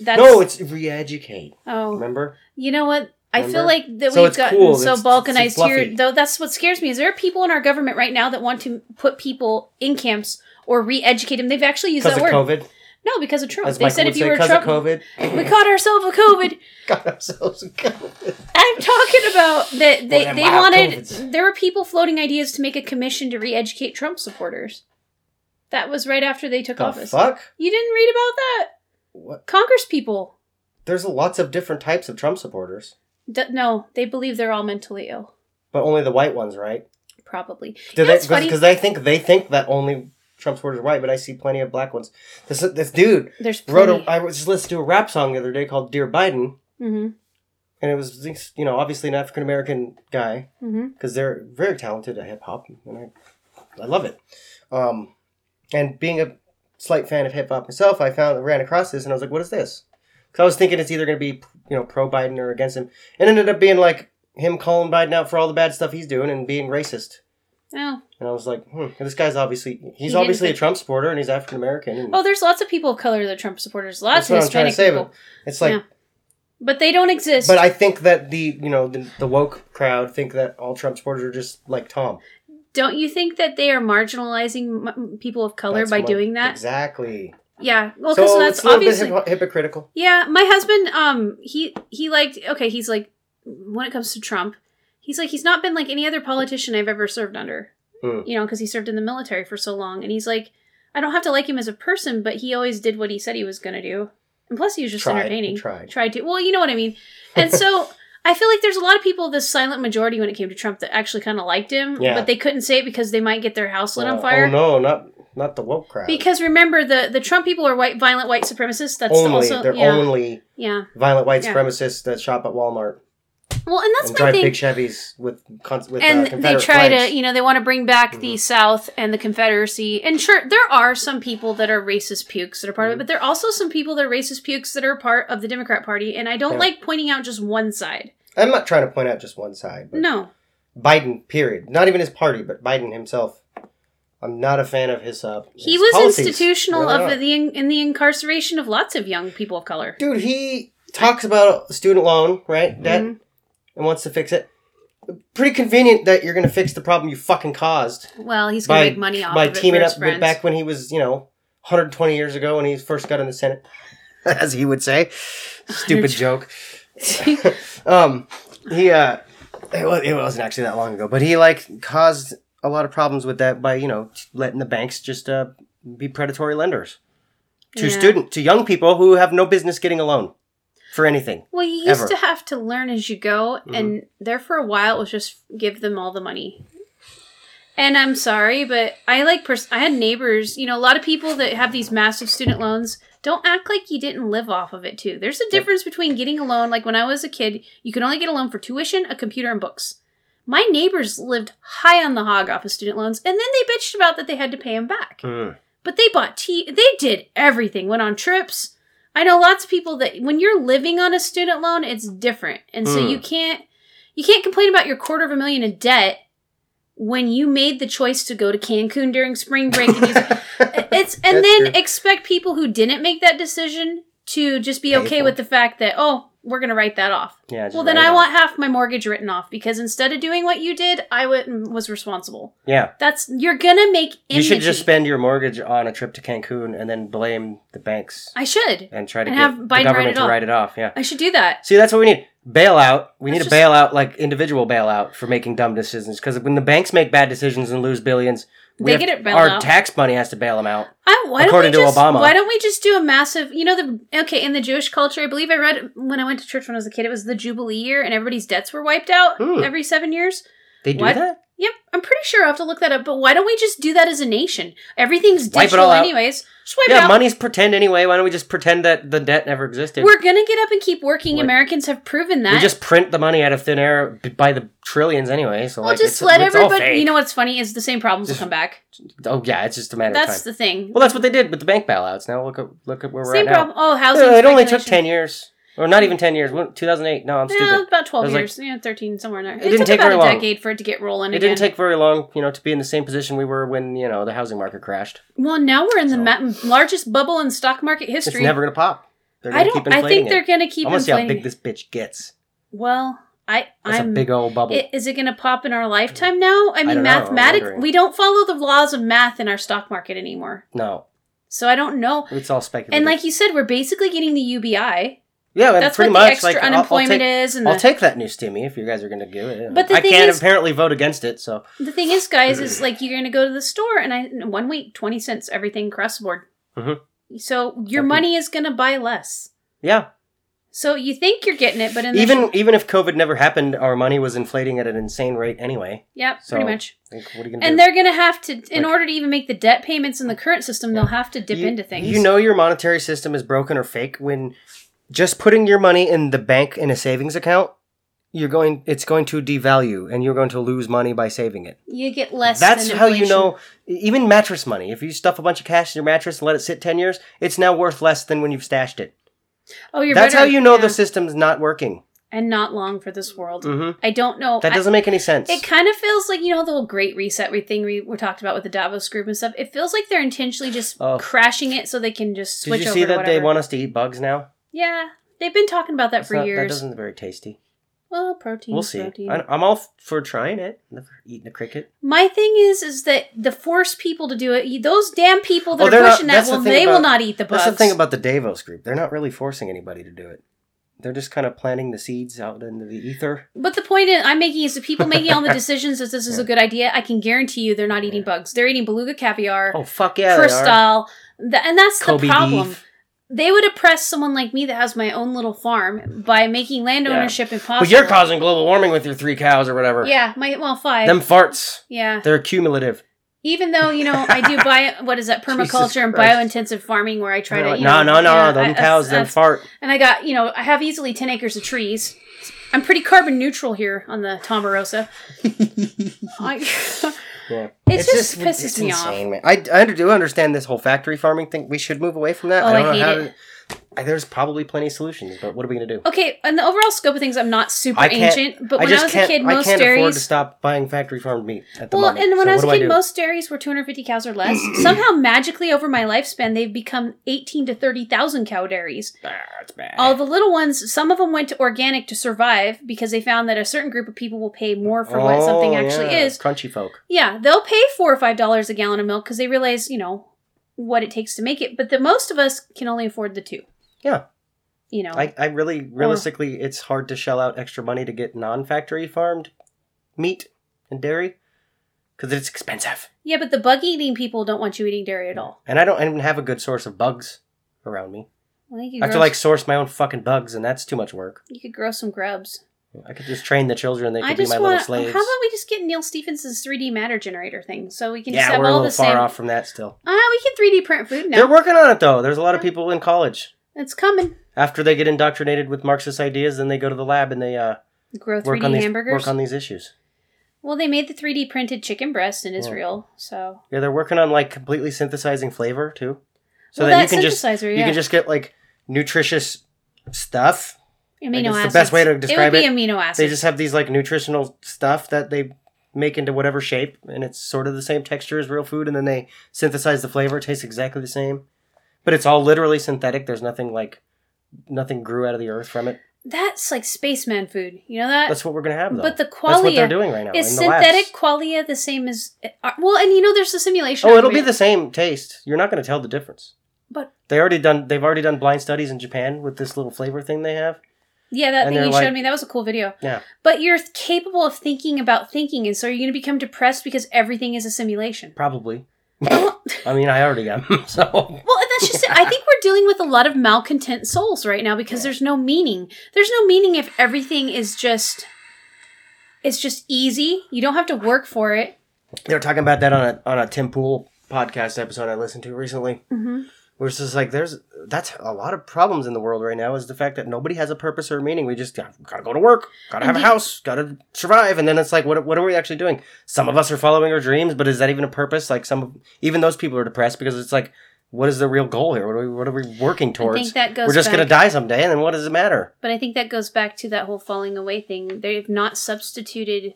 C: that's
B: no, it's re-educate.
C: oh,
B: Remember?
C: you know what? I feel
B: Remember?
C: like that
B: So
C: we've
B: it's
C: gotten
B: cool,
C: so
B: it's- it's
C: balkanized here.
B: fluffy.
C: Though that's what scares me. Is there are people in our government right now that want to put people in camps or re-educate them? They've actually used
B: Because
C: that
B: of
C: word.
B: COVID.
C: No, because of Trump.
B: As
C: they
B: Michael
C: said
B: would
C: if you
B: say,
C: were
B: because
C: Trump,
B: of COVID,
C: we caught ourselves a COVID.
B: got ourselves a COVID.
C: I'm talking about that they,
B: Well,
C: they
B: wow,
C: wanted
B: COVID's-
C: there were people floating ideas to make a commission to re-educate Trump supporters. That was right after they took
B: The
C: office.
B: fuck?
C: You didn't read about that?
B: What?
C: Congress people.
B: There's lots of different types of Trump supporters,
C: D- no, they believe they're all mentally ill.
B: but only the white ones, right?
C: Probably.
B: Do
C: You know
B: they?
C: what's funny?
B: Because they think they think that only Trump supporters are white, but I see plenty of black ones. This this dude
C: There's
B: wrote.
C: plenty.
B: A, I was just listening to a rap song the other day called "Dear Biden,"
C: mm-hmm.
B: and it was you know obviously an African American guy
C: Mm-hmm.
B: because they're very talented at hip hop, and I I love it. Um, and being a slight fan of hip hop myself, I found ran across this, and I was like, "What is this?" Because I was thinking it's either going to be you know pro Biden or against him, and it ended up being like him calling Biden out for all the bad stuff he's doing and being racist.
C: Oh.
B: And I was like, hmm, this guy's obviously he's
C: didn't
B: obviously a
C: think-
B: Trump supporter and he's African American. and
C: oh, there's lots of people of color that are Trump supporters. Lots
B: that's what
C: of
B: I'm trying to
C: Hispanic
B: say.
C: people.
B: But it's like,
C: Yeah. But they don't exist.
B: but I think that the you know the, the woke crowd think that all Trump supporters are just like Tom.
C: don't you think that they are marginalizing m- people of color
B: That's
C: by
B: what-
C: doing that?
B: exactly.
C: Yeah. Well, because
B: so
C: that's
B: it's a little
C: obviously.
B: bit hypo- hypocritical.
C: Yeah, my husband, um, he he liked okay, he's like when it comes to Trump, he's like he's not been like any other politician I've ever served under.
B: Mm.
C: You know, because he served in the military for so long, and he's like, I don't have to like him as a person, but he always did what he said he was gonna do, and plus he was just
B: Tried, he
C: entertaining.
B: tried.
C: tried to. Well, you know what I mean. And so I feel like there's a lot of people, this silent majority when it came to Trump, that actually kind of liked him,
B: Yeah.
C: but they couldn't say it because they might get their house lit
B: Uh,
C: on fire.
B: Oh no, not not the woke crowd.
C: Because remember, the the Trump people are white, violent white supremacists. That's
B: only
C: also
B: they're
C: yeah,
B: only
C: yeah.
B: violent white
C: Yeah.
B: supremacists that shop at Walmart
C: Well, and that's
B: and
C: my
B: drive
C: thing.
B: big Chevys with cons- with uh,
C: and
B: Confederate
C: they try
B: flags. Mm-hmm.
C: to, e- you know, they want to bring back the South and the Confederacy. And sure, there are some people that are racist pukes that are
B: Mm-hmm.
C: part of it, but there are also some people that are racist pukes that are part of the Democrat Party. And I don't
B: Yeah.
C: like pointing out just one side.
B: I'm not trying to point out just one side. But
C: No,
B: Biden, period. Not even his party, but Biden himself. I'm not a fan of his. Uh,
C: he
B: his
C: was
B: policies.
C: institutional
B: Really
C: of
B: not.
C: the, the in the incarceration of lots of young people of color.
B: dude. He talks about student loan, right?
C: Mm-hmm.
B: Debt, and wants to fix it. Pretty convenient that you're going to fix the problem you fucking caused
C: Well, he's gonna
B: by
C: make money off
B: by
C: of it
B: teaming
C: for
B: up
C: his
B: with
C: friends.
B: back when he was, you know, 120 years ago when he first got in the Senate, as he would say. Stupid joke. Um, he uh, it, was, it wasn't actually that long ago, but he like caused a lot of problems with that by you know t- letting the banks just uh be predatory lenders to
C: Yeah.
B: student to young people who have no business getting a loan for anything.
C: Well, you used
B: Ever.
C: to have to learn as you go, and there for a while it was just give them all the money. And I'm sorry, but I like pers- I had neighbors, you know, a lot of people that have these massive student loans. Don't act like you didn't live off of it too. There's a difference between getting a loan. Like when I was a kid, you could only get a loan for tuition, a computer, and books. My neighbors lived high on the hog off of student loans, and then they bitched about that they had to pay them back.
B: Hmm.
C: But they bought tea. They did everything. Went on trips. I know lots of people that when you're living on a student loan, it's different, and so
B: Hmm.
C: you can't you can't complain about your quarter of a million in debt when you made the choice to go to Cancun during spring break. And use, it's and
B: That's
C: then
B: true.
C: expect people who didn't make that decision to just be
B: Pay
C: okay
B: for
C: with
B: it.
C: the fact that oh, we're gonna write that off.
B: Yeah. just
C: Well, then
B: write it
C: I
B: off.
C: want half my mortgage written off because instead of doing what you did, I went and was responsible.
B: Yeah,
C: That's you're gonna make. Enmity.
B: you should just spend your mortgage on a trip to Cancun and then blame the banks
C: I should.
B: and try to
C: And
B: get
C: have Biden
B: the
C: write
B: government
C: it
B: to
C: off.
B: write it off. Yeah.
C: I should do that.
B: See, that's what we need. Bailout. We
C: That's
B: need a
C: just-
B: bailout, like individual bailout for making dumb decisions. Because when the banks make bad decisions and lose billions, we
C: They
B: have-
C: get it bailed
B: Our
C: out.
B: tax money has to bail them out.
C: I, why
B: According
C: don't we
B: to
C: just,
B: Obama.
C: Why don't we just do a massive? You know the okay in the Jewish culture. I believe I read when I went to church when I was a kid. It was the Jubilee year, and everybody's debts were wiped out
B: Hmm.
C: every seven years.
B: They do
C: What?
B: that.
C: Yep, I'm pretty sure I will have to look that up. But why don't we just do that as a nation? Everything's
B: Wipe it
C: digital,
B: all out.
C: anyways. Just wipe it
B: Yeah,
C: out.
B: money's pretend anyway. Why don't we just pretend that the debt never existed?
C: We're gonna get up and keep working.
B: Like-
C: Americans have proven that.
B: we just print the money out of thin air b- by the trillions anyway. So
C: well,
B: like,
C: just
B: it's,
C: let
B: it's All
C: everybody.
B: fake.
C: You know what's funny is the same problems
B: Just-
C: will come back.
B: Oh yeah, it's just a matter
C: That's
B: of time.
C: the thing.
B: well, that's what they did with the bank bailouts. Now look at look at where we're
C: same
B: at
C: problem. Oh,
B: now.
C: housing.
B: Uh, it only took
C: speculation.
B: ten years, or not even ten years. Two thousand eight. No, I'm stupid.
C: Yeah, about
B: It
C: twelve
B: was like-
C: years. yeah, thirteen somewhere in there. It,
B: didn't
C: took
B: take
C: about
B: very
C: a
B: long.
C: decade for it to get rolling.
B: It
C: again.
B: didn't take very long, you know, to be in the same position we were when, you know, the housing market crashed.
C: Well, now we're in the ma- largest bubble in stock market history.
B: It's never going to pop. They're going
C: I
B: to
C: don't.
B: keep
C: I
B: inflating
C: think they're
B: it.
C: going to keep
B: I want to see how
C: inflating.
B: big
C: it.
B: this bitch gets.
C: well, I.
B: That's
C: I'm.
B: a big old bubble.
C: i- Is it going to pop in our lifetime now? I mean,
B: don't know, I'm
C: mathematics.
B: wondering.
C: We don't follow the laws of math in our stock market anymore.
B: no.
C: So I don't know.
B: It's all speculative.
C: And like you said, we're basically getting the UBI.
B: yeah,
C: That's what
B: pretty
C: the
B: much.
C: extra
B: like, I'll- I'll
C: unemployment
B: take-
C: is. And
B: I'll
C: the,
B: take that new stimmy if you guys are going to do it.
C: But the
B: I
C: thing
B: can't
C: is-
B: apparently vote against it, so
C: the thing is, guys, is like you're going to go to the store and I one week twenty cents everything across the board.
B: Mhm.
C: So your
B: Okay.
C: money is going to buy less.
B: yeah.
C: So you think you're getting it, but in the
B: Even even if COVID never happened, our money was inflating at an insane rate anyway.
C: yeah,
B: So-
C: pretty much.
B: Like, what are you going to
C: And
B: do?
C: they're going to have to, in
B: Like-
C: order to even make the debt payments in the current system, they'll have to dip
B: You-
C: into things.
B: You know your monetary system is broken or fake when just putting your money in the bank in a savings account, you're going it's going to devalue and you're going to lose money by saving it.
C: you get less.
B: That's
C: than
B: how you
C: inflation.
B: know e, even mattress money. If you stuff a bunch of cash in your mattress and let it sit 10 years, it's now worth less than when you've stashed it.
C: Oh, you're
B: That's
C: better-
B: how you know
C: yeah.
B: the system's not working.
C: and not long for this world.
B: Mhm.
C: I don't know.
B: That
C: I-
B: doesn't make any sense.
C: it kind of feels like you know the whole Great Reset we- thing we were talked about with the Davos group and stuff. It feels like they're intentionally just
B: Oh.
C: crashing it so they can just
B: Did
C: switch
B: you
C: over.
B: see
C: to
B: that they
C: whatever.
B: want us to eat bugs now?
C: Yeah, they've been talking about that
B: It's
C: for
B: not- That
C: years.
B: doesn't very tasty.
C: well, protein.
B: We'll see.
C: Protein.
B: I- I'm all f- for trying it. Never eaten a cricket.
C: My thing is, is that the force people to do it. you- Those damn people that
B: Oh,
C: are
B: they're not-
C: pushing that,
B: that's the
C: well,
B: thing
C: they
B: about-
C: will not eat the bugs.
B: That's the thing about the Davos group. They're not really forcing anybody to do it. They're just kind of planting the seeds out into the ether.
C: But the point is, I'm making is the people making all the decisions that this is a
B: Yeah.
C: good idea. I can guarantee you, they're not eating
B: Yeah.
C: bugs. They're eating beluga caviar,
B: Oh fuck yeah, they are.
C: crystal, th- and that's
B: Kobe
C: the problem.
B: beef.
C: They would oppress someone like me that has my own little farm by making land
B: Yeah.
C: ownership impossible.
B: But you're causing global warming with your three cows or whatever.
C: yeah, my well five.
B: Them farts.
C: yeah,
B: They're cumulative.
C: even though you know I do bio, what is that
B: Jesus
C: permaculture and
B: Christ.
C: biointensive farming where I try
B: They're
C: to
B: like,
C: you
B: no,
C: know,
B: no, no,
C: yeah,
B: them
C: I-
B: cows, them
C: that's-
B: fart.
C: and I got you know I have easily ten acres of trees. I'm pretty carbon neutral here on the Tomarosa. I-
B: Yeah.
C: It just pisses me
B: Man. I, I do understand this whole factory farming thing. We should move away from that.
C: Oh,
B: I don't
C: I
B: know how
C: hate
B: to. I, there's probably plenty of solutions, but what are we gonna do?
C: Okay, in the overall scope of things, I'm not super
B: I can't-
C: ancient, but
B: I
C: when I,
B: just
C: was a
B: can't.
C: kid,
B: I
C: most
B: can't afford to
C: dairies.
B: stop buying factory farmed meat at the
C: Well,
B: moment.
C: and when
B: so
C: I was
B: what
C: a
B: do
C: kid,
B: do?
C: most dairies were 250 cows or less. Somehow, magically, over my lifespan, they've become 18 to 30,000 cow dairies.
B: Ah, it's bad.
C: All the little ones, some of them went to organic to survive because they found that a certain group of people will pay more for what something
B: Oh,
C: actually
B: yeah,
C: is.
B: Crunchy folk.
C: Yeah, they'll pay four or five dollars a gallon of milk because they realize, you know, what it takes to make it. But the most of us can only afford the two.
B: Yeah.
C: You know,
B: I, I really, realistically, it's hard to shell out extra money to get non-factory farmed meat and dairy because it's expensive,
C: yeah, but the bug eating people don't want you eating dairy at all.
B: and I don't even have a good source of bugs around me.
C: I think you
B: I have to
C: grow-
B: like source my own fucking bugs, and that's too much work.
C: You could grow some grubs.
B: I could just train the children; they
C: I
B: could be
C: just
B: my
C: want.
B: little slaves.
C: How about we just get Neil Stephenson's 3D matter generator thing, so we can just
B: yeah,
C: have
B: we're a
C: all
B: little
C: the
B: far
C: same.
B: off from that still.
C: Ah, we can 3D print food
B: They're
C: now.
B: working on it though. There's a lot of
C: Yeah.
B: people in college.
C: It's coming.
B: After they get indoctrinated with Marxist ideas, then they go to the lab and they uh,
C: Grow 3D
B: work on these
C: hamburgers.
B: work on these issues.
C: Well, they made the 3D printed chicken breast in Israel, so
B: Yeah, they're working on like completely synthesizing flavor too, so
C: well,
B: that, you can just
C: synthesizer, yeah.
B: you can just get like nutritious stuff.
C: amino
B: it's the
C: acids.
B: best way to describe
C: it
B: it.
C: would be amino acids.
B: They just have these like nutritional stuff that they make into whatever shape, and it's sort of the same texture as real food, and then they synthesize the flavor. It tastes exactly the same, but it's all literally synthetic. There's nothing like nothing grew out of the earth from it.
C: That's like spaceman food. You know that?
B: That's what we're gonna have. Though.
C: Uh, but the
B: That's what they're
C: qualia
B: doing right now.
C: is
B: in the labs.
C: synthetic qualia the same as uh, well, and you know there's the simulation.
B: Oh, it'll be
C: argument.
B: the same taste. You're not going to tell the difference.
C: But-
B: they already done. They've already done blind studies in Japan with this little flavor thing they have.
C: yeah that
B: and
C: thing
B: they're
C: you
B: like-
C: showed me. That was a cool video.
B: Yeah.
C: But you're capable of thinking about thinking, and so you're going to become depressed because everything is a simulation.
B: Probably.
C: well,
B: I mean, I already am. So
C: well, and that's just it. I think we're dealing with a lot of malcontent souls right now because there's no meaning. There's no meaning if everything is just it's just easy. You don't have to work for it.
B: they were talking about that on a on a Tim Pool podcast episode I listened to recently.
C: Mhm.
B: Where it's just like there's that's a lot of problems in the world right now is the fact that nobody has a purpose or meaning. We just gotta, gotta go to work, gotta have
C: And
B: a
C: do-
B: house, gotta survive, and then it's like what what are we actually doing? Some of us are following our dreams, but is that even a purpose? Like some of even those people are depressed because it's like what is the real goal here? What are we what are we working towards?
C: I think that goes.
B: We're just
C: back.
B: gonna die someday, and then what does it matter?
C: But I think that goes back to that whole falling away thing. They've not substituted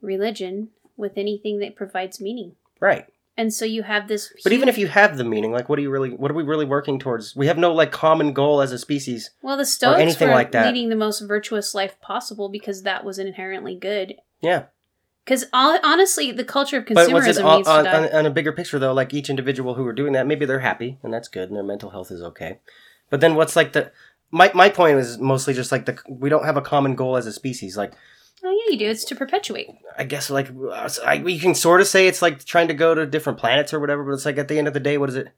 C: religion with anything that provides meaning.
B: Right.
C: And so you have this.
B: But e- even
C: huge-
B: if you have the meaning, like what are you really what are we really working towards? We have no like common goal as a species.
C: well, the Stoics
B: anything
C: were
B: like that.
C: leading the most virtuous life possible because that was inherently good.
B: Yeah.
C: Because honestly, the culture of
B: But
C: consumerism
B: once
C: needs
B: it's
C: to
B: all, on,
C: die.
B: on, on a bigger picture, though, like each individual who are doing that, maybe they're happy and that's good, and their mental health is okay. But then, what's like the my my point is mostly just like the we don't have a common goal as a species. Like
C: oh yeah, you do. It's to perpetuate.
B: I guess like us- I, we can sort of say it's like trying to go to different planets or whatever, but it's like at the end of the day, what is it?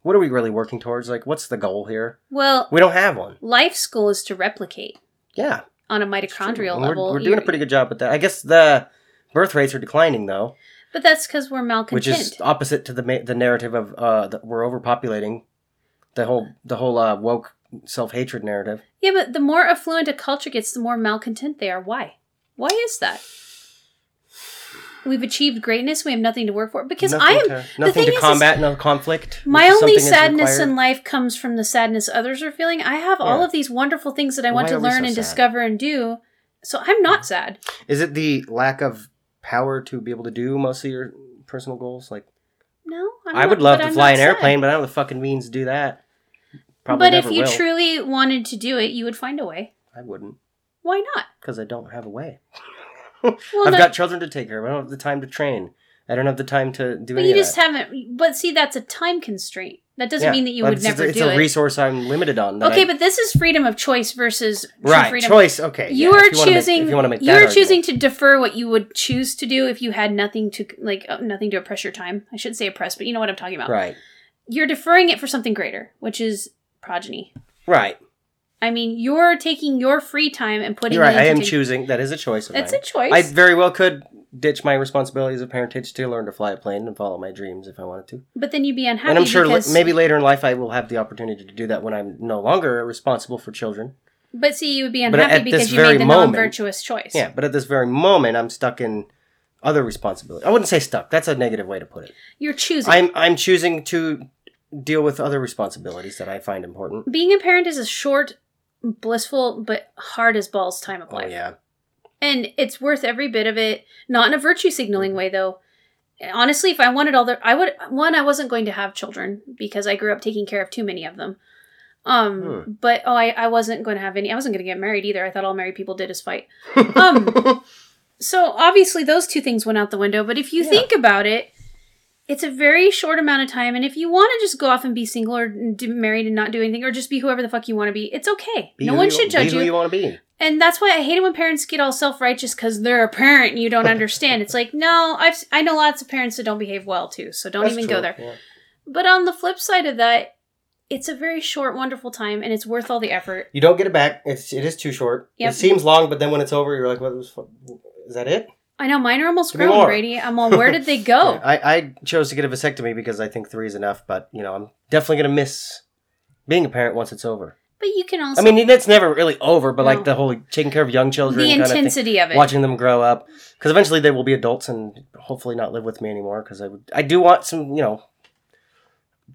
B: What are we really working towards? Like, what's the goal here?
C: Well,
B: We don't have one.
C: life's goal is to replicate
B: Yeah,
C: on a mitochondrial
B: we're,
C: level.
B: We're doing a
C: You're-
B: pretty good job with that. I guess the birth rates are declining though.
C: But that's because we're malcontent.
B: which is opposite to the ma- the narrative of uh that we're overpopulating the whole the whole uh woke self-hatred narrative
C: yeah, but the more affluent a culture gets, the more malcontent they are. Why? Why is that? We've achieved greatness. We have nothing to work for. Because I
B: Nothing to,
C: am. the
B: nothing
C: thing
B: to
C: is-
B: combat no conflict
C: My
B: which is
C: only
B: something that's
C: sadness
B: required.
C: in life comes from the sadness others are feeling. I have all
B: Yeah.
C: of these wonderful things that I want
B: Why
C: to
B: are we
C: learn
B: so
C: and
B: sad?
C: discover and do. So I'm not sad.
B: is it the lack of power to be able to do most of your personal goals like
C: No, I'm
B: i would
C: not-
B: love
C: but
B: to
C: I'm
B: fly
C: not
B: an
C: sad.
B: airplane but i don't have the fucking means to do that
C: but if
B: never
C: you
B: will.
C: truly wanted to do it, you would find a way.
B: i wouldn't
C: Why not?
B: because i don't have a way
C: Well,
B: i've
C: no,
B: got children to take care of i don't have the time to train i don't have the time to do
C: but
B: any
C: you
B: of
C: just
B: that.
C: haven't. But see, that's a time constraint. That doesn't
B: Yeah,
C: mean that you
B: but
C: would
B: it's-
C: never
B: it's
C: do
B: a
C: it.
B: resource i'm limited on that I
C: okay, but this is freedom of choice versus true
B: right
C: freedom.
B: choice okay
C: You
B: yeah,
C: are
B: if wanna make-
C: choosing.
B: if you want to make that
C: are
B: argument.
C: choosing to defer what you would choose to do if you had nothing to like, uh, nothing to oppress your time. I shouldn't say oppress, but you know what I'm talking about.
B: right
C: You're deferring it for something greater, which is progeny.
B: right
C: I mean, you're taking your free time and putting.
B: you're right
C: it
B: i am
C: into-
B: choosing that is a choice of
C: It's
B: mine.
C: a choice.
B: i very well could ditch my responsibilities of parentage to learn to fly a plane and follow my dreams if i wanted to
C: but then you'd be unhappy.
B: and i'm sure li-
C: because,
B: maybe later in life i will have the opportunity to do that when i'm no longer responsible for children
C: But see, you would be
B: But at
C: unhappy
B: this
C: because you
B: very
C: made the
B: moment-
C: non-virtuous choice.
B: yeah but at this very moment i'm stuck in other responsibilities i wouldn't say stuck that's a negative way to put it
C: You're choosing.
B: i'm i'm choosing to deal with other responsibilities that i find important
C: Being a parent is a short, blissful, but hard as balls time of
B: oh
C: life.
B: yeah
C: And it's worth every bit of it. Not in a virtue
B: Mm-hmm.
C: signaling way, though. Honestly, if I wanted all the, I would one. I wasn't going to have children because I grew up taking care of too many of them. Um, but oh, I, I wasn't going to have any. I wasn't going to get married either. I thought all married people did is fight. Um, so obviously those two things went out the window. But if you
B: Yeah.
C: think about it, it's a very short amount of time. And if you want to just go off and be single or d- married and not do anything, or just be whoever the fuck you want to be, it's okay.
B: Be
C: no
B: who
C: one
B: you-
C: should judge
B: be who you want to be
C: and that's why I hate it when parents get all self righteous because they're a parent and you don't understand. It's like, no, I've I know lots of parents that don't behave well too, so don't
B: That's
C: even
B: true,
C: go there.
B: yeah.
C: But on the flip side of that, it's a very short, wonderful time, and it's worth all the effort.
B: You don't get it back. It's it is too short.
C: Yep.
B: It seems long, but then when it's over, you're like, "What was? Is that it?"
C: I know mine are almost
B: Give me
C: grown,
B: more.
C: Brady. I'm all, where did they go?
B: I, I chose to get a vasectomy because I think three is enough. But you know, I'm definitely gonna miss being a parent once it's over.
C: But you can also
B: I mean, it's never really over, but
C: No.
B: like the whole taking care of young children,
C: the
B: kind of thing,
C: intensity of, it.
B: watching them grow up, because eventually they will be adults and hopefully not live with me anymore. Because I would, I do want some, you know,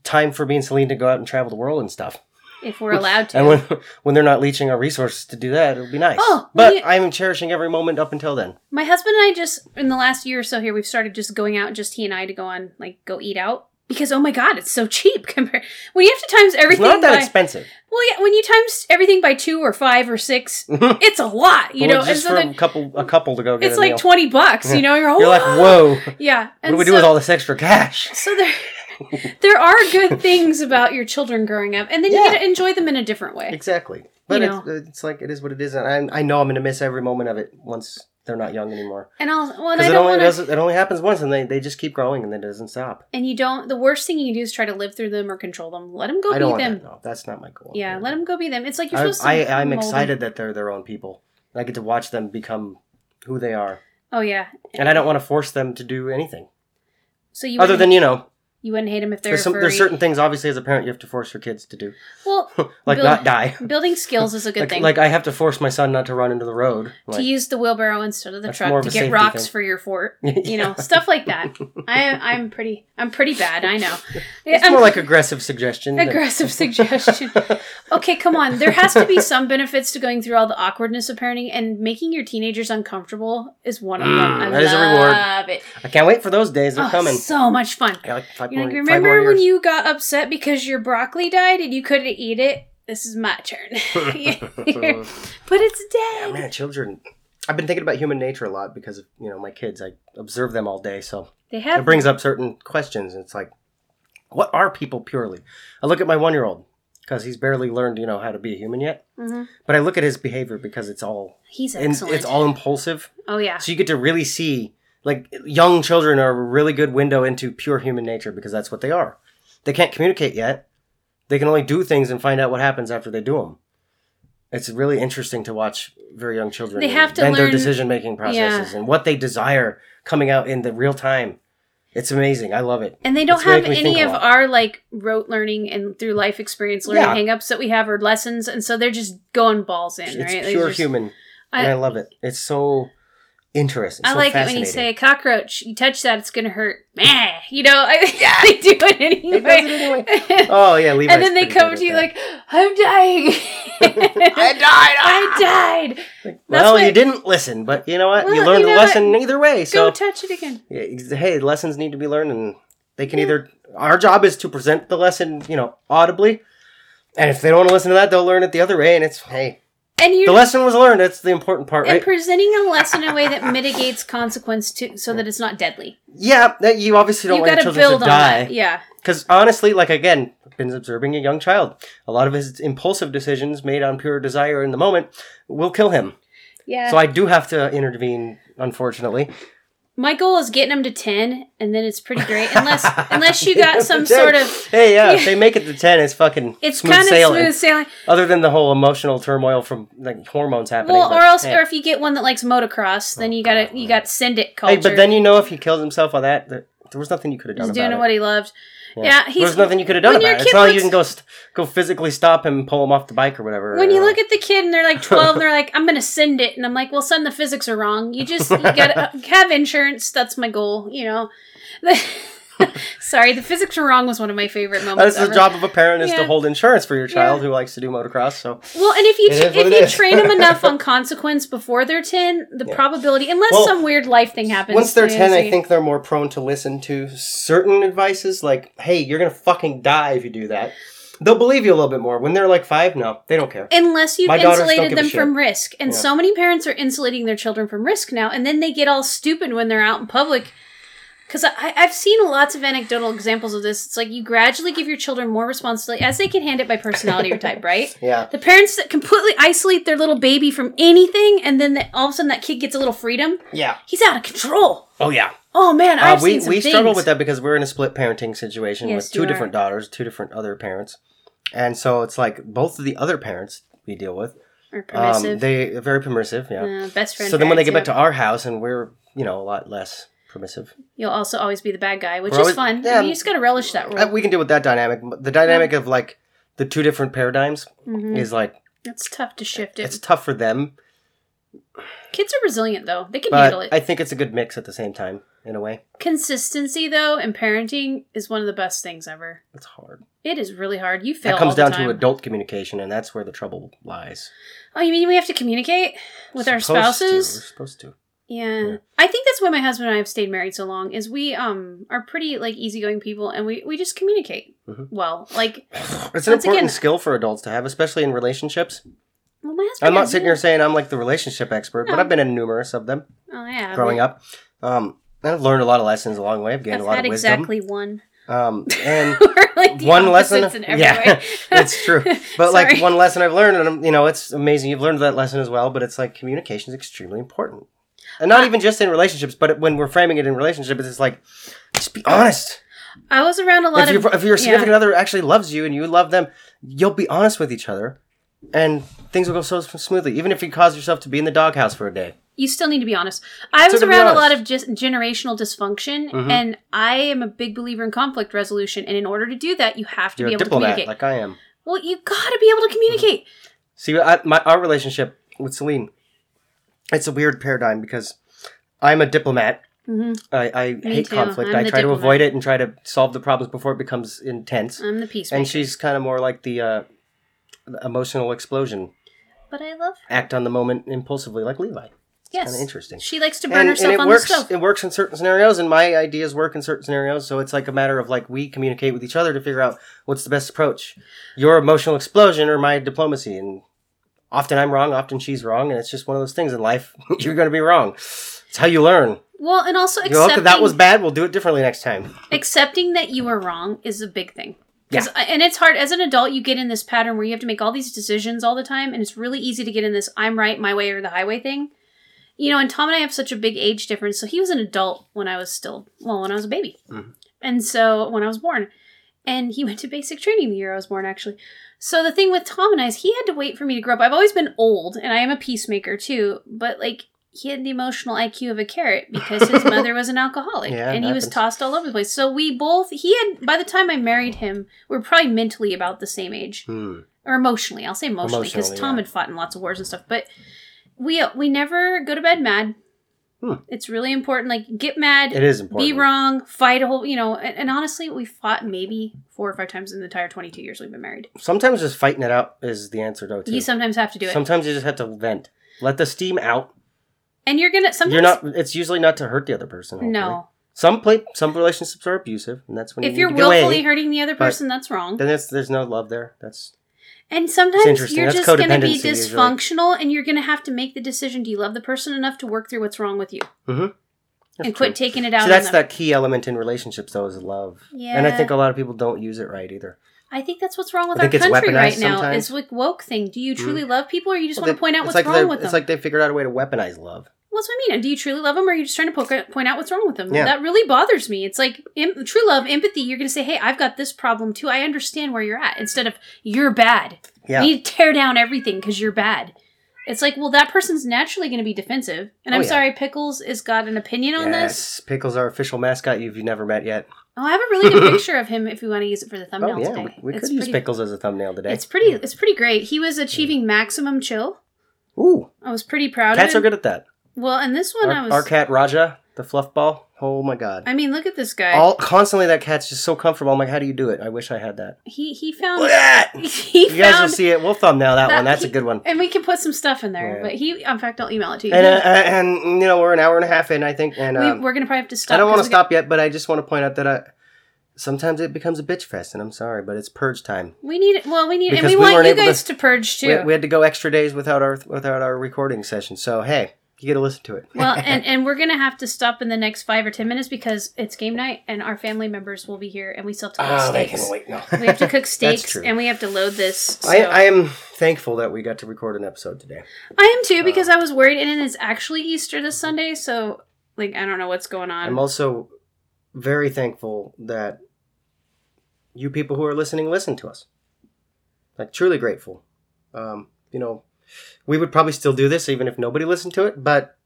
B: time for me and Celine to go out and travel the world and stuff.
C: if we're allowed to.
B: And when when they're not leeching our resources to do that, it'll be nice.
C: Oh,
B: but
C: we-
B: I'm cherishing every moment up until then.
C: My husband and I just in the last year or so here we've started just going out, just he and I to go on like go eat out because oh my god, it's so cheap compared when you have to times
B: It's
C: everything.
B: not that
C: by-
B: expensive.
C: Well, yeah, when you times everything by two or five or six, it's a lot, you
B: Well,
C: know. And
B: just
C: so
B: for
C: then
B: a couple, a couple to go get
C: it's
B: a
C: like
B: meal.
C: twenty bucks, you know. You're, all,
B: You're like, whoa.
C: yeah.
B: What do we do with all this extra cash?
C: So there, there are good things about your children growing up, and then you
B: Yeah.
C: get to enjoy them in a different way.
B: Exactly. But
C: You
B: it's, it's like it is what it is, and I, I know I'm going to miss every moment of it once they're not young anymore.
C: And I'll, well, and
B: Because it
C: I don't
B: only
C: want to.
B: doesn't, it only happens once, and they, they just keep growing, and it doesn't stop.
C: And you don't. The worst thing you can do is try to live through them or control them. Let them go
B: I
C: be
B: don't want
C: them.
B: that. No, that's not my goal.
C: Yeah, let them go be them. It's like you're
B: I,
C: supposed to.
B: I, I'm
C: mold them.
B: excited that they're their own people. I get to watch them become who they are,
C: Oh yeah.
B: and I don't want to force them to do anything
C: So you
B: other
C: wouldn't-
B: than you know.
C: you wouldn't hate them if they're
B: There's some
C: furry.
B: there's certain things obviously as a parent you have to force your kids to do,
C: well,
B: like
C: Bill-
B: not die.
C: building skills is a good
B: Like,
C: thing.
B: like I have to force my son not to run into the road.
C: to
B: Like,
C: use the wheelbarrow instead of the
B: That's more of
C: truck to
B: a
C: get
B: safety
C: rocks
B: thing.
C: for your fort.
B: Yeah.
C: You know, stuff like that. I I'm pretty I'm pretty bad, I know.
B: it's
C: I'm
B: more like aggressive suggestion. than-
C: aggressive suggestion. Okay, come on. There has to be some benefits to going through all the awkwardness of parenting and making your teenagers uncomfortable is one of them.
B: Mm,
C: I
B: that is a reward.
C: love it.
B: I can't wait for those days. They're
C: Oh,
B: coming.
C: so much fun.
B: I got like five
C: You're
B: more,
C: like,
B: five more
C: remember when
B: years.
C: you got upset because your broccoli died and you couldn't eat it? This is my turn. but it's dead.
B: Oh, Man, children. I've been thinking about human nature a lot because of you know my kids. I observe them all day, so
C: They
B: it
C: have
B: brings up certain questions. It's like, what are people purely? I look at my one year old because he's barely learned you know how to be a human yet.
C: Mhm.
B: But I look at his behavior because it's all
C: He's
B: and
C: excellent.
B: it's all impulsive.
C: oh yeah.
B: So you get to really see like young children are a really good window into pure human nature because that's what they are. They can't communicate yet. They can only do things and find out what happens after they do them. It's really interesting to watch very young children
C: They
B: and-
C: have to
B: and their
C: learn-
B: decision making processes and what they desire coming out in the real time. It's amazing. I love it.
C: And they don't
B: It's make
C: have
B: me think
C: any
B: a
C: of
B: lot.
C: our like rote learning and through life experience learning
B: Yeah.
C: hangups that we have or lessons, and so they're just going balls in,
B: It's
C: right? They
B: pure
C: just-
B: human,
C: I-
B: and I love it. It's so interesting.
C: I
B: so
C: like it when you
B: fascinating.
C: say cockroach. You touch that, it's gonna hurt. Meh. You know, I, they do it anyway.
B: It does it anyway. Oh yeah, Levi's
C: and then they
B: pretty good
C: come
B: at
C: to you
B: that.
C: like, "I'm dying. I died. I died. That's
B: well,
C: why-
B: you didn't listen, but you know what?
C: Well,
B: you learned
C: you know
B: a lesson either way.
C: Go
B: So,
C: touch it again."
B: yeah, ex- hey, lessons need to be learned, and they can
C: Yeah.
B: either. Our job is to present the lesson, you know, audibly. And if they don't want to listen to that, they'll learn it the other way. And it's hey,
C: And you
B: the lesson was learned. That's the important part,
C: and
B: right?
C: presenting a lesson in a way that mitigates consequence too, so that it's not deadly.
B: yeah, that you obviously don't
C: you
B: want
C: got
B: your
C: to
B: children
C: build
B: to
C: on that.
B: die.
C: Yeah.
B: Because honestly, like again, I've been observing a young child. A lot of his impulsive decisions made on pure desire in the moment will kill him.
C: Yeah.
B: So I do have to intervene, unfortunately.
C: My goal is getting them to 10 and then it's pretty great unless unless you got some sort of
B: Hey, yeah, if they make it to 10, it's fucking
C: it's
B: smooth
C: kind of
B: sailing.
C: smooth sailing.
B: Other than the whole emotional turmoil from like hormones happening.
C: Well,
B: but,
C: or else
B: hey.
C: or if you get one that likes motocross, then you got to you got to send it culture.
B: Oh, Hey, but then you know if he kills himself on that, there, there was nothing you could have done
C: he's
B: about
C: doing
B: it.
C: what he loved. Yeah, he's
B: there was nothing you could have done
C: when your
B: about it.
C: kid
B: It's not like you
C: looks-
B: can go st- go physically stop him and pull him off the bike or whatever.
C: When you
B: uh,
C: look at the kid and they're like 12 and they're like I'm going to send it and I'm like, "Well, son, the physics are wrong. You just you got to have insurance. That's my goal, you know." Sorry, the physics are wrong was one of my favorite
B: that's
C: moments.
B: the
C: ever.
B: job of a parent is
C: Yeah.
B: to hold insurance for your child
C: Yeah.
B: who likes to do motocross. So
C: Well, and if you
B: It is
C: if
B: what it
C: you
B: is.
C: train them enough on consequence before they're ten, the
B: Yeah.
C: probability, unless
B: Well,
C: some weird life thing happens,
B: once they're
C: to
B: ten, I
C: you-
B: think they're more prone to listen to certain advices, like "Hey, you're gonna fucking die if you do that." They'll believe you a little bit more. When they're like five, no, they don't care.
C: unless you've
B: My daughters don't
C: insulated
B: give a
C: them
B: shit.
C: from risk, and
B: Yeah.
C: so many parents are insulating their children from risk now, and then they get all stupid when they're out in public. Because I've seen lots of anecdotal examples of this. It's like you gradually give your children more responsibility as they can hand it by personality or type, right?
B: Yeah.
C: The parents that completely isolate their little baby from anything, and then that all of a sudden that kid gets a little freedom.
B: Yeah.
C: He's out of control.
B: Oh yeah.
C: Oh man,
B: Uh,
C: I've
B: we
C: seen some
B: we struggle
C: things.
B: with that because we're in a split parenting situation
C: Yes,
B: with
C: you
B: two
C: are.
B: different daughters, two different other parents, and so it's like both of the other parents we deal with.
C: or permissive.
B: Um, they are very permissive. Yeah.
C: Uh, best friend.
B: so then when they get back
C: parents,
B: to our house and we're you know a lot less permissive,
C: yeah. you'll also always be the bad guy, which
B: We're always-
C: is fun.
B: yeah.
C: you just gotta relish that
B: Uh,
C: role.
B: we can deal with that dynamic. but The dynamic of like the two different paradigms
C: Mhm.
B: is like
C: It's tough to shift it.
B: it's tough for them,
C: Kids are resilient though; they can handle
B: but
C: it.
B: I think it's a good mix at the same time in a way.
C: Consistency though in parenting is one of the best things ever.
B: It's hard.
C: It is really hard. You fail.
B: That comes
C: all the
B: down to
C: time.
B: adult communication, and that's where the trouble lies.
C: Oh, you mean we have to communicate with our
B: Supposed to,
C: spouses?
B: we're supposed to.
C: Yeah.
B: Yeah.
C: I think that's why my husband and I have stayed married so long is we um are pretty like easygoing people and we we just communicate
B: Mhm.
C: well. Like
B: It's an
C: Once
B: important
C: again-
B: skill for adults to have, especially in relationships.
C: well, my husband
B: I'm not
C: has-
B: sitting here saying I'm like the relationship expert, but
C: No.
B: I've been in numerous of them
C: Oh yeah.
B: growing up. Um, and I've learned a lot of lessons along the way. I've gained
C: I've
B: a lot
C: had
B: of wisdom.
C: exactly one.
B: Um, and
C: We're like the
B: one lesson,
C: opposites in every
B: yeah,
C: way.
B: it's true. But like
C: Sorry.
B: one lesson I've learned, and I'm, you know, it's amazing you've learned that lesson as well. But it's like communication is extremely important, and
C: Uh,
B: not even just in relationships, but when we're framing it in relationships, it's like just be honest.
C: I was around a lot
B: If,
C: of
B: your if your
C: yeah.
B: significant other actually loves you and you love them, you'll be honest with each other, and things will go so smoothly. Even if you cause yourself to be in the doghouse for a day,
C: you still need to be honest. I
B: So
C: was
B: to be
C: around a
B: honest.
C: lot of just generational dysfunction,
B: Mhm.
C: and I am a big believer in conflict resolution. And in order to do that, you have to
B: you're
C: be
B: a
C: able to
B: diplomat
C: communicate.
B: like Mm-hmm. I am.
C: well, you got to be able to communicate.
B: See, I, my our relationship with Celine, it's a weird paradigm because I'm a diplomat.
C: hmm
B: I, I hate
C: too.
B: conflict.
C: I'm
B: I
C: the
B: try to
C: diplomat.
B: avoid it and try to solve the problems before it becomes intense.
C: I'm the peace
B: and
C: maker,
B: she's kind of more like the uh, the emotional explosion,
C: but I love her.
B: act on the moment impulsively, like Levi.
C: yes.
B: kinda interesting.
C: She likes to burn
B: And, and
C: herself
B: it
C: on
B: works.
C: the stove.
B: It works in certain scenarios, and my ideas work in certain scenarios. So it's like a matter of like we communicate with each other to figure out what's the best approach. Your emotional explosion or my diplomacy, and often I'm wrong, often she's wrong, and it's just one of those things in life. You're going to be wrong. It's how you learn.
C: Well, and also
B: You look,
C: accepting
B: that was bad. We'll do it differently next time.
C: accepting that you were wrong is a big thing. 'Cause- And it's hard as an adult, you get in this pattern where you have to make all these decisions all the time, and it's really easy to get in this I'm right, my way, or the highway thing. You know, and Tom and I have such a big age difference. So he was an adult when I was still, well, when I was a baby.
B: Mhm.
C: And so when I was born, and he went to basic training the year I was born, actually. So the thing with Tom and I is he had to wait for me to grow up. I've always been old, and I am a peacemaker too, but like he had the emotional IQ of a carrot because his mother was an alcoholic
B: Yeah,
C: and
B: it
C: he was
B: happens.
C: tossed all over the place. So we both, he had, by the time I married him, we were probably mentally about the same age
B: Hmm.
C: or emotionally. I'll say emotionally because
B: Emotionally,
C: Tom
B: yeah.
C: had fought in lots of wars and stuff. But we uh, we never go to bed mad.
B: Hmm.
C: It's really important. Like get mad,
B: It is important.
C: be wrong, fight a whole. You know, and, and honestly, we fought maybe four or five times in the entire twenty two years we've been married.
B: Sometimes just fighting it out is the answer, though. Too.
C: You sometimes have to do it,
B: Sometimes you just have to vent. Let the steam out.
C: and you're gonna sometimes
B: You're not. It's usually not to hurt the other person. hopefully.
C: no.
B: Some play, some relationships are abusive, and that's when
C: If
B: you
C: you're
B: need to get away.
C: willfully hurting the other
B: but-
C: person, that's wrong.
B: then it's, there's no love there. That's
C: And
B: It's
C: sometimes
B: interesting.
C: you're
B: That's
C: just going to be
B: codependency usually.
C: dysfunctional, and you're going to have to make the decision: Do you love the person enough to work through what's wrong with you,
B: that's
C: and quit
B: true.
C: taking it out?
B: So
C: on
B: that's
C: them?
B: that key element in relationships, though, is love.
C: Yeah.
B: And I think a lot of people don't use it right either.
C: I think that's what's wrong with
B: I
C: our
B: think it's
C: country
B: weaponized
C: right now.
B: sometimes. Mm.
C: It's like woke thing. Do you truly love people, or you just
B: Well,
C: want
B: they-
C: to point out
B: it's
C: what's
B: like they-
C: wrong with them?
B: It's like they figured out a way to weaponize love.
C: What's what I mean? Do you truly love them, or are you just trying to poke out, point out what's wrong with them?
B: Yeah.
C: That really bothers me. It's like em- true love, empathy. You're going to say, "Hey, I've got this problem too. I understand where you're at." Instead of "You're bad,"
B: Yeah.
C: you need to tear down everything because you're bad. It's like, well, that person's naturally going to be defensive. And
B: Oh,
C: I'm
B: yeah.
C: sorry, Pickles has got an opinion on this.
B: yes. Pickles, our official mascot, you've, you've never met yet.
C: Oh, I have a really good picture of him if we want to use it for the thumbnail
B: Oh yeah,
C: today.
B: we, we
C: It's
B: could use
C: pretty-
B: Pickles as a thumbnail today. Mm.
C: It's pretty. It's pretty great. He was achieving maximum chill.
B: Ooh,
C: I was pretty proud
B: cats are
C: of him.
B: good at that.
C: Well, and this one
B: Our,
C: I was.
B: our cat Raja, the fluff ball. Oh my god.
C: I mean, look at this guy.
B: all constantly that cat's just so comfortable. I'm like, how do you do it? I wish I had that.
C: he he found.
B: Look at that!
C: He
B: You guys will
C: found,
B: see it. We'll thumbnail that,
C: that-
B: one. That's
C: he-
B: a good one.
C: and we can put some stuff in there.
B: Yeah.
C: But he, in fact, I'll email it to you.
B: And uh, uh, and you know we're an hour and a half in, I think. And
C: we,
B: um,
C: we're gonna probably have to stop.
B: I don't want to
C: 'cause we got-
B: stop yet, but I just want to point out that I sometimes it becomes a bitch fest, and I'm sorry, but it's purge time.
C: We need. Well, we need, and
B: Because
C: we,
B: we
C: want
B: weren't
C: you
B: able
C: guys
B: to-
C: to, purge too.
B: We, we had to go extra days without our without our recording session. So hey, you get to listen to it.
C: well, and and we're gonna have to stop in the next five or ten minutes because it's game night, and our family members will be here, and we still have to cook steaks.
B: Oh, Ah, wait. No,
C: We have to cook steaks,
B: true.
C: and we have to load this. So.
B: I, I am thankful that we got to record an episode today.
C: I am
B: uh,
C: too because I was worried, and it is actually Easter this Sunday, so like I don't know what's going on.
B: I'm also very thankful that you people who are listening listen to us. Like truly grateful. Um, you know, we would probably still do this even if nobody listened to it, but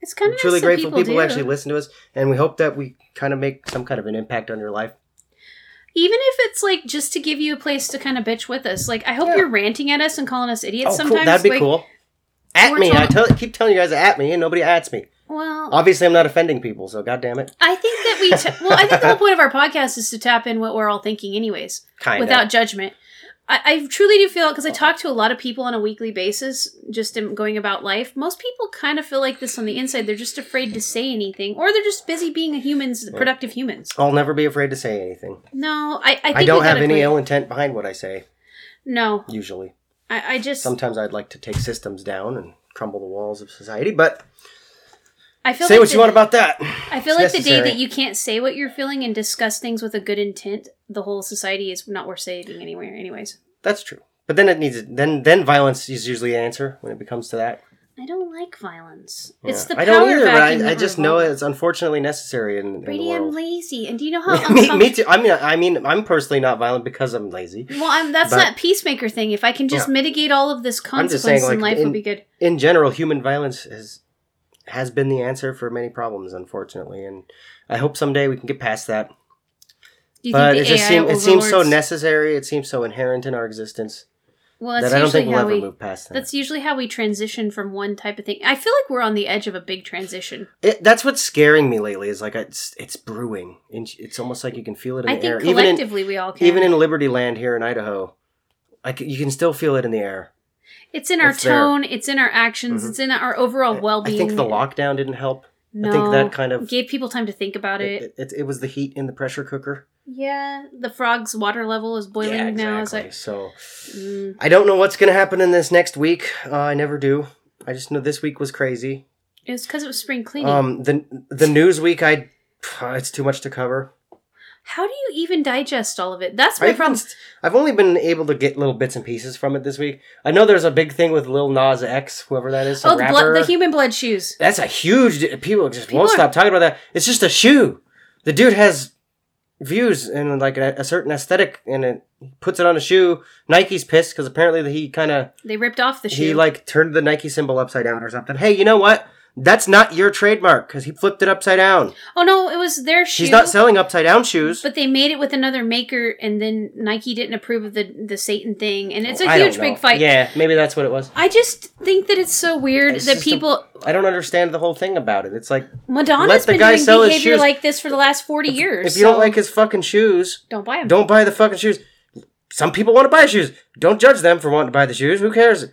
C: it's kind
B: we're
C: of
B: truly
C: nice that
B: grateful people,
C: do.
B: actually listen to us, and we hope that we kind of make some kind of an impact on your life.
C: Even if it's like just to give you a place to kind of bitch with us. Like I hope
B: Yeah.
C: you're ranting at us and calling us idiots
B: oh,
C: sometimes.
B: cool. That'd be
C: like,
B: cool. At
C: we're
B: me, I
C: trying-
B: tell, keep telling you guys to at me, and nobody ats me.
C: Well,
B: Obviously, I'm not offending people, so goddamn it,
C: I think that we. T- well, I think the whole point of our podcast is to tap in what we're all thinking, anyways.
B: kind of.
C: without judgment. I, I truly do feel
B: Oh.
C: because I talk to a lot of people on a weekly basis, just in going about life. Most people kind of feel like this on the inside. They're just afraid to say anything, or they're just busy being humans, productive humans.
B: I'll never be afraid to say anything.
C: No, I I, think
B: I,
C: we
B: don't have
C: gotta
B: any
C: quit.
B: ill intent behind what I say.
C: No,
B: Usually.
C: I, I just
B: Sometimes I'd like to take systems down and crumble the walls of society, but
C: I feel
B: say
C: like
B: what
C: the,
B: you want about that.
C: I feel
B: It's
C: like the
B: necessary.
C: day that you can't say what you're feeling and discuss things with a good intent, the whole society is not worth saving anywhere. Anyways,
B: That's true. But then it needs then then violence is usually the answer when it comes to that.
C: I don't like violence. It's
B: Yeah.
C: the power vacuum.
B: I, I
C: that
B: just
C: we're
B: know
C: involved
B: it's unfortunately necessary in, in
C: in.
B: the
C: Brady, I'm
B: world.
C: lazy, and do you know how
B: me, me
C: unfunction-
B: too. I mean, I mean, I'm personally not violent because I'm lazy.
C: Well, I'm, that's
B: But-
C: that peacemaker thing. If I can just
B: Yeah.
C: mitigate all of this
B: I'm
C: consequence
B: just saying,
C: in
B: like,
C: life,
B: in-
C: would be good.
B: In general, human violence has has been the answer for many problems, unfortunately, and I hope someday we can get past that.
C: Do you
B: But
C: think
B: it
C: the
B: just
C: AI
B: seems it seems so
C: overlords-
B: necessary. It seems so inherent in our existence
C: Well, that's
B: that I don't
C: usually
B: think we'll
C: how
B: ever
C: we.
B: move past that.
C: That's usually how we transition from one type of thing. I feel like we're on the edge of a big transition.
B: It, that's what's scaring me lately. Is like it's it's brewing. And It's almost like you can feel it in
C: I
B: the
C: think
B: air. Even in
C: collectively we all can.
B: even in Liberty Land here in Idaho, like you can still feel it in the air.
C: it's in our
B: it's there.
C: tone. It's in our actions.
B: Mhm.
C: It's in our overall well-being.
B: I think the lockdown didn't help.
C: No,
B: think that kind of-
C: gave people time to think about
B: It,
C: it.
B: it, it was the heat in the pressure cooker.
C: Yeah, the frog's water level is boiling
B: yeah,
C: now. It's
B: exactly.
C: like,
B: so
C: mm,
B: I don't know what's going to happen in this next week. Uh, I never do. I just know this week was crazy.
C: it's because it was spring cleaning.
B: Um, the the news week, I it's too much to cover.
C: How do you even digest all of it? That's my
B: I've been
C: problem.
B: st- I've only been able to get little bits and pieces from it this week. I know there's a big thing with Lil Nas X, whoever that is, some
C: oh, the,
B: rapper.
C: blood, the human blood shoes.
B: That's a huge. d- People just
C: People
B: won't
C: are-
B: stop talking about that. It's just a shoe. The dude has views and like a, a certain aesthetic, and it puts it on a shoe. Nike's pissed because apparently he kind of
C: They ripped off the shoe.
B: he like turned the Nike symbol upside down or something. Hey, you know what? That's not your trademark because he flipped it upside down.
C: oh no, it was their shoe.
B: He's not selling upside down shoes.
C: But they made it with another maker, and then Nike didn't approve of the the Satan thing, and it's a
B: Oh, I don't
C: huge big
B: know.
C: fight.
B: Yeah, maybe that's what it was.
C: I just think that it's so weird
B: It's
C: that
B: just a-
C: people
B: I don't understand the whole thing about it. It's like Let
C: Madonna's
B: the
C: been
B: guy
C: doing
B: sell his
C: behavior
B: shoes.
C: like this for the last forty years.
B: if you don't
C: so
B: like his fucking shoes,
C: don't buy them.
B: don't buy the fucking shoes. Some people want to buy shoes. Don't judge them for wanting to buy the shoes. Who cares?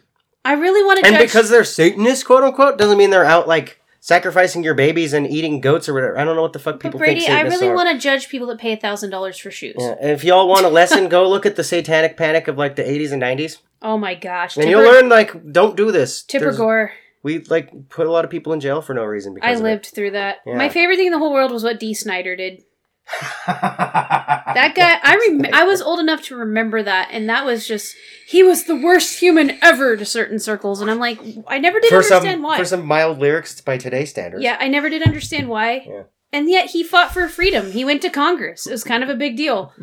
C: I really want to
B: And
C: judge.
B: because they're Satanists, quote unquote, doesn't mean they're out like sacrificing your babies and eating goats or whatever. I don't know what the fuck
C: but
B: people
C: Brady,
B: think
C: I
B: Satanists
C: really
B: are.
C: want to judge people that pay thousand dollars for shoes.
B: Yeah, and If y'all want a lesson, go look at the Satanic Panic of like the 80s and 90s,
C: Oh my gosh,
B: and
C: Tipper,
B: you'll learn like don't do this.
C: Tipper
B: There's-
C: Gore.
B: We like put a lot of people in jail for no reason. Because
C: I
B: of it.
C: lived through that.
B: Yeah.
C: My favorite thing in the whole world was what D. Snyder did. That guy, I rem- I was old enough to remember that, and that was just he was the worst human ever to certain circles, and I'm like, I never did
B: for
C: understand
B: some
C: why.
B: for some mild lyrics by today's standards.
C: yeah, I never did understand why.
B: Yeah.
C: And yet he fought for freedom. He went to Congress. It was kind of a big deal.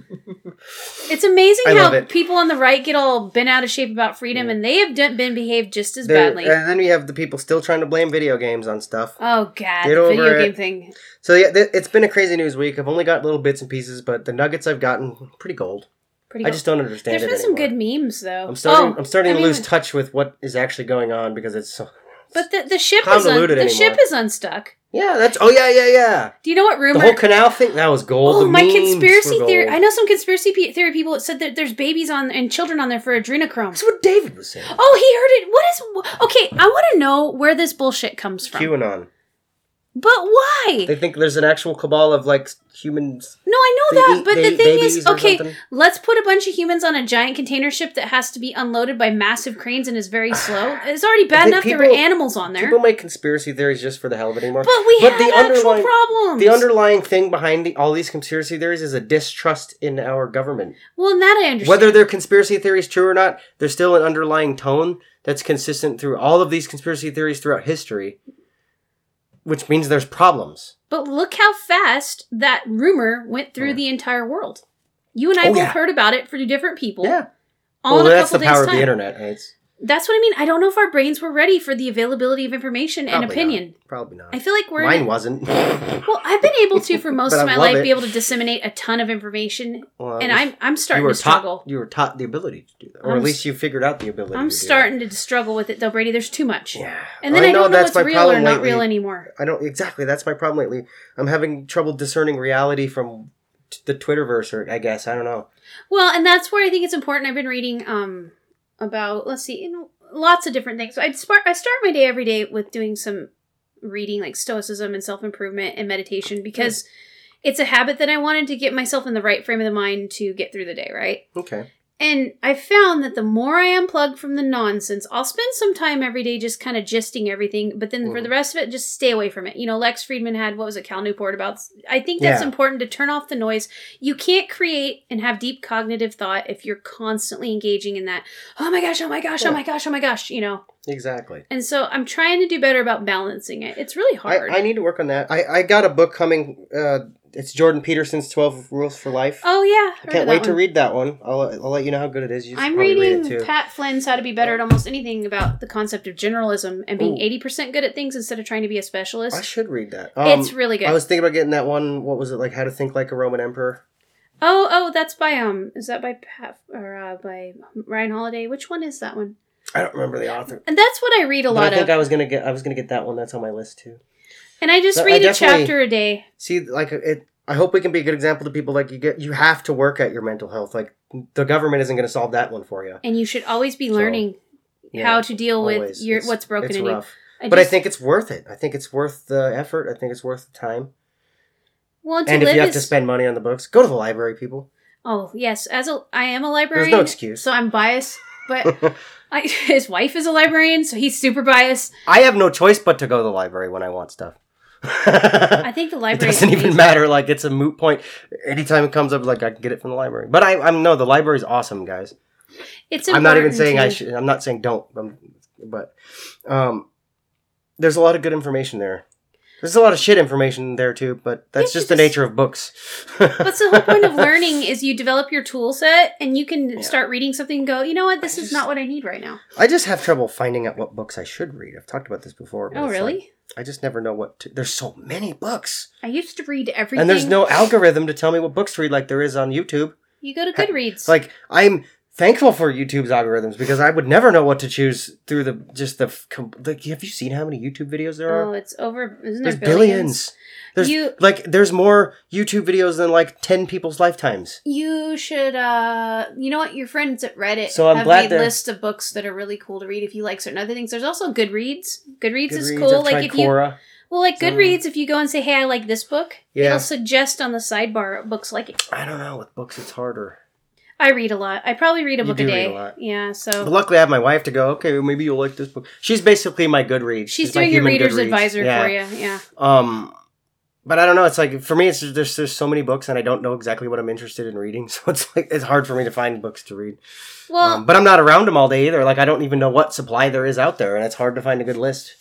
C: It's amazing
B: I
C: how
B: love it.
C: people on the right get all bent out of shape about freedom, and they have done, been behaved just as
B: There-
C: badly.
B: and then we have the people still trying to blame video games on stuff.
C: oh god,
B: Get
C: the
B: over
C: video
B: it.
C: game thing.
B: So yeah, th- it's been a crazy news week. I've only got little bits and pieces, but the nuggets I've gotten pretty gold.
C: Pretty.
B: I
C: cool.
B: just don't understand
C: There's
B: it
C: been some
B: anymore.
C: good memes though.
B: I'm starting.
C: Oh,
B: I'm starting
C: I
B: to
C: mean,
B: lose touch with what is actually going on because it's. So-
C: But the, the ship is un- the
B: Convoluted
C: ship
B: anymore.
C: is unstuck.
B: yeah, that's. Oh yeah, yeah, yeah.
C: Do you know what rumor?
B: The whole canal thing that was gold.
C: oh,
B: The
C: my
B: memes
C: conspiracy
B: were
C: theory.
B: gold.
C: I know some conspiracy pe- theory people that said that there's babies on and children on there for adrenochrome.
B: That's what David was saying.
C: Oh, he heard it. What is okay? I want to know where this bullshit comes from.
B: QAnon.
C: but why?
B: They think there's an actual cabal of like humans.
C: no, I know
B: they
C: that.
B: eat
C: But
B: ba-
C: the thing is,
B: babies or
C: okay,
B: something?
C: let's put a bunch of humans on a giant container ship that has to be unloaded by massive cranes and is very slow. It's already bad
B: think
C: enough there were
B: people-
C: animals on there.
B: People make conspiracy theories just for the hell of it anymore.
C: but we have actual
B: underlying-
C: problems.
B: The underlying thing behind the, all these conspiracy theories is a distrust in our government.
C: well, and that I understand.
B: Whether their conspiracy theories true or not, there's still an underlying tone that's consistent through all of these conspiracy theories throughout history, which means there's problems.
C: But look how fast that rumor went through
B: Yeah.
C: the entire world. You and I
B: Oh,
C: both
B: yeah.
C: heard about it for different people.
B: Yeah.
C: All
B: well,
C: in a
B: that's the
C: couple
B: power
C: days'
B: of the
C: time.
B: internet. and It's
C: That's what I mean. I don't know if our brains were ready for the availability of information and
B: probably not.
C: opinion.
B: Probably not.
C: I feel like we're.
B: Mine wasn't. well,
C: well, I've been able to for most
B: But
C: of
B: I
C: my
B: love
C: life
B: it.
C: be able to disseminate a ton of information, and I'm I'm
B: you
C: starting
B: were
C: to struggle.
B: taught. You were taught the ability to do that, or
C: I'm
B: at least you figured out the ability.
C: I'm
B: to do that.
C: starting to struggle with it though, Brady. There's too much,
B: Yeah.
C: and then I, don't know what's real or not
B: lately.
C: real anymore.
B: I don't exactly. That's my problem lately. I'm having trouble discerning reality from t- the Twitterverse, or I guess I don't know.
C: Well, and that's where I think it's important. I've been reading um about let's see, you know, lots of different things. I start I start my day every day with doing some reading like stoicism and self improvement and meditation because it's a habit that I wanted to get myself in the right frame of the mind to get through the day, right?
B: Okay.
C: And I found that the more I unplug from the nonsense, I'll spend some time every day just kind of gisting everything, but then for
B: Mhm.
C: the rest of it, just stay away from it. You know, Lex Friedman had, what was it, Cal Newport about? I think that's
B: Yeah.
C: important to turn off the noise. You can't create and have deep cognitive thought if you're constantly engaging in that, oh my gosh, oh my gosh, oh
B: Yeah.
C: my gosh, oh my gosh, you know.
B: Exactly.
C: And so I'm trying to do better about balancing it. It's really
B: I,
C: hard.
B: I need to work on that. I, I got a book coming. Uh, it's Jordan Peterson's Twelve Rules for Life.
C: oh, yeah.
B: I can't wait to read that one. I'll, I'll let you know how good it is. You should
C: I'm
B: probably read
C: reading
B: it too.
C: Pat Flynn's How to Be Better at Almost Anything about the concept of generalism and being
B: Ooh.
C: 80% good at things instead of trying to be a specialist.
B: I should read that.
C: it's
B: Um,
C: really good.
B: I was thinking about getting that one. What was it like? How to think like a Roman emperor?
C: oh, oh, that's by um, is that by Pat or uh, by Ryan Holiday? Which one is that one?
B: I don't remember the author.
C: And that's what I read a
B: But
C: lot
B: I think
C: of,
B: I was gonna get. I was gonna get that one. That's on my list too.
C: and I just
B: So I
C: read a
B: definitely-
C: chapter a day.
B: see like it i hope we can be a good example to people like you get you have to work at your mental health like the government isn't going to solve that one for you
C: And you should always be
B: So,
C: learning
B: Yeah,
C: how to deal with
B: always.
C: your
B: It's-
C: what's broken
B: it's
C: in you.
B: rough but i
C: just-
B: think it's worth it i think it's worth the effort i think it's worth the time
C: Well, to
B: and if
C: live
B: you have
C: is
B: to spend money on the books, go to the library, people.
C: oh yes, as a I am a librarian.
B: excuse.
C: So I'm biased, but I, his wife is a librarian, so he's super biased.
B: I have no choice but to go to the library when I want stuff.
C: I think the
B: it
C: library
B: doesn't
C: is
B: even
C: amazing.
B: matter. Like it's a moot point. Anytime it comes up, like I can get it from the library. But I, I'm no, the library's awesome, guys.
C: It's
B: I'm not even
C: important
B: saying
C: to-
B: I should. I'm not saying don't. Um but um, there's a lot of good information there. There's a lot of shit information there too. But that's
C: Yeah,
B: just
C: you
B: the
C: just-
B: nature of books.
C: That's the whole point of learning is you develop your tool set and you can
B: Yeah.
C: start reading something and go, you know what, this
B: I
C: is
B: just-
C: not what I need right now.
B: I just have trouble finding out what books I should read. I've talked about this before. but
C: Oh
B: it's like,
C: really?
B: I just never know what to. There's so many books,
C: I used to read everything.
B: and there's no algorithm to tell me what books to read like there is on YouTube.
C: You go to Goodreads.
B: Like I'm thankful for YouTube's algorithms because I would never know what to choose through the just the f- com- like. Have you seen how many YouTube videos there are?
C: oh, it's over. Isn't
B: there's
C: there billions?
B: billions. There's
C: You-
B: like there's more YouTube videos than like ten people's lifetimes.
C: You should. uh You know what? Your friends at Reddit
B: So I'm
C: have
B: glad
C: made
B: they're-
C: lists of books that are really cool to read if you like certain other things. There's also Goodreads. Goodreads, is
B: Goodreads,
C: cool.
B: I've
C: like
B: tried
C: if you
B: Quora.
C: well, like
B: So-
C: Goodreads, if you go and say, "Hey, I like this book,"
B: Yeah.
C: it'll suggest on the sidebar books like it.
B: I don't know with books it's harder.
C: I read a lot. I probably read a
B: You
C: book
B: do
C: a
B: read
C: day.
B: a lot.
C: Yeah, so
B: But luckily, I have my wife to go. Okay, maybe you'll like this book. She's basically my Goodreads.
C: she's
B: my
C: doing your
B: human
C: reader's
B: Goodreads.
C: advisor
B: Yeah.
C: for you. Yeah.
B: Um, but I don't know. It's like for me, it's just, there's there's so many books, and I don't know exactly what I'm interested in reading. So it's like it's hard for me to find books to read.
C: Well,
B: um, but I'm not around them all day either. Like I don't even know what supply there is out there, and it's hard to find a good list.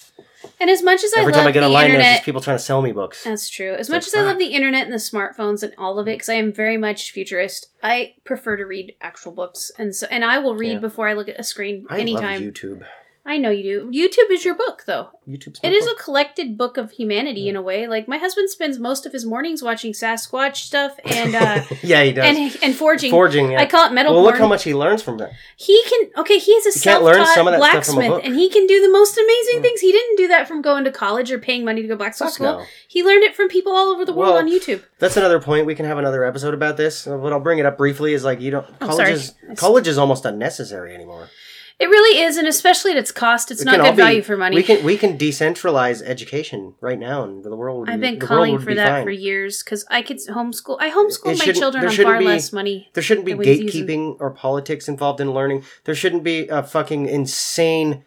C: and as much as I
B: Every
C: love
B: time I get
C: the
B: online, there's
C: internet,
B: just people trying to sell me books.
C: That's true. As
B: So
C: much as I
B: far-
C: love the internet and the smartphones and all
B: Mm.
C: of it, because I am very much futurist, I prefer to read actual books, and so and I will read
B: Yeah.
C: before I look at a screen
B: I
C: anytime.
B: love YouTube.
C: I know you do. YouTube is your book, though.
B: YouTube's my
C: It is
B: book.
C: a collected book of humanity in a way. Like my husband spends most of his mornings watching Sasquatch stuff and uh,
B: yeah, he does
C: and and forging.
B: forging. Yeah.
C: I call it metal
B: well,
C: porn.
B: look how much he learns from that.
C: He can okay. He is a
B: You can't learn
C: self-taught
B: some of that stuff from a
C: blacksmith,
B: book.
C: and he can do the most amazing
B: Mm.
C: things. He didn't do that from going to college or paying money to go blacksmith
B: Fuck
C: school.
B: no.
C: He learned it from people all over the world
B: Well,
C: on YouTube.
B: That's another point. We can have another episode about this. Uh, But I'll bring it up briefly. Is like you don't
C: I'm
B: college
C: sorry.
B: is college is almost unnecessary anymore.
C: It really is, and especially at its cost, it's
B: It
C: not
B: can all
C: good
B: be-
C: value for money.
B: We can we can decentralize education right now, and the world. Would
C: I've
B: be,
C: been
B: the world
C: calling
B: would
C: for
B: be
C: that
B: fine.
C: for years because I could homeschool. I homeschool
B: It
C: my
B: shouldn't-
C: children
B: there
C: on
B: shouldn't
C: far
B: be-
C: less money.
B: There shouldn't be
C: that we use in-
B: gatekeeping or politics involved in learning. There shouldn't be a fucking insane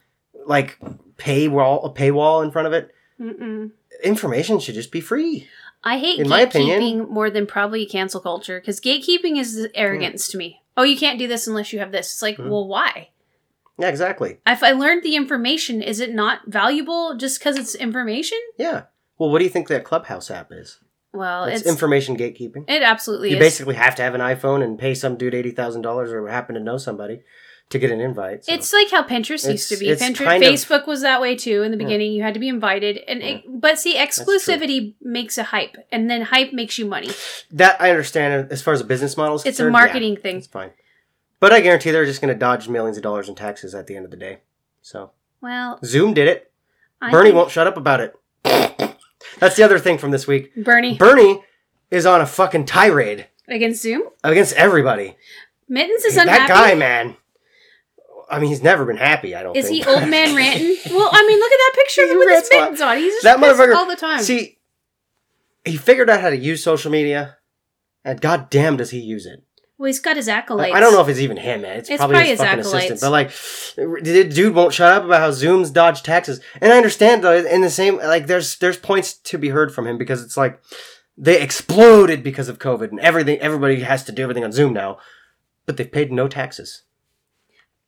B: like paywall a paywall in front of it.
C: Mm-mm.
B: Information should just be free.
C: I hate
B: In
C: gatekeeping
B: my opinion-
C: more than probably cancel culture because gatekeeping is arrogance
B: Hmm.
C: to me. Oh, you can't do this unless you have this. It's like,
B: Mm.
C: well, why?
B: Yeah, exactly.
C: If I learned the information, is it not valuable just because it's information?
B: Yeah. Well, what do you think that Clubhouse app is?
C: Well,
B: it's,
C: it's,
B: information gatekeeping.
C: it absolutely
B: You
C: is.
B: basically have to have an iPhone and pay some dude eighty thousand dollars or happen to know somebody to get an invite. so.
C: It's like how Pinterest
B: It's-
C: used to be.
B: it's
C: Pinterest,
B: kind of-
C: Facebook was that way too in the
B: Yeah.
C: beginning. You had to be invited, and it, but see,
B: true.
C: exclusivity makes a hype, and then hype makes you money.
B: that I understand as far as a business model is
C: It's a
B: concerned,
C: marketing
B: yeah,
C: thing.
B: It's fine. But I guarantee they're just going to dodge millions of dollars in taxes at the end of the day. So
C: Well,
B: Zoom did it.
C: I
B: Bernie
C: think-
B: won't shut up about it. That's the other thing from this week.
C: Bernie
B: Bernie is on a fucking tirade
C: against Zoom.
B: against everybody.
C: Mittens is
B: that
C: unhappy.
B: guy, man. I mean, he's never been happy. I don't.
C: is he
B: think.
C: old man ranting? Well, I mean, look at that picture
B: He
C: with his
B: rants a lot.
C: mittens on. He's just
B: That
C: pissed
B: motherfucker-
C: all the time.
B: See, he figured out how to use social media, and goddamn, does he use it.
C: well, he's got his accolades.
B: I don't know if it's even him, man. It's,
C: It's
B: probably,
C: probably
B: his,
C: his
B: fucking
C: acolytes.
B: assistant. But like, the dude won't shut up about how Zoom's dodge taxes, and I understand though. In the same, like, there's there's points to be heard from him because it's like they exploded because of COVID, and everything everybody has to do everything on Zoom now, but they've paid no taxes.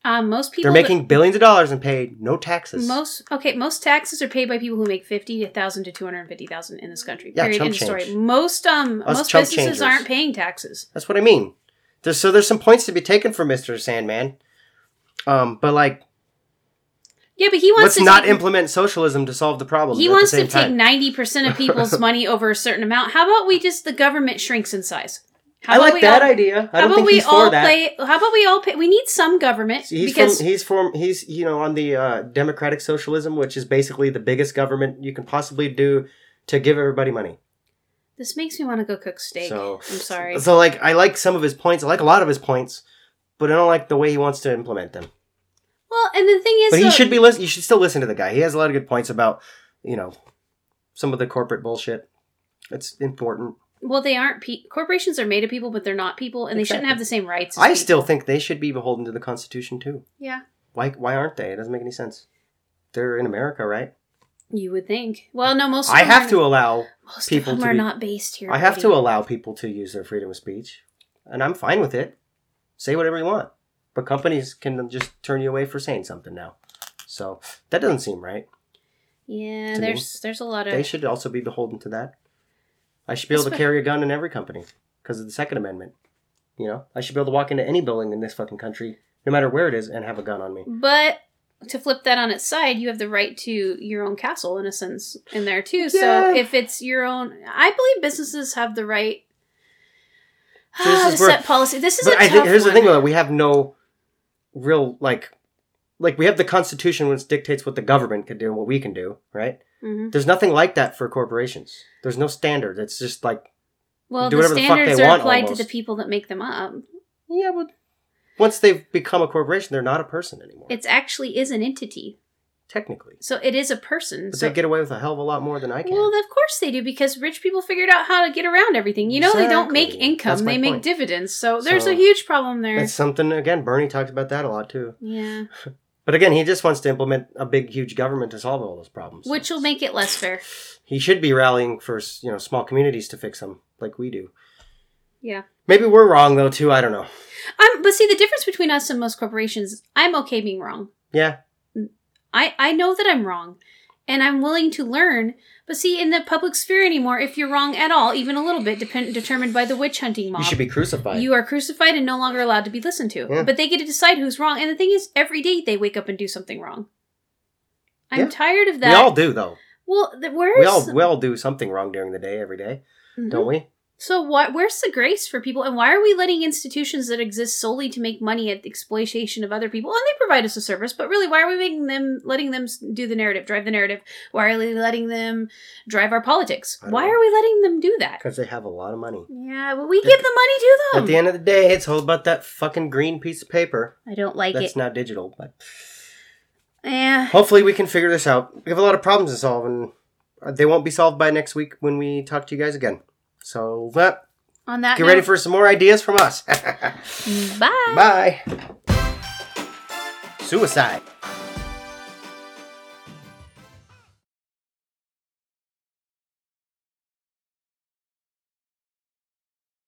C: Um, most people
B: They're making billions of dollars and paid no taxes.
C: Most okay, most taxes are paid by people who make fifty thousand to two hundred fifty thousand in this country.
B: Yeah,
C: period.
B: chump
C: End of story.
B: change.
C: Most um
B: Us
C: most
B: chump
C: businesses
B: changers.
C: aren't paying taxes.
B: That's what I mean. There's, so there's some points to be taken from Mister Sandman, um, but like,
C: Yeah, but he wants
B: let's
C: to
B: not
C: take,
B: implement socialism to solve the problem.
C: he
B: at
C: wants
B: the
C: to
B: same
C: take
B: time.
C: ninety percent of people's money over a certain amount. How about we just the government shrinks in size? How
B: I
C: about
B: like
C: we
B: that
C: all-
B: idea. I
C: how
B: don't
C: about
B: think
C: we
B: he's
C: all
B: for that.
C: play? How about we all pay? We need some government
B: So He's
C: because
B: from he's from he's you know on the uh, democratic socialism, which is basically the biggest government you can possibly do to give everybody money.
C: this makes me want to go cook steak.
B: So-
C: I'm sorry.
B: So like I like some of his points, I like a lot of his points, but I don't like the way he wants to implement them.
C: well, and the thing is,
B: But he
C: though-
B: should be listen. You should still listen to the guy. He has a lot of good points about you know some of the corporate bullshit. It's important.
C: Well, they aren't. Pe- corporations are made of people, but they're not people, and they shouldn't
B: Exactly.
C: have the same rights. As
B: I
C: people.
B: still think they should be beholden to the Constitution too.
C: yeah.
B: Why? Why aren't they? It doesn't make any sense. They're in America, right?
C: You would think. Well, no, most. Of
B: I
C: them
B: have
C: are,
B: to allow.
C: Most
B: people
C: of them
B: to
C: are
B: be-
C: not based here.
B: I have to
C: buddy.
B: allow people to use their freedom of speech, and I'm fine with it. Say whatever you want, but companies can just turn you away for saying something now. So that doesn't seem right.
C: Yeah,
B: to me.
C: there's there's a lot of.
B: They should also be beholden to that. I should be able to
C: Espe-
B: carry a gun in every company because of the Second Amendment. You know, I should be able to walk into any building in this fucking country, no matter where it is, and have a gun on me.
C: But to flip that on its side, you have the right to your own castle, in a sense, in there too.
B: Yeah.
C: So if it's your own, I believe businesses have the right ah,
B: So this
C: to
B: is where-
C: set policy. This is a
B: But I
C: tough
B: think here's
C: one.
B: the thing though: we have no real like, like we have the Constitution, which dictates what the government can do and what we can do, right?
C: Mhm.
B: There's nothing like that for corporations. There's no standard. It's just like,
C: Well,
B: do
C: the
B: whatever the fuck they
C: standards are
B: want
C: applied to
B: almost.
C: the people that make them up.
B: yeah, but once they've become a corporation, they're not a person anymore.
C: It's actually is an entity,
B: technically,
C: so it is a person.
B: but
C: so
B: they get away with a hell of a lot more than I can.
C: Well, of course they do because rich people figured out how to get around everything. You know, they don't make
B: Exactly.
C: income,
B: That's my
C: they make
B: point.
C: dividends. So there's
B: So-
C: a huge problem there.
B: That's something again. Bernie talks about that a lot too.
C: yeah.
B: But again, he just wants to implement a big, huge government to solve all those problems.
C: Which will make it less fair.
B: he should be rallying for you know small communities to fix them like we do.
C: Yeah.
B: Maybe we're wrong though too. I don't know.
C: Um, but see, the difference between us and most corporations, is I'm okay being wrong.
B: Yeah,
C: I, I know that I'm wrong and I'm willing to learn. But see, in the public sphere anymore, if you're wrong at all, even a little bit, depend- determined by the witch hunting mob,
B: you should be crucified.
C: you are crucified and no longer allowed to be listened to.
B: Yeah.
C: But they get to decide who's wrong. And the thing is, every day they wake up and do something wrong. I'm
B: Yeah.
C: tired of that.
B: we all do though.
C: Well, th- where's
B: We all we all do something wrong during the day every day,
C: Mhm.
B: don't we?
C: so what? Where's the grace for people? And why are we letting institutions that exist solely to make money at the exploitation of other people? And they provide us a service, but really, why are we making them letting them s- do the narrative, drive the narrative? Why are we letting them drive our politics?
B: I don't
C: Why
B: know.
C: are we letting them do that?
B: Because they have a lot of money.
C: Yeah, but we
B: At-
C: give the money to them.
B: At the end of the day, it's all about that fucking green piece of paper.
C: I don't like
B: That's
C: it. Eh,
B: now digital, but
C: yeah.
B: hopefully we can figure this out. We have a lot of problems to solve, and they won't be solved by next week when we talk to you guys again. So uh,
C: On that.
B: get ready
C: note,
B: for some more ideas from us.
C: Bye.
B: Bye. Suicide.